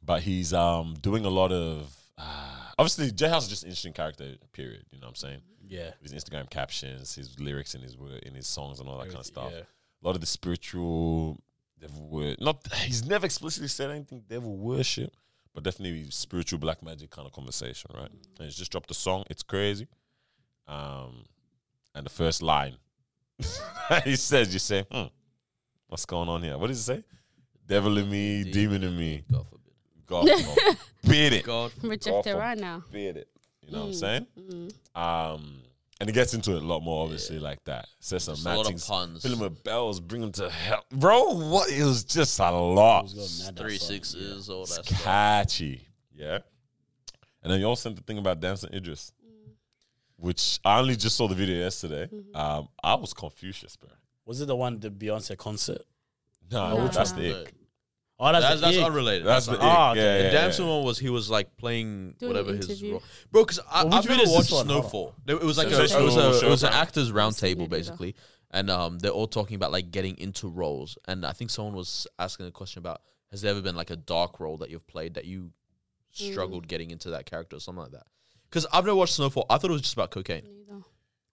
[SPEAKER 2] But he's um doing a lot of uh, obviously J House is just an interesting character. Period. You know what I'm saying?
[SPEAKER 4] Yeah.
[SPEAKER 2] His Instagram captions, his lyrics in his word, in his songs, and all that kind of stuff.
[SPEAKER 4] Yeah.
[SPEAKER 2] A lot of the spiritual devil word. Not he's never explicitly said anything devil worship, but definitely spiritual black magic kind of conversation, right? And he's just dropped a song. It's crazy. Um, and the first line he says, "You say, hmm, what's going on here? What does it say? Devil in me, demon in me.
[SPEAKER 1] God forbid.
[SPEAKER 2] God forbid it.
[SPEAKER 1] God.
[SPEAKER 3] Reject it
[SPEAKER 2] Awful.
[SPEAKER 3] right now. Mm,
[SPEAKER 2] Forbid it. You know what I'm saying? Um, and he gets into it a lot more, obviously, like that. Says some
[SPEAKER 1] Just a
[SPEAKER 2] mad
[SPEAKER 1] lot of
[SPEAKER 2] things.
[SPEAKER 1] puns.
[SPEAKER 2] Fill him with bells, bring him to hell, bro. What? It was just a lot.
[SPEAKER 1] Three sixes, all that stuff.
[SPEAKER 2] catchy. Yeah. And then you all sent the thing about dancing Idris, which I only just saw the video yesterday. Um, I was Confucius, bro.
[SPEAKER 4] Was it the one the Beyonce concert?
[SPEAKER 2] No,
[SPEAKER 3] No.
[SPEAKER 2] that's the
[SPEAKER 1] But
[SPEAKER 2] ick.
[SPEAKER 4] Oh, that's
[SPEAKER 1] That's,
[SPEAKER 4] the
[SPEAKER 1] that's
[SPEAKER 4] gig.
[SPEAKER 1] unrelated.
[SPEAKER 2] That's the
[SPEAKER 1] not-
[SPEAKER 2] ick. yeah,
[SPEAKER 4] Ah, okay.
[SPEAKER 2] yeah,
[SPEAKER 1] The
[SPEAKER 2] yeah,
[SPEAKER 1] Damson one was he was like playing
[SPEAKER 3] Doing
[SPEAKER 1] whatever
[SPEAKER 3] an
[SPEAKER 1] his
[SPEAKER 3] interview.
[SPEAKER 1] role, bro. Because I
[SPEAKER 4] Well, which
[SPEAKER 1] I've
[SPEAKER 4] one
[SPEAKER 1] never
[SPEAKER 4] is this
[SPEAKER 1] watched
[SPEAKER 4] one? Hold on.
[SPEAKER 1] Snowfall. There- It was like a, it
[SPEAKER 2] Sensational
[SPEAKER 1] was a it was an
[SPEAKER 2] Showtime.
[SPEAKER 1] actors
[SPEAKER 3] seen it
[SPEAKER 1] roundtable
[SPEAKER 3] either.
[SPEAKER 1] basically, and um they're all talking about like getting into roles, and I think someone was asking a question about has there ever been like a dark role that you've played that you
[SPEAKER 3] Mm.
[SPEAKER 1] struggled getting into that character or something like that. Because I've never watched Snowfall. I thought it was just about cocaine.
[SPEAKER 3] Neither.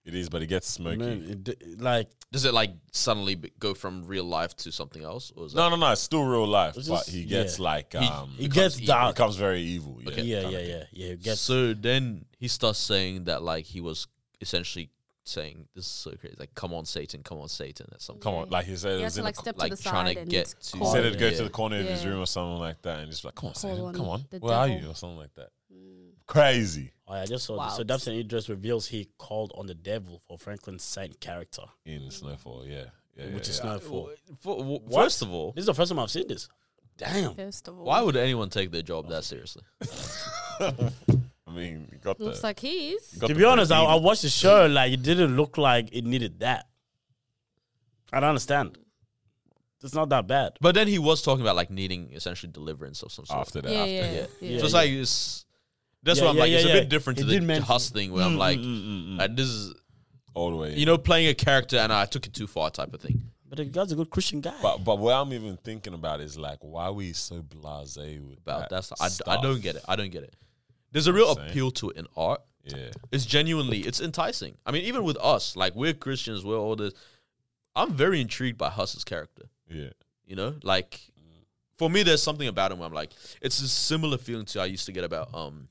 [SPEAKER 2] It is, but it gets smoky.
[SPEAKER 4] Oh, Man, it d- like
[SPEAKER 1] Does it like suddenly be- go from real life to something else? Or is that
[SPEAKER 2] No, no, no. It's still real life,
[SPEAKER 4] It's
[SPEAKER 2] but
[SPEAKER 4] just-
[SPEAKER 2] he gets
[SPEAKER 4] yeah.
[SPEAKER 2] like um,
[SPEAKER 4] it
[SPEAKER 2] he
[SPEAKER 4] gets
[SPEAKER 1] evil.
[SPEAKER 4] dark.
[SPEAKER 2] becomes very evil. Yeah.
[SPEAKER 4] yeah,
[SPEAKER 2] kinda
[SPEAKER 4] yeah,
[SPEAKER 2] thing.
[SPEAKER 4] yeah, yeah. It gets
[SPEAKER 1] so then he starts saying that like he was essentially saying this is so crazy like come on satan come on satan at some
[SPEAKER 2] Come on, like he said, it
[SPEAKER 3] You have
[SPEAKER 2] was
[SPEAKER 3] to
[SPEAKER 2] in
[SPEAKER 3] like
[SPEAKER 2] the,
[SPEAKER 3] step to
[SPEAKER 1] like
[SPEAKER 3] the
[SPEAKER 1] trying
[SPEAKER 3] side
[SPEAKER 1] to
[SPEAKER 3] and
[SPEAKER 1] get to-
[SPEAKER 2] he
[SPEAKER 3] call
[SPEAKER 2] said
[SPEAKER 1] it.
[SPEAKER 2] it'd go
[SPEAKER 1] Yeah.
[SPEAKER 2] to the corner of his
[SPEAKER 3] Oh, Yeah.
[SPEAKER 2] room or something like that, and just like, come on,
[SPEAKER 3] Call
[SPEAKER 2] Satan,
[SPEAKER 3] on
[SPEAKER 2] come on,
[SPEAKER 3] the
[SPEAKER 2] where are
[SPEAKER 3] devil. Mm.
[SPEAKER 2] you or something like that. Crazy,
[SPEAKER 4] Oh, yeah, I just saw this. So
[SPEAKER 3] Wild.
[SPEAKER 4] Damson Idris reveals he called on the devil for Franklin's saint character,
[SPEAKER 3] Mm.
[SPEAKER 2] in Snowfall, yeah. yeah, yeah
[SPEAKER 4] which is
[SPEAKER 2] yeah.
[SPEAKER 4] Snowfall.
[SPEAKER 1] For, w-
[SPEAKER 4] What?
[SPEAKER 1] first of all
[SPEAKER 4] This is the first time I've seen this. Damn.
[SPEAKER 3] First of all,
[SPEAKER 1] why would anyone take their job that seriously
[SPEAKER 2] I mean, you got the.
[SPEAKER 3] looks like he's
[SPEAKER 2] got
[SPEAKER 4] To
[SPEAKER 2] the
[SPEAKER 4] be honest, I,
[SPEAKER 2] protein.
[SPEAKER 4] I watched the show. Like it didn't look like it needed that. I don't understand. It's not that bad.
[SPEAKER 1] but then he was talking about like needing essentially deliverance of some sort
[SPEAKER 2] after that,
[SPEAKER 3] yeah,
[SPEAKER 2] after
[SPEAKER 3] yeah,
[SPEAKER 1] yeah,
[SPEAKER 3] yeah.
[SPEAKER 1] so it's
[SPEAKER 4] yeah.
[SPEAKER 1] like it's that's
[SPEAKER 4] Yeah,
[SPEAKER 1] what I'm
[SPEAKER 4] yeah,
[SPEAKER 1] like. it's
[SPEAKER 4] yeah,
[SPEAKER 1] a
[SPEAKER 4] yeah.
[SPEAKER 1] bit different to
[SPEAKER 4] It
[SPEAKER 1] the
[SPEAKER 4] did mention- Mm,
[SPEAKER 1] Huss thing where I'm like, like, this is
[SPEAKER 2] all the way.
[SPEAKER 1] you know playing a character and I took it too far type of thing.
[SPEAKER 4] But the guy's a good Christian guy.
[SPEAKER 2] But but what I'm even thinking about is like why we so blasé with
[SPEAKER 1] About
[SPEAKER 2] that
[SPEAKER 1] that's I, d- I
[SPEAKER 2] stuff.
[SPEAKER 1] don't get it. I don't get it. There's a real
[SPEAKER 2] Same.
[SPEAKER 1] appeal to it in art.
[SPEAKER 2] Yeah,
[SPEAKER 1] It's genuinely it's enticing. I mean, even with us, like we're Christians, we're all this. I'm very intrigued by Huss's character.
[SPEAKER 2] yeah.
[SPEAKER 1] You know, like for me, there's something about him where I'm like, it's a similar feeling to I used to get about um,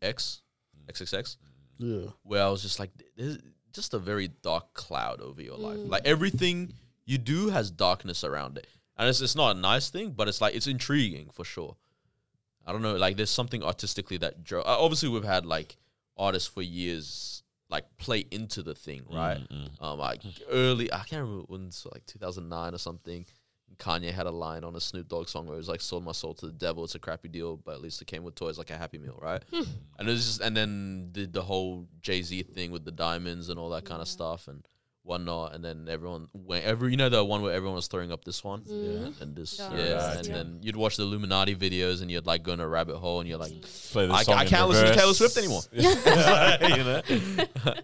[SPEAKER 1] X, XXX,
[SPEAKER 4] yeah.
[SPEAKER 1] where I was just like, there's just a very dark cloud over your life. Like everything you do has darkness around it, and it's it's not a nice thing, but it's like it's intriguing for sure. I don't know, like there's something artistically that drew. uh, Obviously, we've had like artists for years like play into the thing, right? Um, like early, I can't remember when, it's like 2009 or something. Kanye had a line on a Snoop Dogg song where it was like "Sold my soul to the devil." It's a crappy deal, but at least it came with toys, like a Happy Meal, right? and it was just, and then did the whole Jay Z thing with the diamonds and all that kind of stuff and whatnot. And then everyone, whenever you know the one where everyone was throwing up this one, yeah, and this, yeah,
[SPEAKER 3] Yeah.
[SPEAKER 1] and
[SPEAKER 3] Yeah.
[SPEAKER 1] then you'd watch the Illuminati videos and you'd like go in a rabbit hole and you're like,
[SPEAKER 2] Play the
[SPEAKER 1] I-
[SPEAKER 2] song
[SPEAKER 1] I
[SPEAKER 2] in
[SPEAKER 1] can't listen to Taylor
[SPEAKER 2] reverse.
[SPEAKER 1] Swift anymore.
[SPEAKER 2] you know,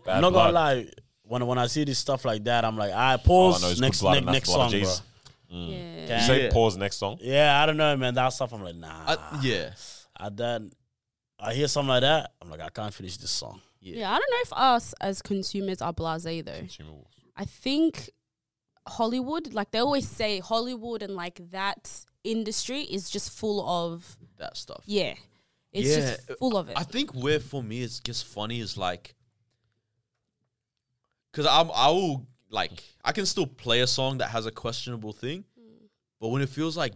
[SPEAKER 4] I'm not gonna lie. When when I see this stuff like that, I'm like, I pause
[SPEAKER 2] Oh, I know, it's
[SPEAKER 4] next
[SPEAKER 2] good blood
[SPEAKER 4] next,
[SPEAKER 2] and that's
[SPEAKER 4] next
[SPEAKER 2] blood,
[SPEAKER 4] song, bro.
[SPEAKER 2] Jesus.
[SPEAKER 3] yeah.
[SPEAKER 2] You
[SPEAKER 4] Okay?
[SPEAKER 2] say pause next song.
[SPEAKER 4] Yeah, I don't know, man. That stuff, I'm like, nah.
[SPEAKER 1] I, "Uh, yeah,
[SPEAKER 4] And then I hear something like that, I'm like, I can't finish this song.
[SPEAKER 3] Yeah, I don't know if us as consumers are blasé though. I think Hollywood, like they always say, Hollywood and like that industry is just full of
[SPEAKER 1] that stuff.
[SPEAKER 3] yeah, it's
[SPEAKER 1] Yeah,
[SPEAKER 3] just full of it.
[SPEAKER 1] I think where for me it's just funny is like, because I'm I will like I can still play a song that has a questionable thing,
[SPEAKER 3] Hmm.
[SPEAKER 1] but when it feels like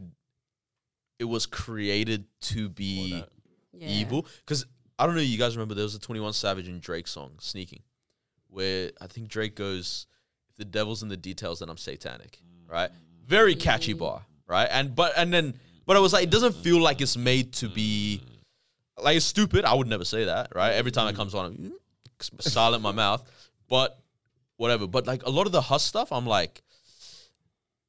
[SPEAKER 1] it was created to be
[SPEAKER 3] yeah.
[SPEAKER 1] evil, because I don't know, you guys remember there was a Twenty One Savage and Drake song "Sneaking," where I think Drake goes, "If the devil's in the details, then I'm satanic." Right? Very catchy bar, right? And but and then but I was like, it doesn't feel like it's made to be like it's stupid. I would never say that, right? Every time it comes on, I'm silent my mouth, but whatever. But like a lot of the huss stuff, I'm like,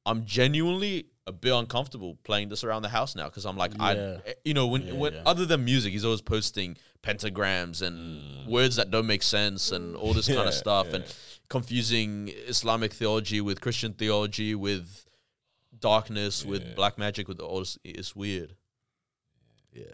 [SPEAKER 1] I'm genuinely a bit uncomfortable playing this around the house now because I'm like,
[SPEAKER 4] Yeah.
[SPEAKER 1] I, you know, when when
[SPEAKER 4] yeah.
[SPEAKER 1] other than music, he's always posting pentagrams and words that don't make sense and all this kind
[SPEAKER 2] Yeah,
[SPEAKER 1] of stuff and
[SPEAKER 2] yeah.
[SPEAKER 1] confusing Islamic theology with Christian theology with darkness with black magic with all this. It's weird. Yeah.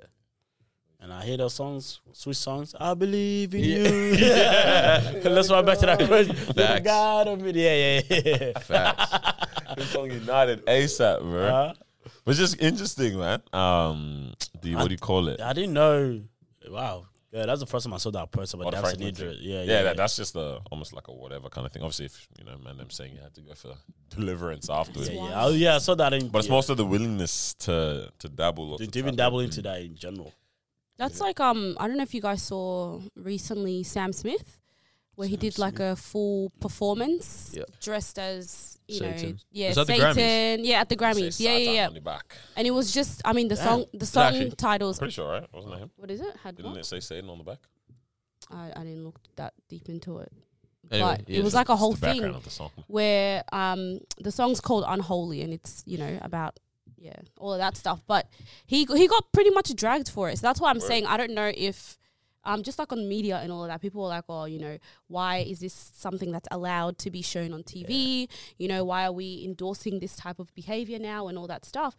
[SPEAKER 4] And I hear those songs, Swiss songs. I believe in you. Let's run back to that question. You're the
[SPEAKER 1] Facts.
[SPEAKER 4] God of it. Yeah, yeah, yeah.
[SPEAKER 1] Facts.
[SPEAKER 2] This song united ASAP, bro.
[SPEAKER 1] Uh-huh.
[SPEAKER 4] Huh?
[SPEAKER 2] But just interesting, man. Um, the what do you call it?
[SPEAKER 4] I didn't know. Wow. Yeah, that's the first time I saw that person. But
[SPEAKER 2] Or the
[SPEAKER 4] Damson
[SPEAKER 2] Franklin
[SPEAKER 4] Idris.
[SPEAKER 2] thing.
[SPEAKER 4] Yeah, yeah.
[SPEAKER 2] yeah,
[SPEAKER 4] yeah.
[SPEAKER 2] That, that's just the almost like a whatever kind of thing. Obviously, if you know, man, I'm saying you had to go for deliverance afterwards.
[SPEAKER 4] yeah, yeah. Oh, yeah, I saw that. In,
[SPEAKER 2] But it's
[SPEAKER 4] yeah.
[SPEAKER 2] most of the willingness to to dabble or
[SPEAKER 4] They
[SPEAKER 2] to
[SPEAKER 4] didn't even
[SPEAKER 2] try
[SPEAKER 4] dabble
[SPEAKER 2] to-
[SPEAKER 4] into that in general.
[SPEAKER 3] That's like um, I don't know if you guys saw recently Sam Smith, where he did like a full performance
[SPEAKER 1] Yeah.
[SPEAKER 3] dressed as you know,
[SPEAKER 1] Satan.
[SPEAKER 3] yeah,
[SPEAKER 1] Was that the
[SPEAKER 3] Satan,
[SPEAKER 1] Grammys?
[SPEAKER 3] yeah, at the
[SPEAKER 2] Say
[SPEAKER 3] Grammys, yeah, yeah,
[SPEAKER 2] Satan
[SPEAKER 3] yeah.
[SPEAKER 2] on the back.
[SPEAKER 3] And it was just, I mean, the song, the
[SPEAKER 1] that
[SPEAKER 3] song
[SPEAKER 1] actually-
[SPEAKER 3] titles.
[SPEAKER 2] Pretty sure, right? Wasn't it him?
[SPEAKER 3] What is it? Had
[SPEAKER 2] Didn't
[SPEAKER 3] what?
[SPEAKER 2] it say Satan on the back?
[SPEAKER 3] I, I didn't look that deep into it,
[SPEAKER 1] Anyway,
[SPEAKER 3] but
[SPEAKER 1] yeah.
[SPEAKER 3] it was like a whole
[SPEAKER 2] It's the background
[SPEAKER 3] thing
[SPEAKER 2] of the song.
[SPEAKER 3] where um the song's called Unholy and it's you know about yeah, all of that stuff. But he he got pretty much dragged for it. So that's why I'm saying I don't know if um just like on media and all of that, people are like, oh, you know, why is this something that's allowed to be shown on TV? You know, why are we endorsing this type of behavior now and all that stuff?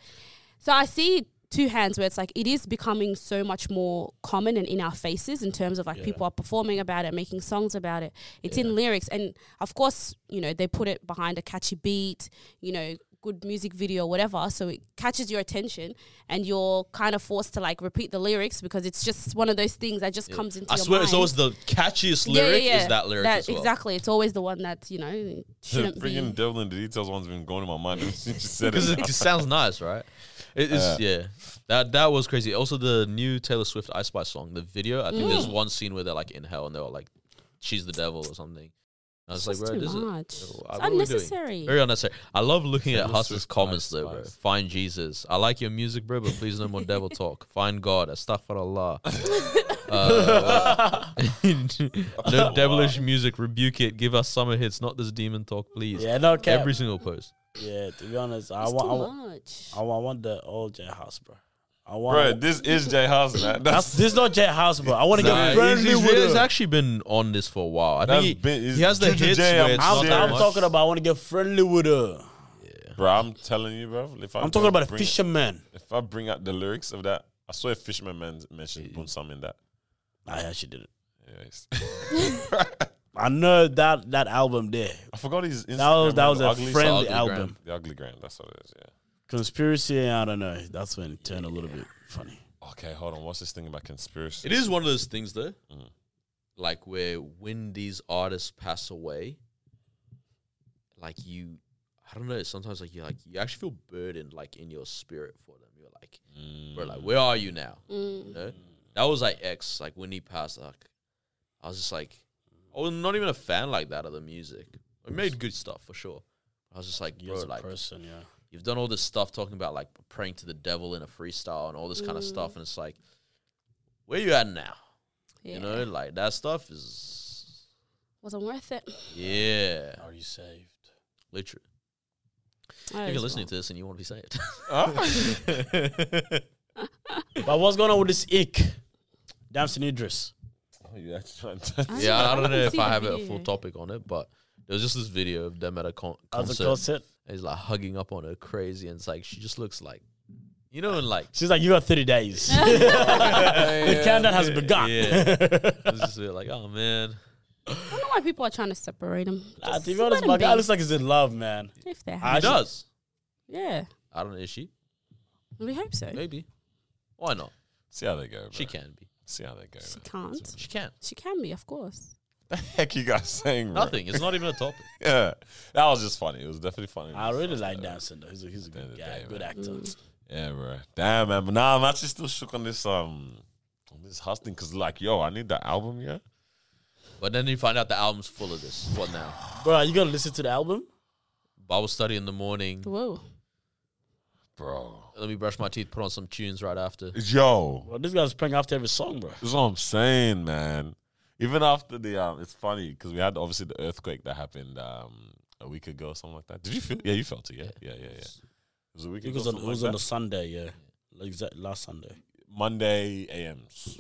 [SPEAKER 3] So I see two hands where it's like it is becoming so much more common and in our faces in terms of like people are performing about it, making songs about it. It's in lyrics and of course, you know, they put it behind a catchy beat, you know, good music video whatever, so it catches your attention and you're kind of forced to like repeat the lyrics because it's just one of those things that just comes into
[SPEAKER 1] I
[SPEAKER 3] your
[SPEAKER 1] swear it's
[SPEAKER 3] mind.
[SPEAKER 1] always the catchiest
[SPEAKER 3] Yeah, yeah,
[SPEAKER 1] lyric
[SPEAKER 3] yeah.
[SPEAKER 1] is that lyric as well.
[SPEAKER 3] Exactly. It's always the one that's, you know, shouldn't be.
[SPEAKER 2] Bringing devil in the details one's been going in my mind since you said
[SPEAKER 1] Because
[SPEAKER 2] it.
[SPEAKER 1] it just sounds nice, right? It is, yeah. That that was crazy. Also, the new Taylor Swift Ice Spice song, the video. I think there's one scene where they're like in hell and they're like, "She's the devil" or something. I was like,
[SPEAKER 3] It's
[SPEAKER 1] bro,
[SPEAKER 3] too
[SPEAKER 1] this is Oh,
[SPEAKER 3] much.
[SPEAKER 1] what
[SPEAKER 3] It's
[SPEAKER 1] are we doing?
[SPEAKER 3] unnecessary.
[SPEAKER 1] very unnecessary. I love looking at
[SPEAKER 2] Taylor
[SPEAKER 1] Hustler's
[SPEAKER 2] Swift
[SPEAKER 1] comments
[SPEAKER 2] Ice
[SPEAKER 1] though, bro.
[SPEAKER 2] Spice.
[SPEAKER 1] Find Jesus. I like your music, bro, but please no more devil talk. Find God. Astaghfirullah. uh, what- no devilish music. Rebuke it. Give us summer hits, not this demon talk, please.
[SPEAKER 4] Yeah, no cap.
[SPEAKER 1] Every single post.
[SPEAKER 4] yeah, to be honest, I
[SPEAKER 3] It's
[SPEAKER 4] want, I,
[SPEAKER 3] too
[SPEAKER 4] want,
[SPEAKER 3] much.
[SPEAKER 4] I, want, I want the old J House, bro. I want.
[SPEAKER 2] Bro, this is Jay House, man.
[SPEAKER 4] that's,
[SPEAKER 2] That's
[SPEAKER 4] this is not J House, bro. I want to
[SPEAKER 1] Nah,
[SPEAKER 4] get
[SPEAKER 1] he's,
[SPEAKER 4] friendly
[SPEAKER 1] he's,
[SPEAKER 4] with
[SPEAKER 1] he's
[SPEAKER 4] her.
[SPEAKER 1] actually been on this for a while. I
[SPEAKER 2] That's
[SPEAKER 1] think
[SPEAKER 2] been-
[SPEAKER 1] he,
[SPEAKER 2] it's
[SPEAKER 1] he has the
[SPEAKER 2] Juju
[SPEAKER 1] hits
[SPEAKER 2] J,
[SPEAKER 1] where
[SPEAKER 2] I'm
[SPEAKER 1] it's
[SPEAKER 2] out
[SPEAKER 1] not
[SPEAKER 4] I'm,
[SPEAKER 2] there.
[SPEAKER 1] that
[SPEAKER 4] I'm
[SPEAKER 1] much.
[SPEAKER 4] talking about. I want to get friendly with her.
[SPEAKER 2] bro. I'm telling you, bro. If I
[SPEAKER 4] I'm talking about a
[SPEAKER 2] bring it-
[SPEAKER 4] fisherman.
[SPEAKER 2] If I bring out the lyrics of that, I saw a fisherman man mentioned Bunsam in that.
[SPEAKER 4] Nah, yeah, she did it.
[SPEAKER 2] Anyways.
[SPEAKER 4] I know that that album there.
[SPEAKER 2] I forgot his. Instagram
[SPEAKER 4] That was that
[SPEAKER 2] name,
[SPEAKER 4] was a
[SPEAKER 2] Ugly
[SPEAKER 4] friendly
[SPEAKER 1] Ugly
[SPEAKER 4] album.
[SPEAKER 1] Gram.
[SPEAKER 2] Soul- The ugly gram. That's what it is. Yeah.
[SPEAKER 4] Conspiracy. I don't know. That's when it turned a little bit funny.
[SPEAKER 2] Okay, hold on. What's this thing about conspiracy?
[SPEAKER 1] It is one of those things, though,
[SPEAKER 2] Mm.
[SPEAKER 1] like where when these artists pass away, like you, I don't know. Sometimes like you, like you actually feel burdened, like in your spirit for them. You're like,
[SPEAKER 2] Mm.
[SPEAKER 1] bro, like where are you now?
[SPEAKER 3] Mm.
[SPEAKER 1] You know, that was like X, like when he passed, like I was just like, I was not even a fan like that of the music. It made good stuff for sure. I was just like,
[SPEAKER 4] You
[SPEAKER 1] bro,
[SPEAKER 4] as a
[SPEAKER 1] like
[SPEAKER 4] person, yeah.
[SPEAKER 1] you've done all this stuff talking about like praying to the devil in a freestyle and all this kind of stuff,
[SPEAKER 3] Mm.
[SPEAKER 1] and it's like, where you at now?
[SPEAKER 3] yeah.
[SPEAKER 1] You know, like that stuff is
[SPEAKER 3] Wasn't worth it.
[SPEAKER 1] yeah,
[SPEAKER 4] Are you saved?
[SPEAKER 1] literally.
[SPEAKER 3] I
[SPEAKER 1] If you're
[SPEAKER 3] was
[SPEAKER 1] listening
[SPEAKER 3] wrong.
[SPEAKER 1] to this and you want to be saved,
[SPEAKER 4] But what's going on with this ick? Damson Idris.
[SPEAKER 2] Oh, you actually trying to-
[SPEAKER 3] I
[SPEAKER 1] yeah,
[SPEAKER 3] don't
[SPEAKER 1] I don't know
[SPEAKER 3] haven't
[SPEAKER 1] if
[SPEAKER 3] seen
[SPEAKER 1] I
[SPEAKER 3] the
[SPEAKER 1] have a
[SPEAKER 3] video
[SPEAKER 1] full
[SPEAKER 3] yet.
[SPEAKER 1] topic on it, but there was just this video of them at a con-
[SPEAKER 4] As
[SPEAKER 1] concert.
[SPEAKER 4] a concert.
[SPEAKER 1] and he's like hugging up on her crazy, and it's like she just looks like, you know, and like
[SPEAKER 4] She's like, you got 30 days. the countdown has begun.
[SPEAKER 1] yeah, it's just a bit like oh man,
[SPEAKER 3] I don't know why people are trying to separate them.
[SPEAKER 4] Nah, Ah, to be honest, my guy looks like he's in love, man.
[SPEAKER 3] if they're
[SPEAKER 4] I
[SPEAKER 1] he
[SPEAKER 3] happy.
[SPEAKER 4] should-
[SPEAKER 1] does.
[SPEAKER 3] yeah,
[SPEAKER 1] I don't know. Is she?
[SPEAKER 3] we hope so.
[SPEAKER 1] Maybe. Why not?
[SPEAKER 2] See how they go. Bro.
[SPEAKER 1] She can be.
[SPEAKER 2] See how they go.
[SPEAKER 3] She
[SPEAKER 2] man.
[SPEAKER 3] can't.
[SPEAKER 1] She can.
[SPEAKER 3] She can be, of course.
[SPEAKER 2] The heck you guys saying? Bro?
[SPEAKER 1] Nothing. It's not even a topic.
[SPEAKER 2] Yeah, that was just funny. It was definitely funny.
[SPEAKER 4] I really like
[SPEAKER 2] that.
[SPEAKER 4] Damson, though. He's a, he's a
[SPEAKER 2] the
[SPEAKER 4] good
[SPEAKER 2] day,
[SPEAKER 4] guy,
[SPEAKER 2] man. Mm.
[SPEAKER 4] good actor.
[SPEAKER 2] Yeah, bro. Damn, man. But nah, I'm actually still shook on this um on this house thing because like, yo, I need that album, yeah.
[SPEAKER 1] But then you find out the album's full of this. What now?
[SPEAKER 4] Bro, are you going to listen to the album?
[SPEAKER 1] Bible study in the morning.
[SPEAKER 3] Whoa.
[SPEAKER 2] Bro.
[SPEAKER 1] Let me brush my teeth, put on some tunes right after.
[SPEAKER 2] Yo,
[SPEAKER 4] Bro, this guy's playing after every song, bro.
[SPEAKER 2] that's what I'm saying, man. Even after the um, it's funny because we had obviously the earthquake that happened um a week ago, something like that. Did you feel? Yeah, you felt it. Yeah, yeah, yeah, yeah. It was a week
[SPEAKER 4] It
[SPEAKER 2] ago.
[SPEAKER 4] was on, it
[SPEAKER 2] something
[SPEAKER 4] was
[SPEAKER 2] like
[SPEAKER 4] on a
[SPEAKER 2] that.
[SPEAKER 4] Sunday, yeah. Like exact last Sunday.
[SPEAKER 2] Monday AMs.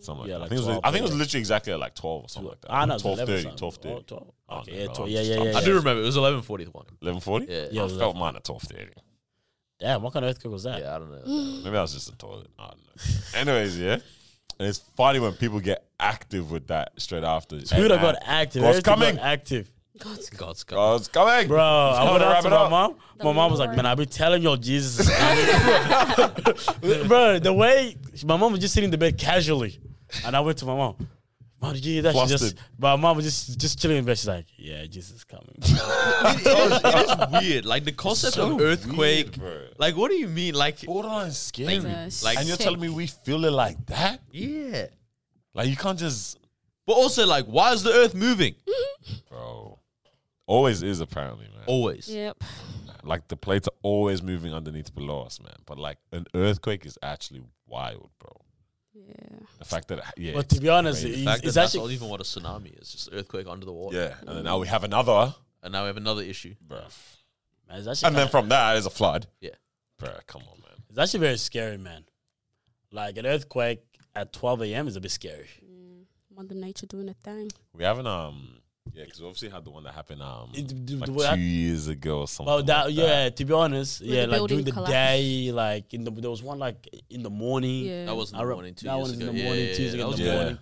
[SPEAKER 2] Something like
[SPEAKER 4] Yeah,
[SPEAKER 2] that.
[SPEAKER 4] like
[SPEAKER 2] I think, it was,
[SPEAKER 4] 12,
[SPEAKER 2] I think it was
[SPEAKER 4] yeah.
[SPEAKER 2] literally exactly at like twelve or something like that.
[SPEAKER 4] Ah, no, it was
[SPEAKER 2] 12
[SPEAKER 4] 11
[SPEAKER 2] 30,
[SPEAKER 4] something.
[SPEAKER 2] 12 30.
[SPEAKER 4] Oh, 12.
[SPEAKER 2] Oh,
[SPEAKER 4] Okay,
[SPEAKER 2] no,
[SPEAKER 4] yeah,
[SPEAKER 2] bro,
[SPEAKER 4] 12,
[SPEAKER 2] I'm
[SPEAKER 4] yeah,
[SPEAKER 2] just-
[SPEAKER 4] yeah,
[SPEAKER 2] I'm
[SPEAKER 4] yeah,
[SPEAKER 1] I
[SPEAKER 2] just-
[SPEAKER 1] do remember it was eleven forty one.
[SPEAKER 2] Eleven forty.
[SPEAKER 1] Yeah.
[SPEAKER 4] Yeah,
[SPEAKER 2] I
[SPEAKER 4] it was
[SPEAKER 2] felt mine at twelve thirty.
[SPEAKER 4] Damn, what kind of earthquake was that?
[SPEAKER 1] Yeah, I don't know.
[SPEAKER 2] Maybe I was just a toilet. I don't know. Anyways, yeah. And it's funny when people get active with that straight after.
[SPEAKER 4] Dude, I
[SPEAKER 2] And-
[SPEAKER 4] got active.
[SPEAKER 2] God's
[SPEAKER 4] Everything
[SPEAKER 2] coming.
[SPEAKER 4] got active.
[SPEAKER 3] God's God.
[SPEAKER 1] God's God.
[SPEAKER 2] God's coming.
[SPEAKER 4] Bro, I went
[SPEAKER 2] to
[SPEAKER 4] out
[SPEAKER 2] wrap
[SPEAKER 4] to
[SPEAKER 2] it
[SPEAKER 4] my
[SPEAKER 2] up.
[SPEAKER 4] mom. My mom was like,
[SPEAKER 3] Lord.
[SPEAKER 4] man, I've been telling you Jesus. is coming." bro, the way my mom was just sitting in the bed casually. And I went to my mom. Mom, did you hear that? She just,
[SPEAKER 2] Flustered.
[SPEAKER 4] my mom was just, just chilling in bed. She's like, yeah, Jesus is coming.
[SPEAKER 1] it is weird. Like the concept
[SPEAKER 2] so
[SPEAKER 1] of earthquake.
[SPEAKER 2] weird, bro.
[SPEAKER 1] like what do you mean? Like
[SPEAKER 2] Borderline scary.
[SPEAKER 3] Like, uh,
[SPEAKER 2] Like, and you're telling me we feel it like that?
[SPEAKER 1] yeah.
[SPEAKER 2] Like you can't just,
[SPEAKER 1] But also like why is the earth moving?
[SPEAKER 2] bro. Always is apparently, man.
[SPEAKER 1] Always.
[SPEAKER 3] Yep.
[SPEAKER 2] Like the plates are always moving underneath below us, man. But like an earthquake is actually wild, bro.
[SPEAKER 3] Yeah.
[SPEAKER 2] The fact that yeah,
[SPEAKER 4] But to be honest,
[SPEAKER 2] crazy.
[SPEAKER 1] The
[SPEAKER 4] it's,
[SPEAKER 1] fact that
[SPEAKER 4] it's
[SPEAKER 1] that's
[SPEAKER 4] actually.
[SPEAKER 1] not even what a tsunami is, just earthquake under the water.
[SPEAKER 2] yeah, and then now we have another,
[SPEAKER 1] And now we have another issue.
[SPEAKER 2] bro.
[SPEAKER 4] Man, it's actually
[SPEAKER 2] And then from that is a flood.
[SPEAKER 1] Yeah.
[SPEAKER 2] Bro, come on, man.
[SPEAKER 4] It's actually very scary, man. Like an earthquake at 12 a.m. is a bit scary.
[SPEAKER 3] Mother Nature doing a thing.
[SPEAKER 2] We haven't um yeah, because we obviously had the one that happened um
[SPEAKER 4] It- d- d-
[SPEAKER 2] like
[SPEAKER 4] we had-
[SPEAKER 2] two years ago or something.
[SPEAKER 4] Well, Oh, that,
[SPEAKER 2] like
[SPEAKER 4] yeah, to be honest,
[SPEAKER 3] the
[SPEAKER 4] yeah, like during
[SPEAKER 3] building
[SPEAKER 4] the
[SPEAKER 3] collapsed.
[SPEAKER 4] day, like in the there was one like in the morning.
[SPEAKER 3] Yeah.
[SPEAKER 1] Mm, That was in
[SPEAKER 4] I
[SPEAKER 1] the
[SPEAKER 4] re-
[SPEAKER 1] morning two
[SPEAKER 4] that
[SPEAKER 1] years
[SPEAKER 4] one is
[SPEAKER 1] ago.
[SPEAKER 4] in the
[SPEAKER 1] Yeah,
[SPEAKER 4] morning,
[SPEAKER 1] yeah, yeah,
[SPEAKER 4] Tuesday
[SPEAKER 1] that
[SPEAKER 4] in
[SPEAKER 1] was
[SPEAKER 4] the
[SPEAKER 1] good.
[SPEAKER 2] Yeah.
[SPEAKER 4] morning.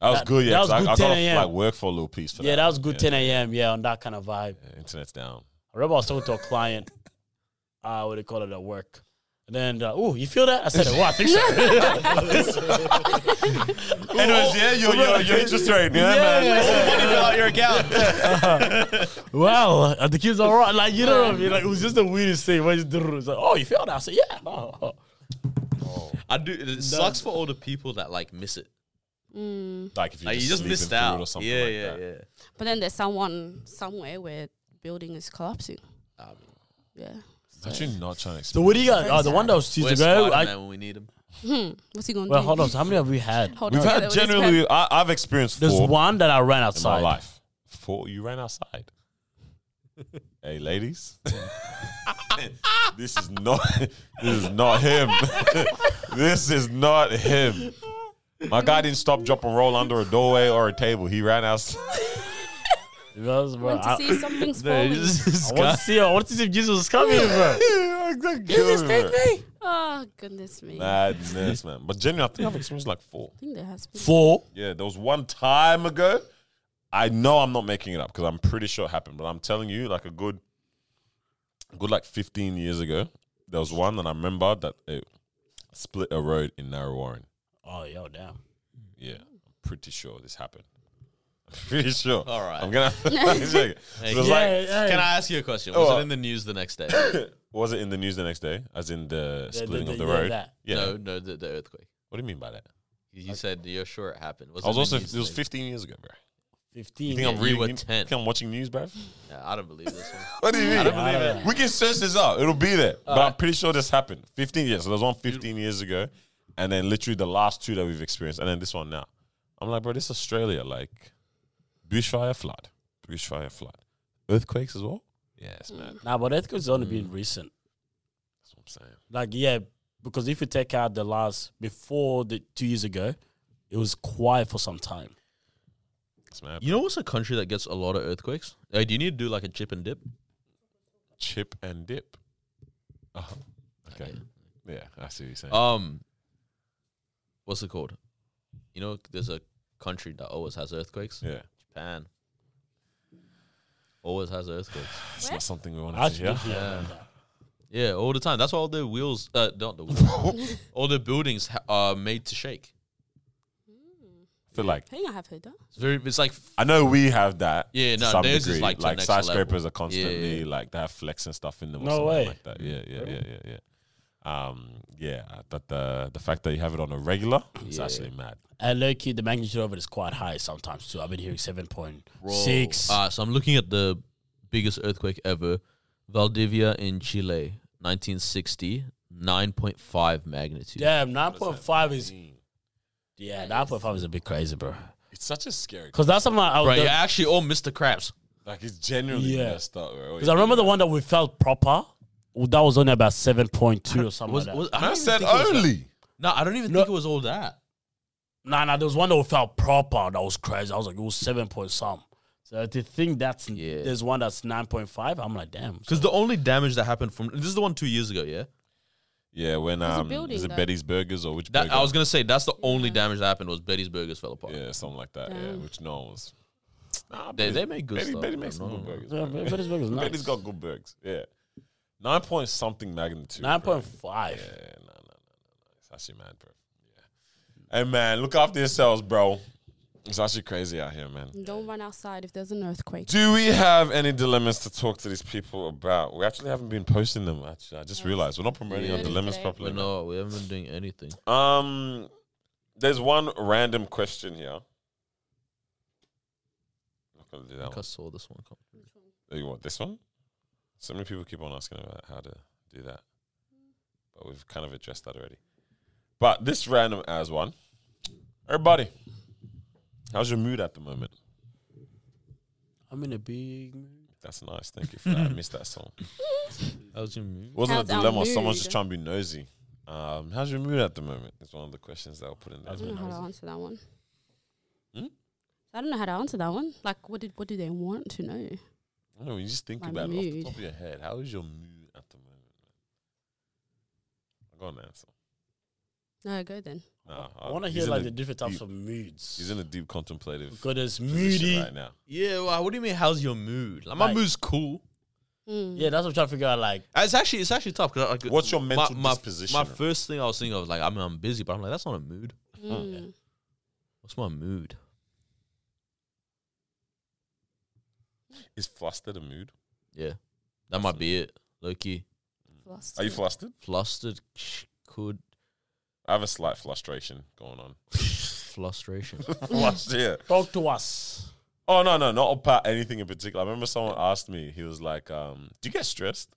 [SPEAKER 2] That was
[SPEAKER 4] That-
[SPEAKER 2] good, yeah.
[SPEAKER 4] that
[SPEAKER 2] 'cause
[SPEAKER 4] was
[SPEAKER 2] I,
[SPEAKER 4] good
[SPEAKER 2] I got
[SPEAKER 4] 10
[SPEAKER 2] to
[SPEAKER 4] a.m.
[SPEAKER 2] like work for a little piece for
[SPEAKER 4] Yeah,
[SPEAKER 2] that.
[SPEAKER 4] that was good
[SPEAKER 2] Yeah.
[SPEAKER 4] 10 a.m. Yeah, on that kind of vibe.
[SPEAKER 2] Yeah, internet's down.
[SPEAKER 4] I remember I was talking to a client. Uh, what do you call it at work? And then, uh, oh, you feel that? I said, oh, I think so.
[SPEAKER 2] Anyways, yeah, your your your interest rate, yeah,
[SPEAKER 1] your account.
[SPEAKER 4] well, uh, the kids are right. Like, you know what I mean? Like, it was just the weirdest thing. Where it's it's like, oh, you feel that? I said, yeah. Oh, oh.
[SPEAKER 1] I do. It sucks for all the people that like miss it.
[SPEAKER 2] Like if you
[SPEAKER 1] Like you
[SPEAKER 2] just,
[SPEAKER 1] just
[SPEAKER 2] sleeping
[SPEAKER 1] missed
[SPEAKER 2] through it
[SPEAKER 1] out.
[SPEAKER 2] or something
[SPEAKER 1] yeah,
[SPEAKER 2] like
[SPEAKER 1] yeah,
[SPEAKER 2] that.
[SPEAKER 1] yeah.
[SPEAKER 3] Mm. But then there's someone somewhere where building is collapsing.
[SPEAKER 1] Um,
[SPEAKER 3] Yeah. So,
[SPEAKER 2] Imagine not trying to
[SPEAKER 4] So
[SPEAKER 2] experience.
[SPEAKER 4] what do you got? Oh, the one that was
[SPEAKER 1] we're
[SPEAKER 4] Tuesday ago.
[SPEAKER 1] Spider-Man
[SPEAKER 4] I-
[SPEAKER 1] when we need him.
[SPEAKER 3] what's he going to
[SPEAKER 4] Well,
[SPEAKER 3] do?
[SPEAKER 4] hold on. So how many have we had?
[SPEAKER 3] Hold
[SPEAKER 2] We've
[SPEAKER 3] on.
[SPEAKER 2] had
[SPEAKER 3] Hold on.
[SPEAKER 2] generally, I, I've experienced
[SPEAKER 4] There's
[SPEAKER 2] four
[SPEAKER 4] one that I ran
[SPEAKER 2] in my
[SPEAKER 4] outside.
[SPEAKER 2] life. Four, you ran outside. hey, ladies, this is not this is not him. this is not him. My guy didn't stop, drop, and roll under a doorway or a table. He ran outside.
[SPEAKER 4] Because, bro,
[SPEAKER 3] Went to
[SPEAKER 4] I,
[SPEAKER 3] see if something's
[SPEAKER 4] I
[SPEAKER 3] falling.
[SPEAKER 4] want to see. I want to see if Jesus is coming, bro.
[SPEAKER 3] Oh, goodness me. I
[SPEAKER 2] Madness, man. But genuinely, I think I've experienced like four.
[SPEAKER 3] think there has been.
[SPEAKER 4] Four.
[SPEAKER 2] Yeah, there was one time ago. I know I'm not making it up because I'm pretty sure it happened, but I'm telling you, like a good, good like 15 years ago, there was one that I remember that it split a road in Narrow Warren.
[SPEAKER 4] Oh, yo, damn.
[SPEAKER 2] Yeah, I'm pretty sure this happened. I'm pretty sure.
[SPEAKER 1] All right.
[SPEAKER 2] I'm gonna. it was like,
[SPEAKER 4] yeah.
[SPEAKER 1] Can I ask you a question? Was
[SPEAKER 2] Oh,
[SPEAKER 1] it in the news the next day?
[SPEAKER 2] was it in the news the next day, as in the
[SPEAKER 4] The- the-
[SPEAKER 2] splitting
[SPEAKER 4] the-
[SPEAKER 2] of the
[SPEAKER 4] yeah,
[SPEAKER 2] road?
[SPEAKER 4] that.
[SPEAKER 2] Yeah.
[SPEAKER 1] No, no, the, the earthquake.
[SPEAKER 2] What do you mean by that?
[SPEAKER 1] You said you're sure it happened. Was
[SPEAKER 2] I
[SPEAKER 1] it
[SPEAKER 2] was
[SPEAKER 1] in
[SPEAKER 2] also.
[SPEAKER 1] the
[SPEAKER 2] It
[SPEAKER 1] news
[SPEAKER 2] was
[SPEAKER 1] the-
[SPEAKER 2] 15 years ago, bro. You
[SPEAKER 4] 15.
[SPEAKER 2] think I'm
[SPEAKER 1] you
[SPEAKER 2] reading?
[SPEAKER 1] were
[SPEAKER 2] you
[SPEAKER 1] 10.
[SPEAKER 2] think I'm watching news, bro?
[SPEAKER 1] Nah, I don't believe this one.
[SPEAKER 2] What do you mean?
[SPEAKER 1] I don't believe it.
[SPEAKER 2] We can search this out. It'll be there. but I'm pretty sure this happened 15 years. So there's one 15 years ago. And then literally the last two that we've experienced. And then this one now. I'm like, bro, this is Australia. Like, bushfire, flood. Bushfire, flood. Earthquakes as well? Yes,
[SPEAKER 1] Mm.
[SPEAKER 2] man.
[SPEAKER 4] Nah, but earthquake's only been recent.
[SPEAKER 2] That's what I'm saying.
[SPEAKER 4] Like, yeah, because if you take out the last, before the two years ago, it was quiet for some time.
[SPEAKER 2] That's mad.
[SPEAKER 1] You know what's a country that gets a lot of earthquakes? Like, do you need to do like a chip and dip?
[SPEAKER 2] Chip and dip. Oh, okay. Yeah, Oh. I see what you're saying.
[SPEAKER 1] Um, what's it called? You know, there's a country that always has earthquakes.
[SPEAKER 2] yeah.
[SPEAKER 1] Japan always has earthquakes.
[SPEAKER 2] It's not something we
[SPEAKER 4] I
[SPEAKER 2] wanted to
[SPEAKER 4] actually
[SPEAKER 2] hear.
[SPEAKER 4] did hear about that.
[SPEAKER 1] Yeah, all the time. That's why all the wheels, uh, not the wheels, all the buildings ha- are made to shake.
[SPEAKER 2] I feel like,
[SPEAKER 3] Hmm. I think I have heard that.
[SPEAKER 1] It's very, it's like
[SPEAKER 2] I know we have that.
[SPEAKER 1] Yeah,
[SPEAKER 2] to
[SPEAKER 1] no,
[SPEAKER 2] some
[SPEAKER 1] theirs is
[SPEAKER 2] degree.
[SPEAKER 1] like to the
[SPEAKER 2] like
[SPEAKER 1] next
[SPEAKER 2] skyscrapers
[SPEAKER 1] level.
[SPEAKER 2] are constantly
[SPEAKER 1] Yeah, yeah.
[SPEAKER 2] like they have flex and stuff in them. Or
[SPEAKER 4] No
[SPEAKER 2] something
[SPEAKER 4] way.
[SPEAKER 2] Like that. Yeah, yeah, yeah, yeah, yeah. Um, yeah, that the the fact that you have it on a regular is actually mad.
[SPEAKER 4] And low key, the magnitude of it is quite high sometimes too. I've been hearing 7.6.
[SPEAKER 1] Uh, so I'm looking at the biggest earthquake ever, Valdivia in Chile, 1960, 9.5 magnitude.
[SPEAKER 4] Damn, 9.5 is. Yeah, 9.5 is a bit crazy, bro.
[SPEAKER 2] It's such a scary.
[SPEAKER 4] Because that's something I was.
[SPEAKER 1] Right, you're actually all Mr. Krabs.
[SPEAKER 2] Like it's genuinely
[SPEAKER 4] Yeah.
[SPEAKER 2] messed up. Bro.
[SPEAKER 4] Because I remember the one that we felt proper. well, that was only about 7.2 or something
[SPEAKER 1] Was,
[SPEAKER 4] like that.
[SPEAKER 1] was, I,
[SPEAKER 2] I
[SPEAKER 1] don't
[SPEAKER 2] said
[SPEAKER 1] even think it was that.
[SPEAKER 2] only.
[SPEAKER 1] No, I don't even
[SPEAKER 4] No.
[SPEAKER 1] think it was all that.
[SPEAKER 4] Nah, nah, there was one that we felt proper. That was crazy. I was like, it was seven point some. So to think that's
[SPEAKER 1] Yeah.
[SPEAKER 4] there's one that's nine point five. I'm like, damn.
[SPEAKER 1] Because the only damage that happened from this is the one two years ago, yeah.
[SPEAKER 2] Yeah, when
[SPEAKER 3] a
[SPEAKER 2] um,
[SPEAKER 3] building,
[SPEAKER 2] is it
[SPEAKER 3] though.
[SPEAKER 2] Betty's Burgers or which?
[SPEAKER 1] That
[SPEAKER 2] burger?
[SPEAKER 1] I was gonna say that's the only damage that happened was Betty's Burgers fell apart.
[SPEAKER 2] Yeah, something like that. Yeah,
[SPEAKER 3] Damn.
[SPEAKER 2] which no one was. Nah,
[SPEAKER 1] They,
[SPEAKER 2] Betty-
[SPEAKER 1] they make good
[SPEAKER 2] Betty,
[SPEAKER 1] stuff.
[SPEAKER 2] Betty
[SPEAKER 1] but
[SPEAKER 2] makes some
[SPEAKER 1] no.
[SPEAKER 2] good burgers.
[SPEAKER 4] Yeah,
[SPEAKER 2] bro.
[SPEAKER 4] but Betty's burgers nice.
[SPEAKER 2] Betty's got good burgers. Yeah, nine point something magnitude. bro.
[SPEAKER 4] nine point five.
[SPEAKER 2] Yeah, no, no, no, no, no. It's actually mad, bro. Yeah. Hey, man, look after yourselves, bro. It's actually crazy out here, man.
[SPEAKER 3] Don't run outside if there's an earthquake.
[SPEAKER 2] Do we have any dilemmas to talk to these people about? We actually haven't been posting them. Actually, I just realized we're not promoting
[SPEAKER 1] Yeah.
[SPEAKER 2] our dilemmas
[SPEAKER 3] Today.
[SPEAKER 2] properly.
[SPEAKER 1] But
[SPEAKER 2] man.
[SPEAKER 1] no, we haven't been doing anything.
[SPEAKER 2] Um, there's one random question here. Not gonna do
[SPEAKER 1] I
[SPEAKER 2] that.
[SPEAKER 1] think I
[SPEAKER 2] One.
[SPEAKER 1] saw this one come.
[SPEAKER 2] Oh, You want this one? So many people keep on asking about how to do that, but we've kind of addressed that already. But this random as one, everybody, how's your mood at the moment?
[SPEAKER 4] I'm in a big.
[SPEAKER 2] That's nice. Thank you for that. I missed that song.
[SPEAKER 1] How's your move?
[SPEAKER 2] Wasn't
[SPEAKER 3] How's
[SPEAKER 2] a
[SPEAKER 3] our
[SPEAKER 2] dilemma. Someone's
[SPEAKER 3] mood?
[SPEAKER 2] just trying to be nosy. Um, how's your mood at the moment? Is one of the questions that I'll put in
[SPEAKER 3] I don't know
[SPEAKER 2] there.
[SPEAKER 3] how to answer that one.
[SPEAKER 2] Hmm?
[SPEAKER 3] I don't know how to answer that one. Like, what did what do they want to know?
[SPEAKER 2] I don't know. You just think
[SPEAKER 3] My
[SPEAKER 2] about it off the
[SPEAKER 3] mood.
[SPEAKER 2] top of your head. How is your mood at the moment? I got an answer.
[SPEAKER 3] No, go then.
[SPEAKER 2] Nah, uh,
[SPEAKER 4] I want to
[SPEAKER 2] he's
[SPEAKER 4] hear
[SPEAKER 2] in
[SPEAKER 4] like
[SPEAKER 2] a
[SPEAKER 4] the different types
[SPEAKER 2] deep-
[SPEAKER 4] of moods.
[SPEAKER 2] He's in a deep contemplative
[SPEAKER 4] because it's moody.
[SPEAKER 2] position right now.
[SPEAKER 1] Yeah, well, what do you mean? How's your mood? Like, my
[SPEAKER 4] Like-
[SPEAKER 1] mood's cool.
[SPEAKER 3] Mm.
[SPEAKER 4] Yeah, that's what I'm trying to figure out. Like,
[SPEAKER 1] It's actually it's actually tough. Cause I, like,
[SPEAKER 2] What's your mental
[SPEAKER 1] my,
[SPEAKER 2] disposition?
[SPEAKER 1] My first thing I was thinking of was like, I mean, I'm busy, but I'm like, that's not a mood.
[SPEAKER 3] Mm.
[SPEAKER 1] What's my mood?
[SPEAKER 2] Is flustered a mood?
[SPEAKER 1] Yeah, that might be it. Loki
[SPEAKER 3] Flustered.
[SPEAKER 2] Are you flustered?
[SPEAKER 1] flustered sh- could
[SPEAKER 2] I have a slight frustration going on.
[SPEAKER 1] frustration.
[SPEAKER 2] Flushed, yeah.
[SPEAKER 4] talk to us.
[SPEAKER 2] Oh no, no, not about anything in particular. I remember someone asked me. He was like, um, "Do you get stressed?"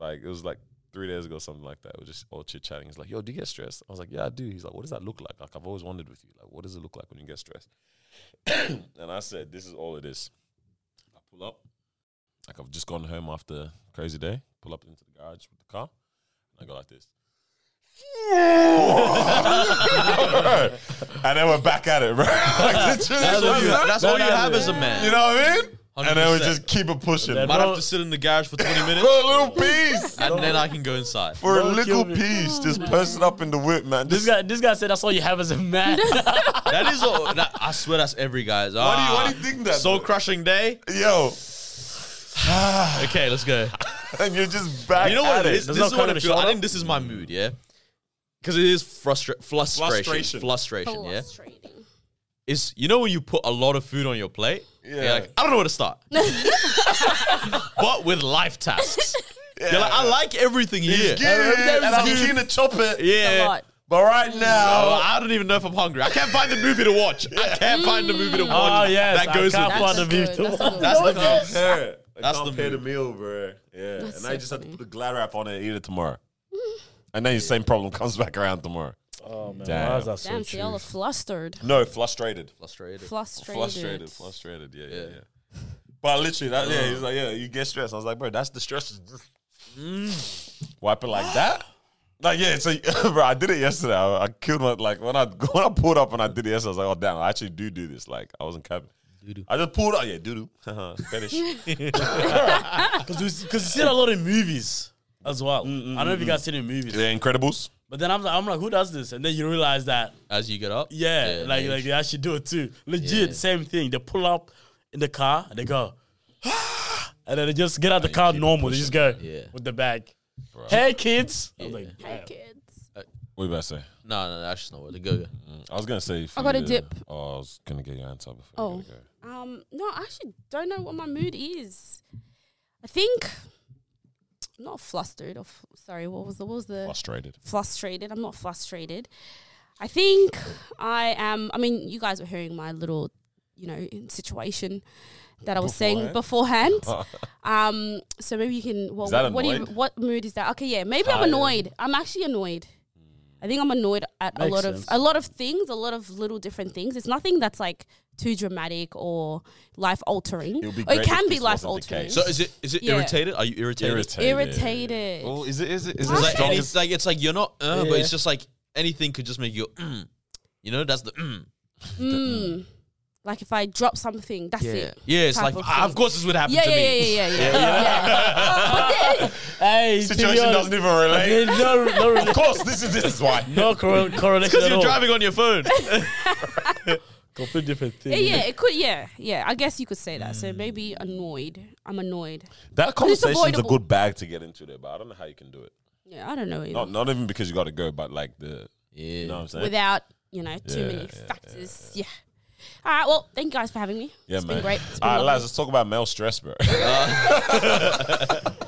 [SPEAKER 2] Like it was like three days ago, something like that. We're just all chit chatting. He's like, "Yo, do you get stressed?" I was like, "Yeah, I do." He's like, "What does that look like?" Like I've always wondered with you, like, what does it look like when you get stressed? and I said, "This is all it is." I pull up, like I've just gone home after a crazy day. Pull up into the garage with the car. And I go like this. and then we're back at it, bro. Like, literally,
[SPEAKER 1] That's all you,
[SPEAKER 2] that's-
[SPEAKER 1] that's all you
[SPEAKER 4] That-
[SPEAKER 1] have as a
[SPEAKER 2] you
[SPEAKER 1] man.
[SPEAKER 2] know what I mean? And then
[SPEAKER 1] 100%.
[SPEAKER 2] we just keep it pushing.
[SPEAKER 4] Then
[SPEAKER 2] But
[SPEAKER 1] Might have to sit in the garage for 20
[SPEAKER 2] for
[SPEAKER 1] minutes,
[SPEAKER 2] a little piece.
[SPEAKER 1] and then I can go inside.
[SPEAKER 2] For a
[SPEAKER 4] Don't
[SPEAKER 2] little
[SPEAKER 4] kill me. Oh,
[SPEAKER 2] piece. Just person up in the whip, man.
[SPEAKER 4] This
[SPEAKER 2] Just,
[SPEAKER 4] guy, this guy said that's all you have as a man.
[SPEAKER 1] That is all. That, I swear, that's every guy's.
[SPEAKER 2] why, do you,
[SPEAKER 1] Ah,
[SPEAKER 2] why do you think that?
[SPEAKER 1] soul
[SPEAKER 2] though?
[SPEAKER 1] crushing day.
[SPEAKER 2] Yo.
[SPEAKER 1] Okay, let's go.
[SPEAKER 2] and you're just back
[SPEAKER 1] You know what
[SPEAKER 2] at
[SPEAKER 1] it is?
[SPEAKER 2] it.
[SPEAKER 1] This
[SPEAKER 4] no
[SPEAKER 1] is what
[SPEAKER 4] colour
[SPEAKER 1] I feel. I
[SPEAKER 4] shoulder.
[SPEAKER 1] think this is my mood, yeah? Because it is frustra- frustration.
[SPEAKER 2] Frustration.
[SPEAKER 1] Frustration. Frustration, yeah?
[SPEAKER 3] Frustrating.
[SPEAKER 1] It's, you know when you put a lot of food on your plate? Yeah.
[SPEAKER 2] Yeah.
[SPEAKER 1] You're like, I don't know where to start. but with life tasks. You're like, I like everything here.
[SPEAKER 2] Get it, and I'm keen to chop it.
[SPEAKER 3] A
[SPEAKER 1] Yeah.
[SPEAKER 3] lot.
[SPEAKER 2] But right
[SPEAKER 1] Oh,
[SPEAKER 2] now,
[SPEAKER 1] I don't even know if I'm hungry. I can't find the movie to watch. I can't find the movie to
[SPEAKER 3] Mm.
[SPEAKER 4] oh
[SPEAKER 1] watch.
[SPEAKER 4] yes,
[SPEAKER 1] that goes
[SPEAKER 4] I
[SPEAKER 1] with
[SPEAKER 4] can't
[SPEAKER 3] That's
[SPEAKER 4] find
[SPEAKER 3] a
[SPEAKER 4] the view
[SPEAKER 3] good-
[SPEAKER 4] too.
[SPEAKER 3] that's a good
[SPEAKER 1] That's
[SPEAKER 3] one.
[SPEAKER 1] the
[SPEAKER 2] Yeah.
[SPEAKER 1] mood.
[SPEAKER 2] I
[SPEAKER 1] That's
[SPEAKER 2] can't
[SPEAKER 1] the
[SPEAKER 2] pay the
[SPEAKER 1] move.
[SPEAKER 2] meal, bro. Yeah. and
[SPEAKER 3] so
[SPEAKER 2] I just have
[SPEAKER 3] funny.
[SPEAKER 2] to put a glad wrap on it and eat it tomorrow. and then the same problem comes back around tomorrow.
[SPEAKER 4] Oh man,
[SPEAKER 2] Damn.
[SPEAKER 4] why is that so
[SPEAKER 3] Damn, so y'all are
[SPEAKER 4] true?
[SPEAKER 3] flustered.
[SPEAKER 2] No, frustrated.
[SPEAKER 1] Frustrated.
[SPEAKER 3] Frustrated. Uh.
[SPEAKER 2] Frustrated, frustrated. Yeah, yeah,
[SPEAKER 1] Yeah.
[SPEAKER 2] yeah. But literally, that yeah, he's like, yeah, you get stressed. I was like, bro, that's the stress. Wipe it like that. Like yeah, so bro, I did it yesterday. I, I killed my like when I when I pulled up and I did it yesterday. I was like, oh damn, I actually do do this. Like I wasn't capping. I just pulled up. Yeah, doo doo. Fetish.
[SPEAKER 4] Because you see a lot in movies as well.
[SPEAKER 2] Mm,
[SPEAKER 4] I don't know if you guys seen it in movies,
[SPEAKER 2] the Incredibles.
[SPEAKER 4] but then I'm like, I'm like, who does this? And then you realize that
[SPEAKER 1] As you get up?
[SPEAKER 4] Yeah, like
[SPEAKER 1] maybe.
[SPEAKER 4] like they actually do it too. Legit,
[SPEAKER 1] Yeah.
[SPEAKER 4] same thing. They pull up in the car and they go, "Ah!" and then they just get out the car normal. They just go
[SPEAKER 1] Yeah.
[SPEAKER 4] with the bag. Hey kids, I was like,
[SPEAKER 3] Hey, kids.
[SPEAKER 2] What you about to say? Mm.
[SPEAKER 1] No, no, that's just not what. Go, go.
[SPEAKER 2] I was gonna say. for
[SPEAKER 3] I got
[SPEAKER 2] you
[SPEAKER 3] a
[SPEAKER 2] to-
[SPEAKER 3] dip.
[SPEAKER 2] Oh, I was gonna get your answer before.
[SPEAKER 3] Oh.
[SPEAKER 2] You gotta go.
[SPEAKER 3] Um, no, I actually don't know what my mood is. I think I'm not flustered. Or f- sorry, what was the what was the
[SPEAKER 2] Frustrated.
[SPEAKER 3] frustrated. I'm not frustrated. I think I am. I mean, you guys were hearing my little, you know, situation that I was saying beforehand. um, so maybe you can. What,
[SPEAKER 2] Is that
[SPEAKER 3] what do you?
[SPEAKER 2] annoyed?
[SPEAKER 3] What mood is that? Okay, yeah, maybe I'm annoyed. I'm actually annoyed. I think I'm annoyed at a
[SPEAKER 4] Makes
[SPEAKER 3] lot
[SPEAKER 4] sense.
[SPEAKER 3] of a lot of things, a lot of little different things. It's nothing that's like too dramatic or life altering.
[SPEAKER 2] It would be
[SPEAKER 3] Or
[SPEAKER 2] great
[SPEAKER 3] it can
[SPEAKER 2] if
[SPEAKER 3] be
[SPEAKER 2] this
[SPEAKER 3] life
[SPEAKER 2] wasn't the
[SPEAKER 3] altering.
[SPEAKER 2] case.
[SPEAKER 1] So is it is it
[SPEAKER 3] Yeah.
[SPEAKER 1] irritated? Are you irritated?
[SPEAKER 3] Irritated.
[SPEAKER 2] Oh, is it? Is it? Is
[SPEAKER 1] It's
[SPEAKER 2] it?
[SPEAKER 1] like,
[SPEAKER 2] strong?
[SPEAKER 1] and it's like it's like you're not, uh, but
[SPEAKER 4] Yeah.
[SPEAKER 1] it's just like anything could just make you, go, mm. you know, that's the, mm.
[SPEAKER 3] Mm. Like if I drop something, that's it.
[SPEAKER 1] yeah, it's
[SPEAKER 3] Type
[SPEAKER 1] like
[SPEAKER 3] of
[SPEAKER 1] ah, of
[SPEAKER 3] thing.
[SPEAKER 1] course this would happen
[SPEAKER 3] Yeah,
[SPEAKER 1] to
[SPEAKER 3] yeah,
[SPEAKER 1] me.
[SPEAKER 3] yeah, yeah, yeah, yeah. But then-
[SPEAKER 4] hey,
[SPEAKER 2] Situation doesn't even relate.
[SPEAKER 4] no, no,
[SPEAKER 2] of
[SPEAKER 4] rela-
[SPEAKER 2] course, this is this is why.
[SPEAKER 4] no corre- correlation
[SPEAKER 1] Because
[SPEAKER 4] at
[SPEAKER 1] you're
[SPEAKER 4] all.
[SPEAKER 1] driving on your phone.
[SPEAKER 4] Complete different thing.
[SPEAKER 3] yeah, yeah, it could, yeah, yeah. I guess you could say that. So
[SPEAKER 2] Hmm.
[SPEAKER 3] maybe annoyed. I'm annoyed.
[SPEAKER 2] That
[SPEAKER 3] it's
[SPEAKER 2] conversation's a
[SPEAKER 3] avoidable.
[SPEAKER 2] good bag to get into there, but I don't know how you can do it.
[SPEAKER 3] Yeah, I don't know.
[SPEAKER 2] Not not even because you got to go, but like the you know what I'm saying.
[SPEAKER 3] Without you know too
[SPEAKER 2] Yeah,
[SPEAKER 3] many
[SPEAKER 2] yeah,
[SPEAKER 3] factors. Yeah. All right. Well, thank you guys for having me.
[SPEAKER 2] yeah,
[SPEAKER 3] It's
[SPEAKER 2] man.
[SPEAKER 3] been great. It's been
[SPEAKER 2] All right,
[SPEAKER 3] lovely.
[SPEAKER 2] lads, let's talk about male stress, bro.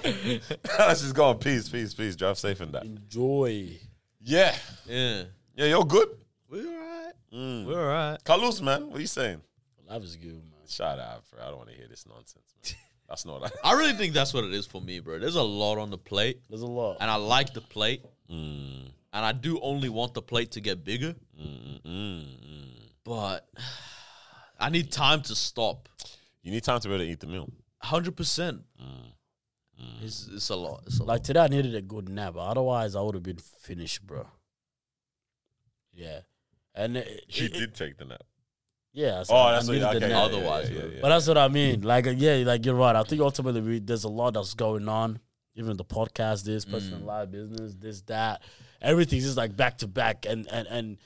[SPEAKER 2] let's just go on. Peace, peace, peace. Drive safe in that.
[SPEAKER 4] Joy.
[SPEAKER 2] Yeah,
[SPEAKER 1] yeah, Mm.
[SPEAKER 2] yeah, you're good.
[SPEAKER 1] we're alright. We're alright.
[SPEAKER 2] Carlos, man, what are you saying?
[SPEAKER 4] Life is good, man.
[SPEAKER 2] Shout out, bro. I don't want to hear this nonsense. Man. That's not.
[SPEAKER 1] I really think that's what it is for me, bro. There's a lot on the plate,
[SPEAKER 4] There's a lot.
[SPEAKER 1] and I like the plate,
[SPEAKER 2] Mm.
[SPEAKER 1] and I do only want the plate to get bigger, but I need time to stop.
[SPEAKER 2] you need time to really eat the meal. Mm.
[SPEAKER 1] Hundred percent. It's, it's a lot. It's a
[SPEAKER 4] Like
[SPEAKER 1] lot.
[SPEAKER 4] today, I needed a good nap. Otherwise, I would have been finished, bro. Yeah, and it,
[SPEAKER 2] She
[SPEAKER 4] it-
[SPEAKER 2] did take the nap.
[SPEAKER 4] yeah. so
[SPEAKER 2] Oh,
[SPEAKER 4] I
[SPEAKER 2] that's what,
[SPEAKER 4] needed the
[SPEAKER 2] okay. yeah,
[SPEAKER 4] nap.
[SPEAKER 2] yeah,
[SPEAKER 1] Otherwise,
[SPEAKER 2] yeah,
[SPEAKER 1] bro.
[SPEAKER 2] yeah.
[SPEAKER 4] But that's what I mean. Like, uh, yeah, like you're right. I think ultimately we, there's a lot that's going on. Even the podcast, this personal life, business, this, that, everything's just like back to back, and and and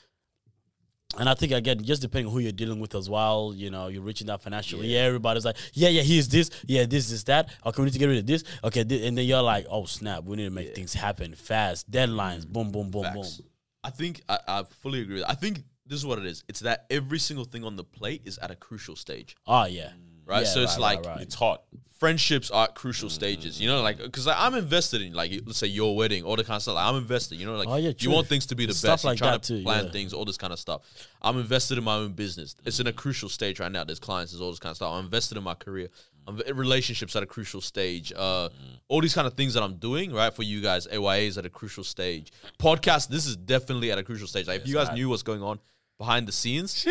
[SPEAKER 4] and I think again, just depending on who you're dealing with as well, you know, you're reaching out financially. Yeah, everybody's like, yeah, yeah, here's this, yeah, this is that. Okay, we need to get rid of this. Okay, thi- and then you're like, oh snap, we need to make things happen fast. Deadlines, boom, boom, boom,
[SPEAKER 1] Facts.
[SPEAKER 4] boom.
[SPEAKER 1] I think I, I fully agree. With I think this is what it is. It's that every single thing on the plate is at a crucial stage,
[SPEAKER 4] Oh yeah,
[SPEAKER 1] right?
[SPEAKER 4] Yeah,
[SPEAKER 1] so it's
[SPEAKER 4] right,
[SPEAKER 1] like
[SPEAKER 4] right, right.
[SPEAKER 2] It's hot.
[SPEAKER 1] friendships are at crucial
[SPEAKER 4] Mm-hmm.
[SPEAKER 1] stages. You know, like because like, I'm invested in like let's say your wedding, all the kind of stuff. Like, I'm invested. You know, like
[SPEAKER 4] Oh, yeah,
[SPEAKER 1] you
[SPEAKER 4] true.
[SPEAKER 1] want things to be the
[SPEAKER 4] Stuff
[SPEAKER 1] best. You're
[SPEAKER 4] like
[SPEAKER 1] trying
[SPEAKER 4] that
[SPEAKER 1] to
[SPEAKER 4] too,
[SPEAKER 1] plan
[SPEAKER 4] yeah.
[SPEAKER 1] things, all this kind of stuff. I'm invested in my own business. It's in a crucial stage right now. There's clients, there's all this kind of stuff. I'm invested in my career. I'm relationships at a crucial stage. Uh,
[SPEAKER 4] Mm-hmm.
[SPEAKER 1] all these kind of things that I'm doing right for you guys. AYA is at a crucial stage. Podcast, this is definitely at a crucial stage. Like if you guys knew what's going on behind the scenes,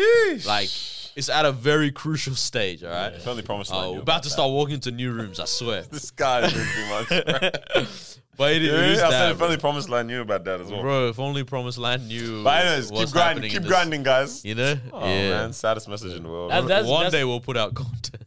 [SPEAKER 1] like it's at a very crucial stage. All right.
[SPEAKER 2] I firmly promised.
[SPEAKER 1] Oh, we're about to start walking into new rooms, I swear.
[SPEAKER 2] This guy is doing too much. bro.
[SPEAKER 1] but it, it
[SPEAKER 2] Yeah, I
[SPEAKER 1] is
[SPEAKER 2] said
[SPEAKER 1] that,
[SPEAKER 2] I
[SPEAKER 1] bro.
[SPEAKER 2] firmly promised I knew about that as well.
[SPEAKER 1] Bro, if only Promised Land knew.
[SPEAKER 2] But anyways,
[SPEAKER 1] what's
[SPEAKER 2] keep
[SPEAKER 1] happening
[SPEAKER 2] grinding,
[SPEAKER 1] in
[SPEAKER 2] keep
[SPEAKER 1] this-
[SPEAKER 2] grinding, guys.
[SPEAKER 1] You know?
[SPEAKER 2] Oh
[SPEAKER 1] yeah.
[SPEAKER 2] man, saddest message in the world.
[SPEAKER 4] That-
[SPEAKER 2] bro.
[SPEAKER 4] that's-
[SPEAKER 1] One
[SPEAKER 4] that's-
[SPEAKER 1] day we'll put out content.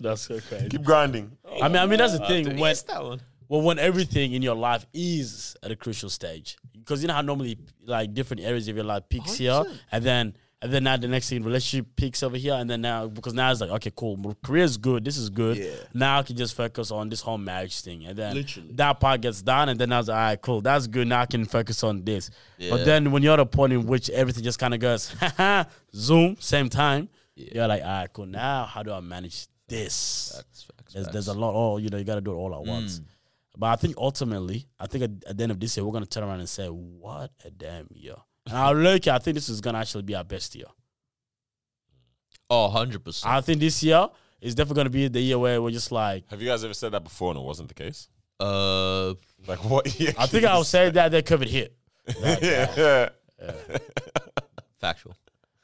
[SPEAKER 4] that's so crazy.
[SPEAKER 2] keep grinding.
[SPEAKER 4] I mean, I mean, that's the thing. When,
[SPEAKER 1] that one?
[SPEAKER 4] Well, when everything in your life is at a crucial stage, because you know how normally like different areas of your life
[SPEAKER 1] Oh,
[SPEAKER 4] peaks here, and then and then now the next thing relationship peaks over here, and then now because now it's like okay, cool, my career's good, this is good.
[SPEAKER 1] Yeah.
[SPEAKER 4] Now I can just focus on this whole marriage thing, and then
[SPEAKER 1] Literally.
[SPEAKER 4] that part gets done, and then I was like, all right, cool, that's good. Now I can focus on this.
[SPEAKER 1] Yeah.
[SPEAKER 4] But then when you're at a point in which everything just kind of goes, zoom, same time, you're like, all right, cool. Now how do I manage this?
[SPEAKER 1] Facts, facts,
[SPEAKER 4] There's,
[SPEAKER 1] facts. Hmm.
[SPEAKER 4] there's a lot. Oh, you know, you got to do it all at once. But I think ultimately, I think at, at the end of this year, we're gonna turn around and say, "What a damn year!" And I look, I think this is gonna actually be our best year.
[SPEAKER 1] Oh, 100%.
[SPEAKER 4] I think this year is definitely gonna be the year where we're just like.
[SPEAKER 2] Have you guys ever said that before and it wasn't the case?
[SPEAKER 1] uh,
[SPEAKER 2] Like what? year
[SPEAKER 4] I think I'll say that that COVID hit,
[SPEAKER 2] yeah.
[SPEAKER 1] factual.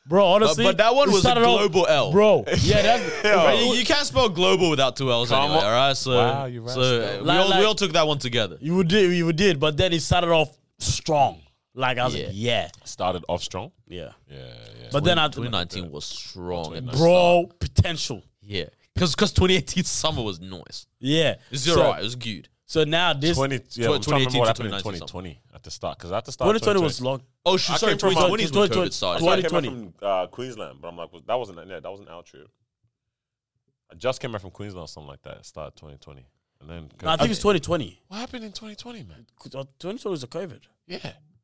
[SPEAKER 4] bro.
[SPEAKER 1] But,
[SPEAKER 4] Honestly,
[SPEAKER 1] but that one
[SPEAKER 4] we
[SPEAKER 1] was a
[SPEAKER 4] started off-
[SPEAKER 1] global L.
[SPEAKER 4] bro. Yeah, that's
[SPEAKER 1] But You, you can't spell global without two L's
[SPEAKER 2] Come
[SPEAKER 1] anyway,
[SPEAKER 2] on.
[SPEAKER 1] all right? So,
[SPEAKER 2] Wow, you're right,
[SPEAKER 1] so
[SPEAKER 2] still.
[SPEAKER 1] we,
[SPEAKER 4] Like-
[SPEAKER 1] all, we
[SPEAKER 4] like-
[SPEAKER 1] all took that one together.
[SPEAKER 4] you did, you did. But then it started off strong. Like I was like, yeah,
[SPEAKER 2] Started off strong.
[SPEAKER 4] yeah.
[SPEAKER 2] Yeah, yeah.
[SPEAKER 4] But then I,
[SPEAKER 1] 2019 was strong. at the start.
[SPEAKER 4] bro, potential.
[SPEAKER 1] Yeah. Because 2018 summer was nice.
[SPEAKER 4] Yeah,
[SPEAKER 1] It's all
[SPEAKER 4] so,
[SPEAKER 1] right. It was good.
[SPEAKER 4] So now this
[SPEAKER 2] 20, yeah,
[SPEAKER 1] Tw-
[SPEAKER 2] I'm trying to remember
[SPEAKER 1] 2018
[SPEAKER 2] what
[SPEAKER 1] to
[SPEAKER 2] happened in
[SPEAKER 1] 2019 something.
[SPEAKER 2] 2020 at the start. Because at the start,
[SPEAKER 4] 2020 was long.
[SPEAKER 1] Oh, shoot,
[SPEAKER 2] I
[SPEAKER 1] sorry.
[SPEAKER 2] came from, uh,
[SPEAKER 1] 2020 is when
[SPEAKER 4] 2020
[SPEAKER 1] COVID started.
[SPEAKER 2] So I came back
[SPEAKER 4] 2020.
[SPEAKER 2] from uh, Queensland, but I'm like, was- that wasn't yeah, that wasn't our trip. I just came back from Queensland or something like that. It started 2020, and then
[SPEAKER 4] No, I think it's 2020.
[SPEAKER 2] what happened in 2020, man?
[SPEAKER 4] 2020 was the COVID.
[SPEAKER 2] Yeah,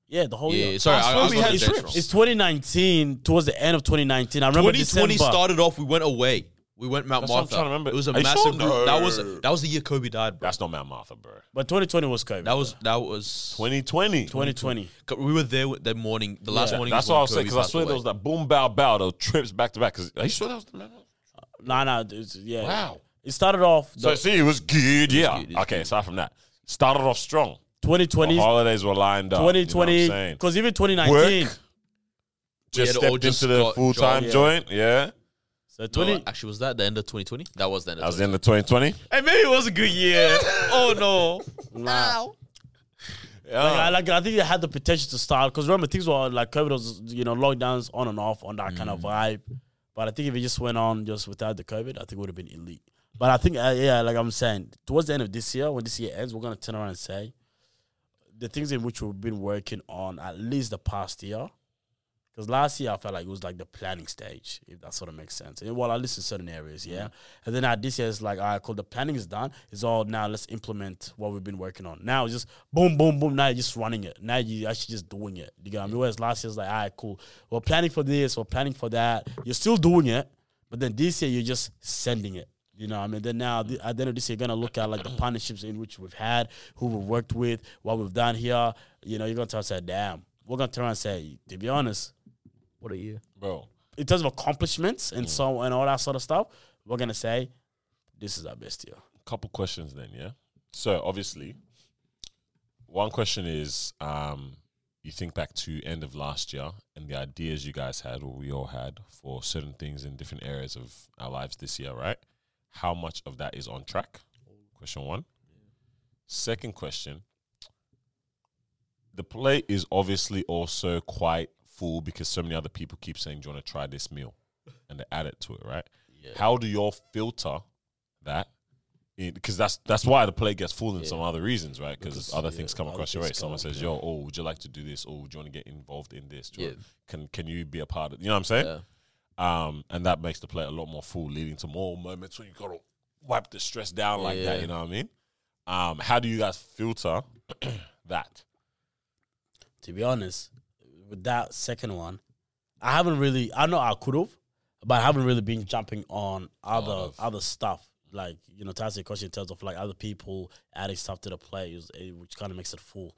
[SPEAKER 4] Yeah, the whole
[SPEAKER 1] Yeah,
[SPEAKER 4] year.
[SPEAKER 1] sorry,
[SPEAKER 2] I
[SPEAKER 1] I, I
[SPEAKER 2] swear
[SPEAKER 1] was
[SPEAKER 2] we
[SPEAKER 1] got
[SPEAKER 2] had
[SPEAKER 1] the dates
[SPEAKER 2] trips.
[SPEAKER 1] wrong.
[SPEAKER 4] It's 2019, towards the end of 2019. I remember
[SPEAKER 1] 2020
[SPEAKER 4] December.
[SPEAKER 1] started off. We went away. We went Mount
[SPEAKER 2] That's what I'm
[SPEAKER 1] Martha.
[SPEAKER 2] trying to remember.
[SPEAKER 1] It was a
[SPEAKER 2] Are you
[SPEAKER 1] massive.
[SPEAKER 2] sure?
[SPEAKER 1] group. That was
[SPEAKER 2] No.
[SPEAKER 1] that was the year Kobe died, bro.
[SPEAKER 2] that's not Mount Martha, bro.
[SPEAKER 4] But 2020 was COVID.
[SPEAKER 1] That was that was
[SPEAKER 2] 2020.
[SPEAKER 4] 2020
[SPEAKER 1] co- we were there with- that morning. The last
[SPEAKER 4] Yeah.
[SPEAKER 1] morning.
[SPEAKER 2] That's
[SPEAKER 1] is when
[SPEAKER 2] what I was saying
[SPEAKER 1] Kobe
[SPEAKER 2] because I
[SPEAKER 1] passed
[SPEAKER 2] swear
[SPEAKER 1] away.
[SPEAKER 2] there was that boom bow bow those trips back to back. Because are you sure that was the Mount Martha?
[SPEAKER 4] Nah, nah. it's- yeah.
[SPEAKER 2] Wow.
[SPEAKER 4] It started off
[SPEAKER 2] So
[SPEAKER 4] the
[SPEAKER 2] see, it was good. yeah.
[SPEAKER 1] good, it's
[SPEAKER 2] okay. Aside from that, started off strong. The
[SPEAKER 4] 2020,
[SPEAKER 2] holidays were lined up. you know what I'm
[SPEAKER 4] 2020,
[SPEAKER 2] saying?
[SPEAKER 4] because even 2019.
[SPEAKER 2] Work. just
[SPEAKER 1] had all
[SPEAKER 2] stepped
[SPEAKER 1] just
[SPEAKER 2] into the
[SPEAKER 1] got
[SPEAKER 2] full time
[SPEAKER 1] jobs.
[SPEAKER 2] joint. Yeah,
[SPEAKER 4] So
[SPEAKER 1] No,
[SPEAKER 4] 20,
[SPEAKER 1] actually, was that the end of 2020? That was the end.
[SPEAKER 2] that was
[SPEAKER 1] Of
[SPEAKER 2] the end of 2020.
[SPEAKER 1] Hey, maybe it was a good year. oh no!
[SPEAKER 4] nah.
[SPEAKER 2] Yeah.
[SPEAKER 4] Like, I, like, I think it had the potential to start because remember things were like COVID was you know lockdowns on and off on that kind of vibe, but I think if it just went on just without the COVID, I think it would have been elite. But I think uh, yeah, like I'm saying, towards the end of this year, when this year ends, we're gonna turn around and say the things in which we've been working on at least the past year. Because last year I felt like it was like the planning stage, if that sort of makes sense. And, well, at least in certain areas, yeah. And then uh, this year it's like, all right, cool, the planning is done. It's all now let's implement what we've been working on. Now it's just boom, boom, boom. Now you're just running it. Now you're actually just doing it. You get what I mean? Whereas last year's like, all right, cool. We're planning for this, we're planning for that. You're still doing it, but then this year you're just sending it. You know, what I mean, then now the, at the end of this, you're gonna look at like the partnerships in which we've had, who we've worked with, what we've done here. You know, you're gonna tell say, damn, we're gonna turn around and say, to be honest,
[SPEAKER 1] What a year! Mm.
[SPEAKER 2] bro.
[SPEAKER 4] in terms of accomplishments and so and all that sort of stuff, we're gonna say this is our best year.
[SPEAKER 2] Couple questions then, yeah. So obviously, one question is, um, you think back to end of last year and the ideas you guys had or we all had for certain things in different areas of our lives this year, right? How much of that is on track? Question one. Second question. The plate is obviously also quite full because so many other people keep saying, Do you want to try this meal? And they add it to it, right? How do y'all filter that? Because that's that's why the plate gets full in some other reasons, right? Because
[SPEAKER 4] Because,
[SPEAKER 2] other
[SPEAKER 4] yeah,
[SPEAKER 2] things come
[SPEAKER 4] other
[SPEAKER 2] across your way.
[SPEAKER 4] things
[SPEAKER 2] Someone
[SPEAKER 4] come up,
[SPEAKER 2] says,
[SPEAKER 4] yeah.
[SPEAKER 2] "Yo, oh, would you like to do this? Or do you want to get involved in this? Do you
[SPEAKER 1] Yeah.
[SPEAKER 2] wanna- can can you be a part of? You know what I'm saying?
[SPEAKER 1] Yeah.
[SPEAKER 2] Um, and that makes the plate a lot more full, leading to more moments when you gotta wipe the stress down like that.
[SPEAKER 1] Yeah.
[SPEAKER 2] You know what I mean? Um, how do you guys filter that?
[SPEAKER 4] to be honest, with that second one, I haven't really. I know I could have, but I haven't really been jumping on other
[SPEAKER 2] Lot of-
[SPEAKER 4] other stuff. Like you know, to answer your question in terms of like other people adding stuff to the plate, is- eh, which kind of makes it full.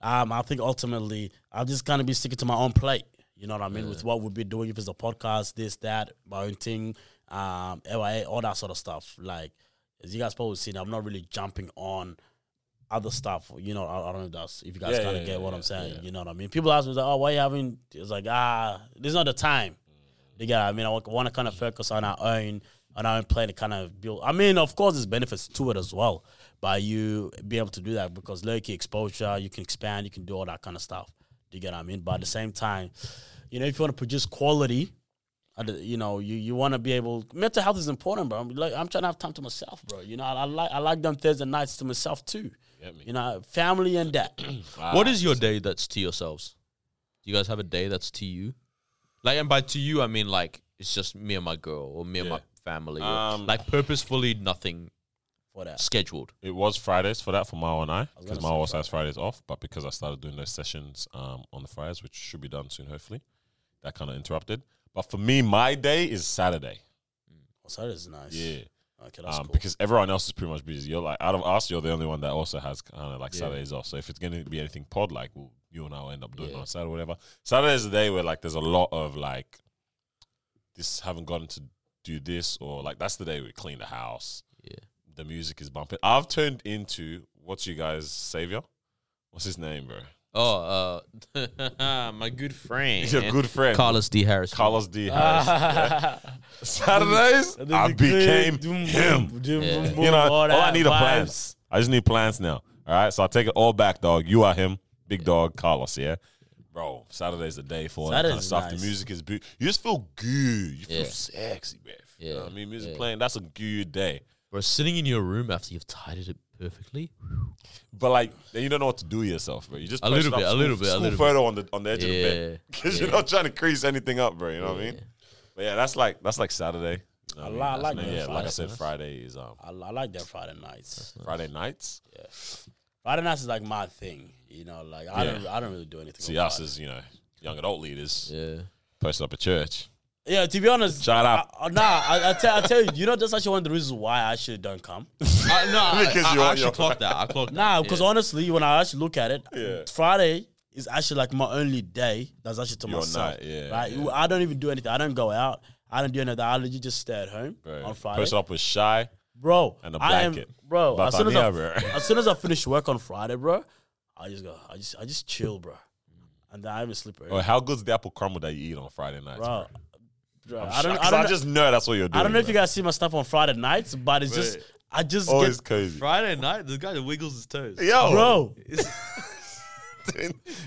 [SPEAKER 4] Um, I think ultimately I'll just kind of be sticking to my own plate. You know what I mean? With what we'll be doing, if it's a podcast, this, that, my own thing, um, LIA, all that sort of stuff. Like as you guys probably seen, I'm not really jumping on other stuff. You know, I, I don't know if that's if you guys
[SPEAKER 2] Yeah,
[SPEAKER 4] kind of
[SPEAKER 2] yeah,
[SPEAKER 4] get
[SPEAKER 2] yeah,
[SPEAKER 4] what
[SPEAKER 2] yeah,
[SPEAKER 4] I'm saying.
[SPEAKER 2] yeah.
[SPEAKER 4] You know what I mean? People ask me like, "Oh, why you having?" It's like, ah, this is not the time. You get what I mean? I want to kind of focus on our own on our own play to kind of build. I mean, of course, there's benefits to it as well by you being able to do that because low key exposure, you can expand, you can do all that kind of stuff. Do you get what I mean? But at the same time, you know, if you want to produce quality. I d- You know, you, you want to be able. Mental health is important, bro. I'm, like, I'm trying to have time to myself, bro. You know, I, I like I like them Thursday nights to myself too. You know, family and that.
[SPEAKER 2] Uh,
[SPEAKER 1] What is your day that's to yourselves? Do you guys have a day that's to you? Like, and by to you, I mean like it's just me and my girl or me and my
[SPEAKER 2] Yeah.
[SPEAKER 1] family. or-
[SPEAKER 2] Um,
[SPEAKER 1] like purposefully nothing
[SPEAKER 4] for that.
[SPEAKER 1] scheduled.
[SPEAKER 2] It was Fridays for that for Mao and I
[SPEAKER 4] was
[SPEAKER 2] because
[SPEAKER 4] gonna
[SPEAKER 2] Mao also
[SPEAKER 4] say
[SPEAKER 2] has Fridays off, but because I started doing those sessions um, on the Fridays, which should be done soon, hopefully, that kind of interrupted. But for me, my day is Saturday.
[SPEAKER 4] Oh, so that is nice.
[SPEAKER 2] Yeah.
[SPEAKER 4] Okay, that's
[SPEAKER 2] Um,
[SPEAKER 4] cool.
[SPEAKER 2] Because everyone else is pretty much busy. You're like out of us, you're the only one that also has kind of like
[SPEAKER 1] Yeah.
[SPEAKER 2] Saturdays off. So if it's going to be anything pod, like we'll, you and I will end up doing
[SPEAKER 1] Yeah.
[SPEAKER 2] on Saturday, whatever. Saturday is the day where like there's a lot of like this haven't gone to do this or like that's the day we clean the house.
[SPEAKER 1] Yeah.
[SPEAKER 2] the music is bumping. I've turned into what's you guys' savior? What's his name, bro?
[SPEAKER 1] Oh, uh, my good friend.
[SPEAKER 2] Your good friend,
[SPEAKER 1] Carlos D. Harris.
[SPEAKER 2] Carlos D. Harris. yeah. Saturdays, I became him.
[SPEAKER 1] Yeah.
[SPEAKER 2] You know, all, I need are plans. I just need plans now. All right, so I take it all back, dog. You are him, big dog, Carlos. Yeah, bro. Saturday's the day for all that kind of
[SPEAKER 4] Saturday's
[SPEAKER 2] stuff.
[SPEAKER 4] nice.
[SPEAKER 2] The music is beautiful. You just feel good. You feel
[SPEAKER 1] Yeah.
[SPEAKER 2] sexy, man. You know
[SPEAKER 1] Yeah,
[SPEAKER 2] what I mean, music
[SPEAKER 1] yeah.
[SPEAKER 2] playing. That's a good day.
[SPEAKER 1] We're sitting in your room after you've tidied it perfectly.
[SPEAKER 2] But like, then you don't know what to do with yourself, bro. You just
[SPEAKER 1] A
[SPEAKER 2] post
[SPEAKER 1] little
[SPEAKER 2] it up
[SPEAKER 1] bit, a
[SPEAKER 2] school-
[SPEAKER 1] little bit, a
[SPEAKER 2] school
[SPEAKER 1] little bit.
[SPEAKER 2] photo on the on the edge of the bed
[SPEAKER 1] Yeah,
[SPEAKER 2] because you're
[SPEAKER 1] yeah.
[SPEAKER 2] not trying to crease anything up, bro. You know what I mean?
[SPEAKER 1] Yeah.
[SPEAKER 2] But yeah, that's like that's like Saturday. You know
[SPEAKER 4] I,
[SPEAKER 2] what
[SPEAKER 4] li- I
[SPEAKER 2] mean?
[SPEAKER 4] like
[SPEAKER 2] And
[SPEAKER 4] that.
[SPEAKER 2] then, yeah,
[SPEAKER 4] Friday.
[SPEAKER 2] like I said, Friday is um
[SPEAKER 4] I, li- I like that Friday nights.
[SPEAKER 2] Friday nights.
[SPEAKER 4] Friday nights is like my thing. You know, like I
[SPEAKER 2] Yeah.
[SPEAKER 4] don't, I don't really do anything.
[SPEAKER 2] See
[SPEAKER 4] on
[SPEAKER 2] us
[SPEAKER 4] Friday.
[SPEAKER 2] as you know young adult leaders
[SPEAKER 1] Yeah.
[SPEAKER 2] posted up at church.
[SPEAKER 4] yeah. To be honest,
[SPEAKER 2] Shut up.
[SPEAKER 4] I, I- nah, I, I tell, I tell you, you know, that's actually one of the reasons why I actually don't come.
[SPEAKER 1] Uh, no, I,
[SPEAKER 2] Because
[SPEAKER 1] I,
[SPEAKER 2] you
[SPEAKER 1] I
[SPEAKER 2] are
[SPEAKER 1] actually
[SPEAKER 2] your-
[SPEAKER 1] clocked that. I clocked
[SPEAKER 4] Nah,
[SPEAKER 1] that.
[SPEAKER 4] because
[SPEAKER 1] yeah.
[SPEAKER 4] honestly, when I actually look at it,
[SPEAKER 2] Yeah.
[SPEAKER 4] Friday is actually like my only day that's actually to
[SPEAKER 2] Your
[SPEAKER 4] myself.
[SPEAKER 2] night, yeah,
[SPEAKER 4] right?
[SPEAKER 2] yeah.
[SPEAKER 4] I don't even do anything. I don't go out. I don't do anything. I literally just stay at home
[SPEAKER 2] Bro.
[SPEAKER 4] on Friday.
[SPEAKER 2] Posted up with shy.
[SPEAKER 4] bro.
[SPEAKER 2] And a
[SPEAKER 4] I am-
[SPEAKER 2] blanket.
[SPEAKER 4] bro. As soon as, I,
[SPEAKER 2] Batania, bro.
[SPEAKER 4] as soon as I finish work on Friday, bro, I just go. I just I just chill, bro. And then I even sleep early,
[SPEAKER 2] Oh, how good's the apple crumble that you eat on Friday nights,
[SPEAKER 4] bro.
[SPEAKER 2] bro?
[SPEAKER 4] Bro,
[SPEAKER 2] I'm
[SPEAKER 4] I don't.
[SPEAKER 2] shocked,
[SPEAKER 4] I
[SPEAKER 2] 'cause
[SPEAKER 4] don't. know-
[SPEAKER 2] just know that's what you're doing.
[SPEAKER 4] I don't know if you
[SPEAKER 2] bro.
[SPEAKER 4] guys see my stuff on Friday nights, but it's just.
[SPEAKER 2] Wait.
[SPEAKER 4] I just
[SPEAKER 2] Oh,
[SPEAKER 4] get,
[SPEAKER 2] it's crazy,
[SPEAKER 1] Friday night, the guy that wiggles his toes.
[SPEAKER 2] yo,
[SPEAKER 4] bro.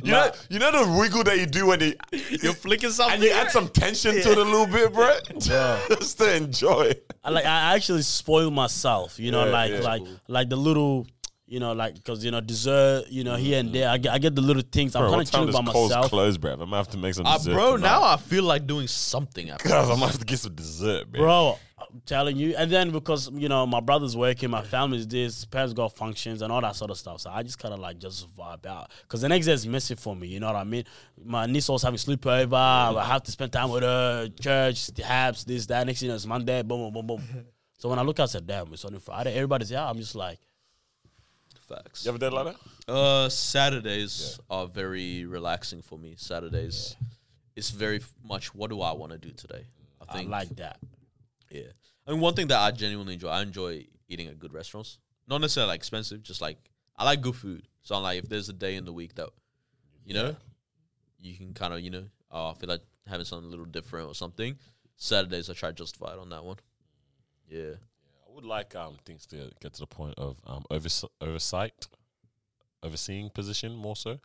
[SPEAKER 2] You know, you know the wiggle that you do when you
[SPEAKER 1] You're flicking something.
[SPEAKER 2] and you add some tension to it a little bit, bro. Just to enjoy it.
[SPEAKER 4] I, like I actually spoil myself, you know,
[SPEAKER 2] Yeah,
[SPEAKER 4] like
[SPEAKER 2] yeah.
[SPEAKER 4] like like the little, you know, like because you know dessert, you know, here and there. I get, I get the little things. I'm
[SPEAKER 2] Mm-hmm. Bro,
[SPEAKER 4] kind
[SPEAKER 2] what
[SPEAKER 4] of
[SPEAKER 2] time
[SPEAKER 4] chilling
[SPEAKER 2] does
[SPEAKER 4] by
[SPEAKER 2] Coles
[SPEAKER 4] myself.
[SPEAKER 2] close, bro? I'm gonna have to make some
[SPEAKER 1] Uh,
[SPEAKER 2] dessert.
[SPEAKER 1] bro,
[SPEAKER 2] tonight.
[SPEAKER 1] now I feel like doing something. After.
[SPEAKER 2] Guys, I'm gonna have to get some dessert, man.
[SPEAKER 4] Bro, I'm telling you. And then because, you know, my brother's working, my family's this, parents got functions and all that sort of stuff. So I just kind of like just vibe out. Because the next day is messy for me, you know what I mean? My niece also having sleepover. I have to spend time with her, church, the haps, this, that. Next thing you know, it's Monday, boom, boom, boom, boom. so when I look outside, damn, it's only Friday. Everybody's out. I'm just like,
[SPEAKER 1] Facts.
[SPEAKER 2] You ever done like that?
[SPEAKER 1] Uh, Saturdays are very relaxing for me. Saturdays, it's very f- much what do I want to do today. I
[SPEAKER 4] I
[SPEAKER 1] think
[SPEAKER 4] like that.
[SPEAKER 1] yeah. I mean, one thing that I genuinely enjoy, I enjoy eating at good restaurants. Not necessarily like expensive, just like I like good food. So I'm like, if there's a day in the week that, you know, you can kind of you know, oh, I feel like having something a little different or something. Saturdays, I try to justify it on that one. Yeah.
[SPEAKER 2] I would like um things to get to the point of um overs- oversight, overseeing position more so,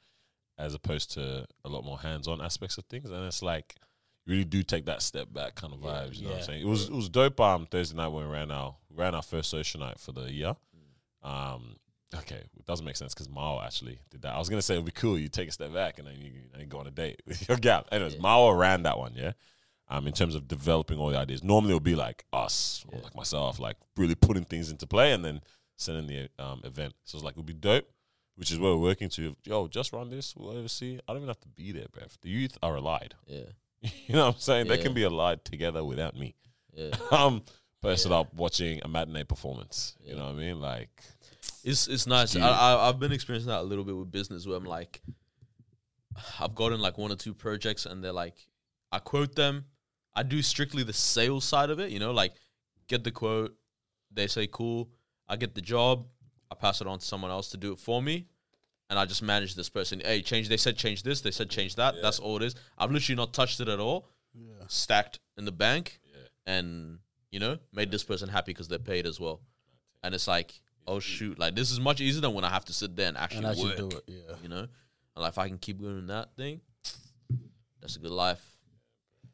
[SPEAKER 2] as opposed to a lot more hands-on aspects of things. And it's like you really do take that step back kind of vibes. You know what I'm
[SPEAKER 4] Yeah.
[SPEAKER 2] saying? It was it was dope. Um, Thursday night when we ran our we ran our first social night for the year.
[SPEAKER 4] Mm.
[SPEAKER 2] Um. Okay, it doesn't make sense because Mao actually did that. I was gonna say it'd be cool. You take a step back and then you, and you go on a date with your gal. Anyways, Mao ran that one, yeah um, in terms of developing all the ideas. Normally, it'll be like us or like myself, like really putting things into play and then sending the um, event. So it's like, it'll be dope, which is what we're working to. Yo, just run this, we'll oversee. I don't even have to be there, bruv. The youth are allied.
[SPEAKER 1] Yeah.
[SPEAKER 2] you know what I'm saying? They
[SPEAKER 1] Yeah.
[SPEAKER 2] can be allied together without me.
[SPEAKER 1] Yeah.
[SPEAKER 2] um, but it's about watching a matinee performance. You know what I mean? Like,
[SPEAKER 1] It's it's nice. I,
[SPEAKER 2] Dude.
[SPEAKER 1] I I've been experiencing that a little bit with business where I'm like, I've gotten like one or two projects and they're like, I quote them. I do strictly the sales side of it, you know, like get the quote. They say cool. I get the job. I pass it on to someone else to do it for me, and I just manage this person. Hey, change. They said change this. They said change that. That's all it is. I've literally not touched it at all. Stacked in the bank, and you know, made this person happy because they're paid as well and it's like, oh shoot, like this is much easier than when I have to sit there and actually,
[SPEAKER 4] And I should
[SPEAKER 1] work.
[SPEAKER 4] do it. Yeah.
[SPEAKER 1] You know, and like, if I can keep doing that thing, that's a good life.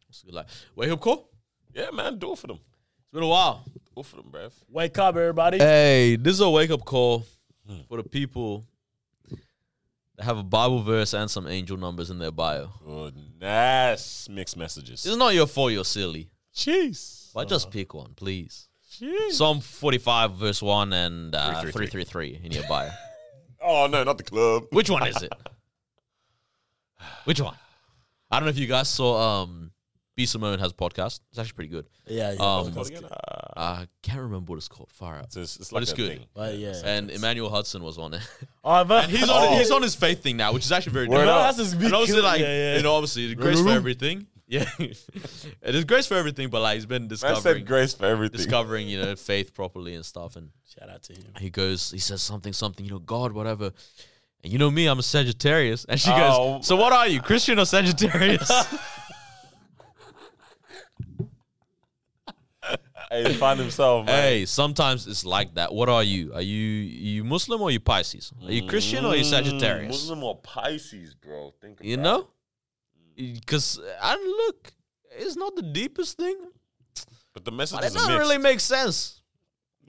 [SPEAKER 1] That's a good life. Wake up call.
[SPEAKER 2] yeah, man, do it for them.
[SPEAKER 1] It's been a while.
[SPEAKER 2] Do it for them, bruv.
[SPEAKER 4] Wake up, everybody.
[SPEAKER 1] Hey, this is a wake up call for the people that have a Bible verse and some angel numbers in their bio.
[SPEAKER 2] Goodness. Mixed messages.
[SPEAKER 1] It's not your fault. You're silly.
[SPEAKER 2] Jeez.
[SPEAKER 1] But just pick one, please.
[SPEAKER 2] Jeez.
[SPEAKER 1] Psalm 45, verse 1 and uh, 333 in your bio.
[SPEAKER 2] Oh, no, not the club.
[SPEAKER 1] Which one is it? Which one? I don't know if you guys saw um B Simone has a podcast. It's actually pretty good.
[SPEAKER 4] Yeah. yeah.
[SPEAKER 1] Um,
[SPEAKER 2] What's it called again? Uh,
[SPEAKER 1] I can't remember what it's called. Far out.
[SPEAKER 2] So it's, it's
[SPEAKER 1] But
[SPEAKER 2] like
[SPEAKER 1] it's
[SPEAKER 2] a
[SPEAKER 1] good.
[SPEAKER 2] thing.
[SPEAKER 4] but yeah.
[SPEAKER 1] And Emmanuel Hudson was on it.
[SPEAKER 4] Oh, but
[SPEAKER 1] He's on he's on his faith thing now, which is actually very
[SPEAKER 2] Word
[SPEAKER 1] different.
[SPEAKER 2] up.
[SPEAKER 4] That's his
[SPEAKER 1] And obviously, like
[SPEAKER 4] yeah, yeah.
[SPEAKER 1] you know, obviously the grace for everything. Yeah, it is grace for everything. But like he's been
[SPEAKER 2] I
[SPEAKER 1] discovering,
[SPEAKER 2] said grace for everything.
[SPEAKER 1] discovering, you know, faith properly and stuff. And
[SPEAKER 4] Shout out to him.
[SPEAKER 1] he goes, he says something, something, you know, God, whatever. And you know me, I'm a Sagittarius. And she
[SPEAKER 2] Oh.
[SPEAKER 1] goes, so what are you, Christian or Sagittarius?
[SPEAKER 2] Hey, he found himself. man.
[SPEAKER 1] Hey, sometimes it's like that. What are you? Are you you Muslim or you Pisces? Are you Christian or you
[SPEAKER 2] Mm,
[SPEAKER 1] Sagittarius?
[SPEAKER 2] Muslim or Pisces, bro. Think about
[SPEAKER 1] You know,
[SPEAKER 2] Mm.
[SPEAKER 1] because and look, it's not the deepest thing,
[SPEAKER 2] But the message
[SPEAKER 1] but it
[SPEAKER 2] is
[SPEAKER 1] doesn't
[SPEAKER 2] mixed.
[SPEAKER 1] really make sense.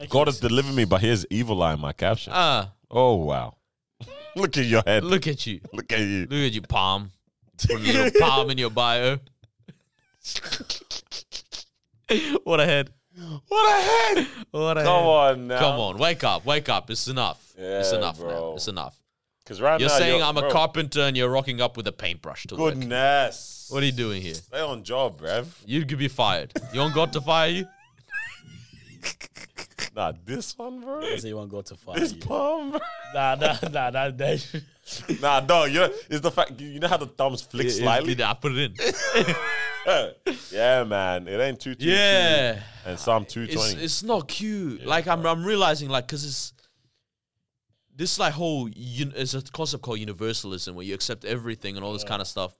[SPEAKER 2] God has delivered me, but here's evil eye in my caption.
[SPEAKER 1] Ah,
[SPEAKER 2] oh wow! look at your head. Look,
[SPEAKER 1] look at you,
[SPEAKER 2] at you.
[SPEAKER 1] look at you, palm, put a little palm in your bio. what a head!
[SPEAKER 2] What a head!
[SPEAKER 1] What a head!
[SPEAKER 2] Come on now.
[SPEAKER 1] Come on, wake up, wake up! It's enough. it's
[SPEAKER 2] Yeah,
[SPEAKER 1] enough,
[SPEAKER 2] bro.
[SPEAKER 1] man. It's enough.
[SPEAKER 2] Because right
[SPEAKER 1] You're
[SPEAKER 2] now
[SPEAKER 1] saying I'm
[SPEAKER 2] bro,
[SPEAKER 1] a carpenter and you're rocking up with a paintbrush to work.
[SPEAKER 2] Goodness.
[SPEAKER 1] What are you doing here?
[SPEAKER 2] Stay on job, bruv.
[SPEAKER 1] You could be fired. You want God to fire you?
[SPEAKER 2] Nah, this one, bro.
[SPEAKER 4] So you won't go too far.
[SPEAKER 2] This
[SPEAKER 4] you.
[SPEAKER 2] palm, bro.
[SPEAKER 4] Nah, nah, nah, nah. that-
[SPEAKER 2] Nah, dog. You know, it's the fact. You know how the thumbs flick slightly.
[SPEAKER 1] Did I put it in?
[SPEAKER 2] yeah, man. It ain't two.
[SPEAKER 1] Yeah.
[SPEAKER 2] And Psalm two
[SPEAKER 1] It's
[SPEAKER 2] twenty.
[SPEAKER 1] it's not cute. like I'm I'm realizing like because it's this like whole un- it's a concept called universalism where you accept everything and all this kind of stuff.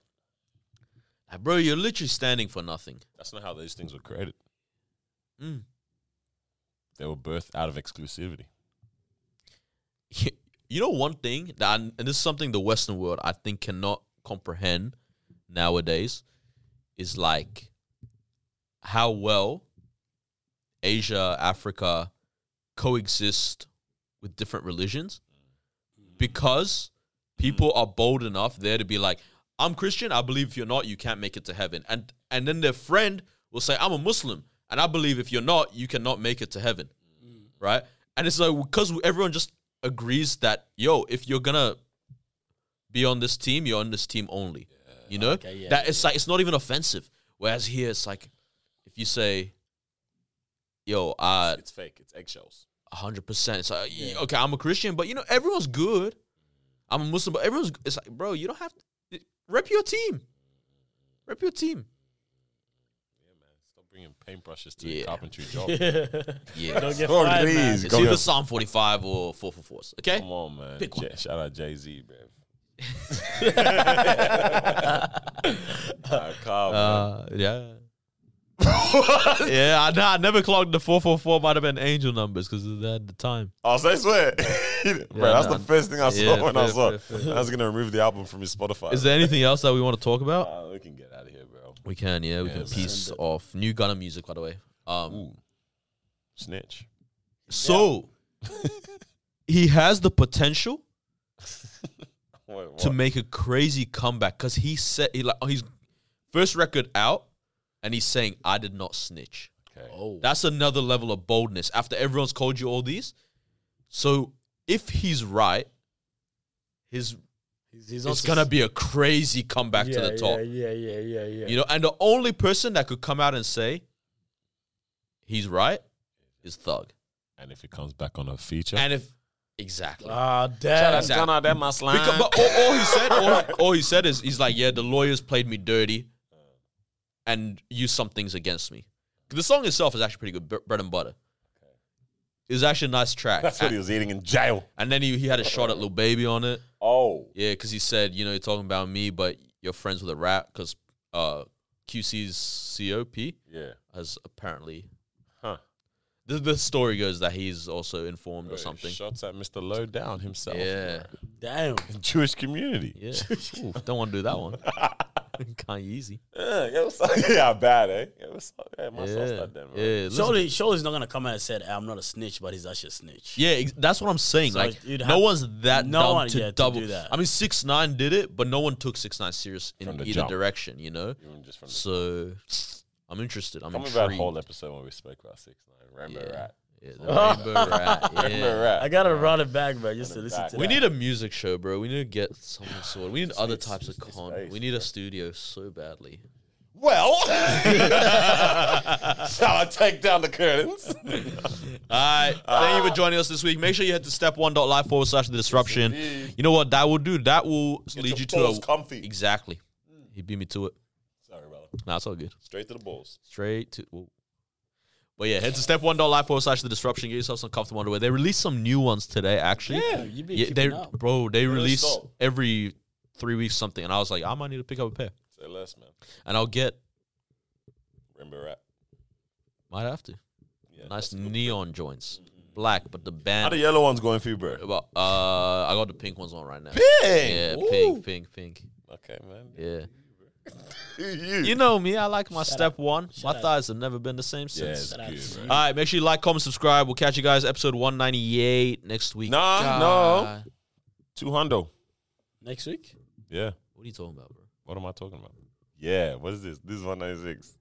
[SPEAKER 1] Like, bro, you're literally standing for nothing.
[SPEAKER 2] That's not how those things were created.
[SPEAKER 1] Mm.
[SPEAKER 2] They were birthed out of exclusivity.
[SPEAKER 1] you know one thing that I, and this is something the western world i think cannot comprehend nowadays is like how well asia africa coexist with different religions
[SPEAKER 4] Mm-hmm.
[SPEAKER 1] because people are bold enough there to be like i'm christian i believe if you're not you can't make it to heaven and and then their friend will say i'm a muslim and i believe if you're not you cannot make it to heaven
[SPEAKER 4] Mm-hmm.
[SPEAKER 1] right? And it's like because everyone just agrees that yo, if you're gonna be on this team, you're on this team only. you know
[SPEAKER 4] okay, yeah,
[SPEAKER 1] that it's like it's not even offensive. Whereas here, it's like if you say, "Yo, uh,
[SPEAKER 2] It's fake. It's eggshells.
[SPEAKER 1] hundred percent," it's like y- okay, I'm a Christian, but you know everyone's good. I'm a Muslim, but everyone's. It's like, bro, you don't have to rep your team. Rep your team.
[SPEAKER 2] Stop bringing paintbrushes to
[SPEAKER 1] Yeah.
[SPEAKER 2] your carpentry job.
[SPEAKER 1] Yeah.
[SPEAKER 4] Don't get fired, man.
[SPEAKER 1] it's either Psalm 45 or 444. Okay.
[SPEAKER 2] Come on, man.
[SPEAKER 1] Pick one.
[SPEAKER 2] J- shout out Jay Z, bro. nah, calm,
[SPEAKER 1] Uh, yeah. yeah, I, nah, I never clocked the 444 might have been angel numbers because they had the time.
[SPEAKER 2] I say swear. Bro, that's
[SPEAKER 1] nah.
[SPEAKER 2] the first thing I saw
[SPEAKER 1] Yeah,
[SPEAKER 2] when I
[SPEAKER 1] fair,
[SPEAKER 2] saw.
[SPEAKER 1] fair, fair.
[SPEAKER 2] I was gonna remove the album from his Spotify.
[SPEAKER 1] Is there anything else that we want to talk about?
[SPEAKER 2] Uh, we can get out of here, bro.
[SPEAKER 1] We can, yeah, we
[SPEAKER 2] Yeah,
[SPEAKER 1] can
[SPEAKER 2] man.
[SPEAKER 1] piece off new Gunna music, by the way. Um,
[SPEAKER 2] Ooh. Snitch.
[SPEAKER 1] so he has the potential
[SPEAKER 2] Wait, what?
[SPEAKER 1] to make a crazy comeback because he said he like oh, he's first record out, and he's saying I did not snitch.
[SPEAKER 2] okay.
[SPEAKER 4] Oh,
[SPEAKER 1] That's another level of boldness after everyone's called you all these. So if he's right, his
[SPEAKER 4] he's, he's
[SPEAKER 1] it's
[SPEAKER 4] also-
[SPEAKER 1] gonna be a crazy comeback to
[SPEAKER 4] Yeah,
[SPEAKER 1] the top.
[SPEAKER 4] Yeah, yeah, yeah, yeah, yeah.
[SPEAKER 1] You know, and the only person that could come out and say he's right is Thug.
[SPEAKER 2] And if it comes back on a feature,
[SPEAKER 1] And if exactly.
[SPEAKER 4] Ah, damn.
[SPEAKER 1] Shout out.
[SPEAKER 2] that my slime.
[SPEAKER 1] Because, but all, all he said, all, all he said is, he's like, yeah, the lawyers played me dirty, and used some things against me. The song itself is actually pretty good, Bre- bread and butter. It was actually a nice track.
[SPEAKER 2] that's what he was eating in jail.
[SPEAKER 1] and then he, he had a shot at Lil Baby on it.
[SPEAKER 2] Oh,
[SPEAKER 1] Yeah, because he said, you know, you're talking about me, but you're friends with a rat because uh, QC's COP
[SPEAKER 2] yeah.
[SPEAKER 1] has apparently.
[SPEAKER 2] Huh.
[SPEAKER 1] The, the story goes that he's also informed or
[SPEAKER 2] Bro,
[SPEAKER 1] something.
[SPEAKER 2] Shots at Mr. Low Down himself.
[SPEAKER 1] Yeah.
[SPEAKER 2] bro.
[SPEAKER 4] Damn.
[SPEAKER 2] Jewish community.
[SPEAKER 1] Yeah. Ooh, don't want to do that one. kind of easy.
[SPEAKER 2] Yeah, yeah, what's up? yeah, bad, eh? Yeah, what's up? Yeah, my sauce
[SPEAKER 1] Yeah.
[SPEAKER 2] like that, bro.
[SPEAKER 1] Yeah. listen-
[SPEAKER 4] Surely, surely he's not gonna come out and said, "I'm not a snitch," but he's actually a snitch.
[SPEAKER 1] Yeah, ex- that's what I'm saying.
[SPEAKER 4] So
[SPEAKER 1] like,
[SPEAKER 4] you'd
[SPEAKER 1] no
[SPEAKER 4] have-
[SPEAKER 1] one's that
[SPEAKER 4] no
[SPEAKER 1] dumb
[SPEAKER 4] one,
[SPEAKER 1] to
[SPEAKER 4] yeah, to
[SPEAKER 1] double.
[SPEAKER 4] do that.
[SPEAKER 1] I mean, six nine did it, but no one took six nine serious in
[SPEAKER 2] From the
[SPEAKER 1] either
[SPEAKER 2] jump.
[SPEAKER 1] direction. You know,
[SPEAKER 2] Even just from the
[SPEAKER 1] so I'm interested. I'm
[SPEAKER 2] Tell me about
[SPEAKER 1] intrigued.
[SPEAKER 2] a whole episode when we spoke about six nine. Rainbow
[SPEAKER 1] Yeah.
[SPEAKER 2] rat.
[SPEAKER 1] Yeah, the rainbow rat. Yeah.
[SPEAKER 2] Rainbow rat.
[SPEAKER 4] I gotta run it back, man, just to
[SPEAKER 2] Run it
[SPEAKER 4] listen
[SPEAKER 2] back.
[SPEAKER 4] to.
[SPEAKER 1] We
[SPEAKER 4] that.
[SPEAKER 1] need a music show, bro. We need to get some sort. We need other
[SPEAKER 2] space,
[SPEAKER 1] types of
[SPEAKER 2] just
[SPEAKER 1] con.
[SPEAKER 2] space,
[SPEAKER 1] We need a studio so badly.
[SPEAKER 2] Well, shall I take down the curtains?
[SPEAKER 1] All right. Thank you
[SPEAKER 2] Ah.
[SPEAKER 1] for joining us this week. Make sure you head to step1.live forward slash the disruption.
[SPEAKER 2] indeed.
[SPEAKER 1] You know what that will do? That will lead
[SPEAKER 2] your
[SPEAKER 1] you to a.
[SPEAKER 2] balls comfy.
[SPEAKER 1] Exactly. He beat me to it.
[SPEAKER 2] Sorry, brother.
[SPEAKER 1] Nah, it's all good.
[SPEAKER 2] Straight to the balls.
[SPEAKER 1] straight to. Whoa. But yeah, head to step one live forward slash the disruption. Get yourself some comfortable underwear. They released some new ones today, actually.
[SPEAKER 4] Yeah, you been keeping
[SPEAKER 1] they,
[SPEAKER 4] up.
[SPEAKER 1] bro. They release
[SPEAKER 2] stop.
[SPEAKER 1] every three weeks something, and I was like, I might need to pick up a pair,
[SPEAKER 2] Say less, man.
[SPEAKER 1] and I'll get.
[SPEAKER 2] Rainbow rat.
[SPEAKER 1] Might have to.
[SPEAKER 2] Yeah,
[SPEAKER 1] Nice neon joints, black, but the
[SPEAKER 2] How the
[SPEAKER 1] band.
[SPEAKER 2] yellow ones going for you, bro?
[SPEAKER 1] Well, uh, I got the pink ones on right now. Yeah, pink, pink, pink.
[SPEAKER 2] Okay, man.
[SPEAKER 1] Yeah.
[SPEAKER 2] You.
[SPEAKER 1] You know me. I like my step one. my
[SPEAKER 4] up.
[SPEAKER 1] thighs have never been the same
[SPEAKER 2] yeah,
[SPEAKER 1] since.
[SPEAKER 2] it's good, bro.
[SPEAKER 1] All right, make sure you like, comment, subscribe. We'll catch you guys episode 198 next week.
[SPEAKER 2] Nah,
[SPEAKER 1] God.
[SPEAKER 2] Two hundo.
[SPEAKER 4] Next week,
[SPEAKER 2] Yeah.
[SPEAKER 1] What are you talking about, bro?
[SPEAKER 2] What am I talking about? Yeah. What is this? This is one ninety six.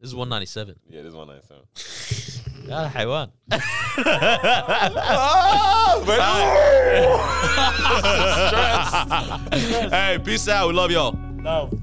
[SPEAKER 1] This is 197.
[SPEAKER 2] Yeah, this is one ninety seven.
[SPEAKER 1] Ah, حيوان. hey, peace out. We love y'all.
[SPEAKER 4] love.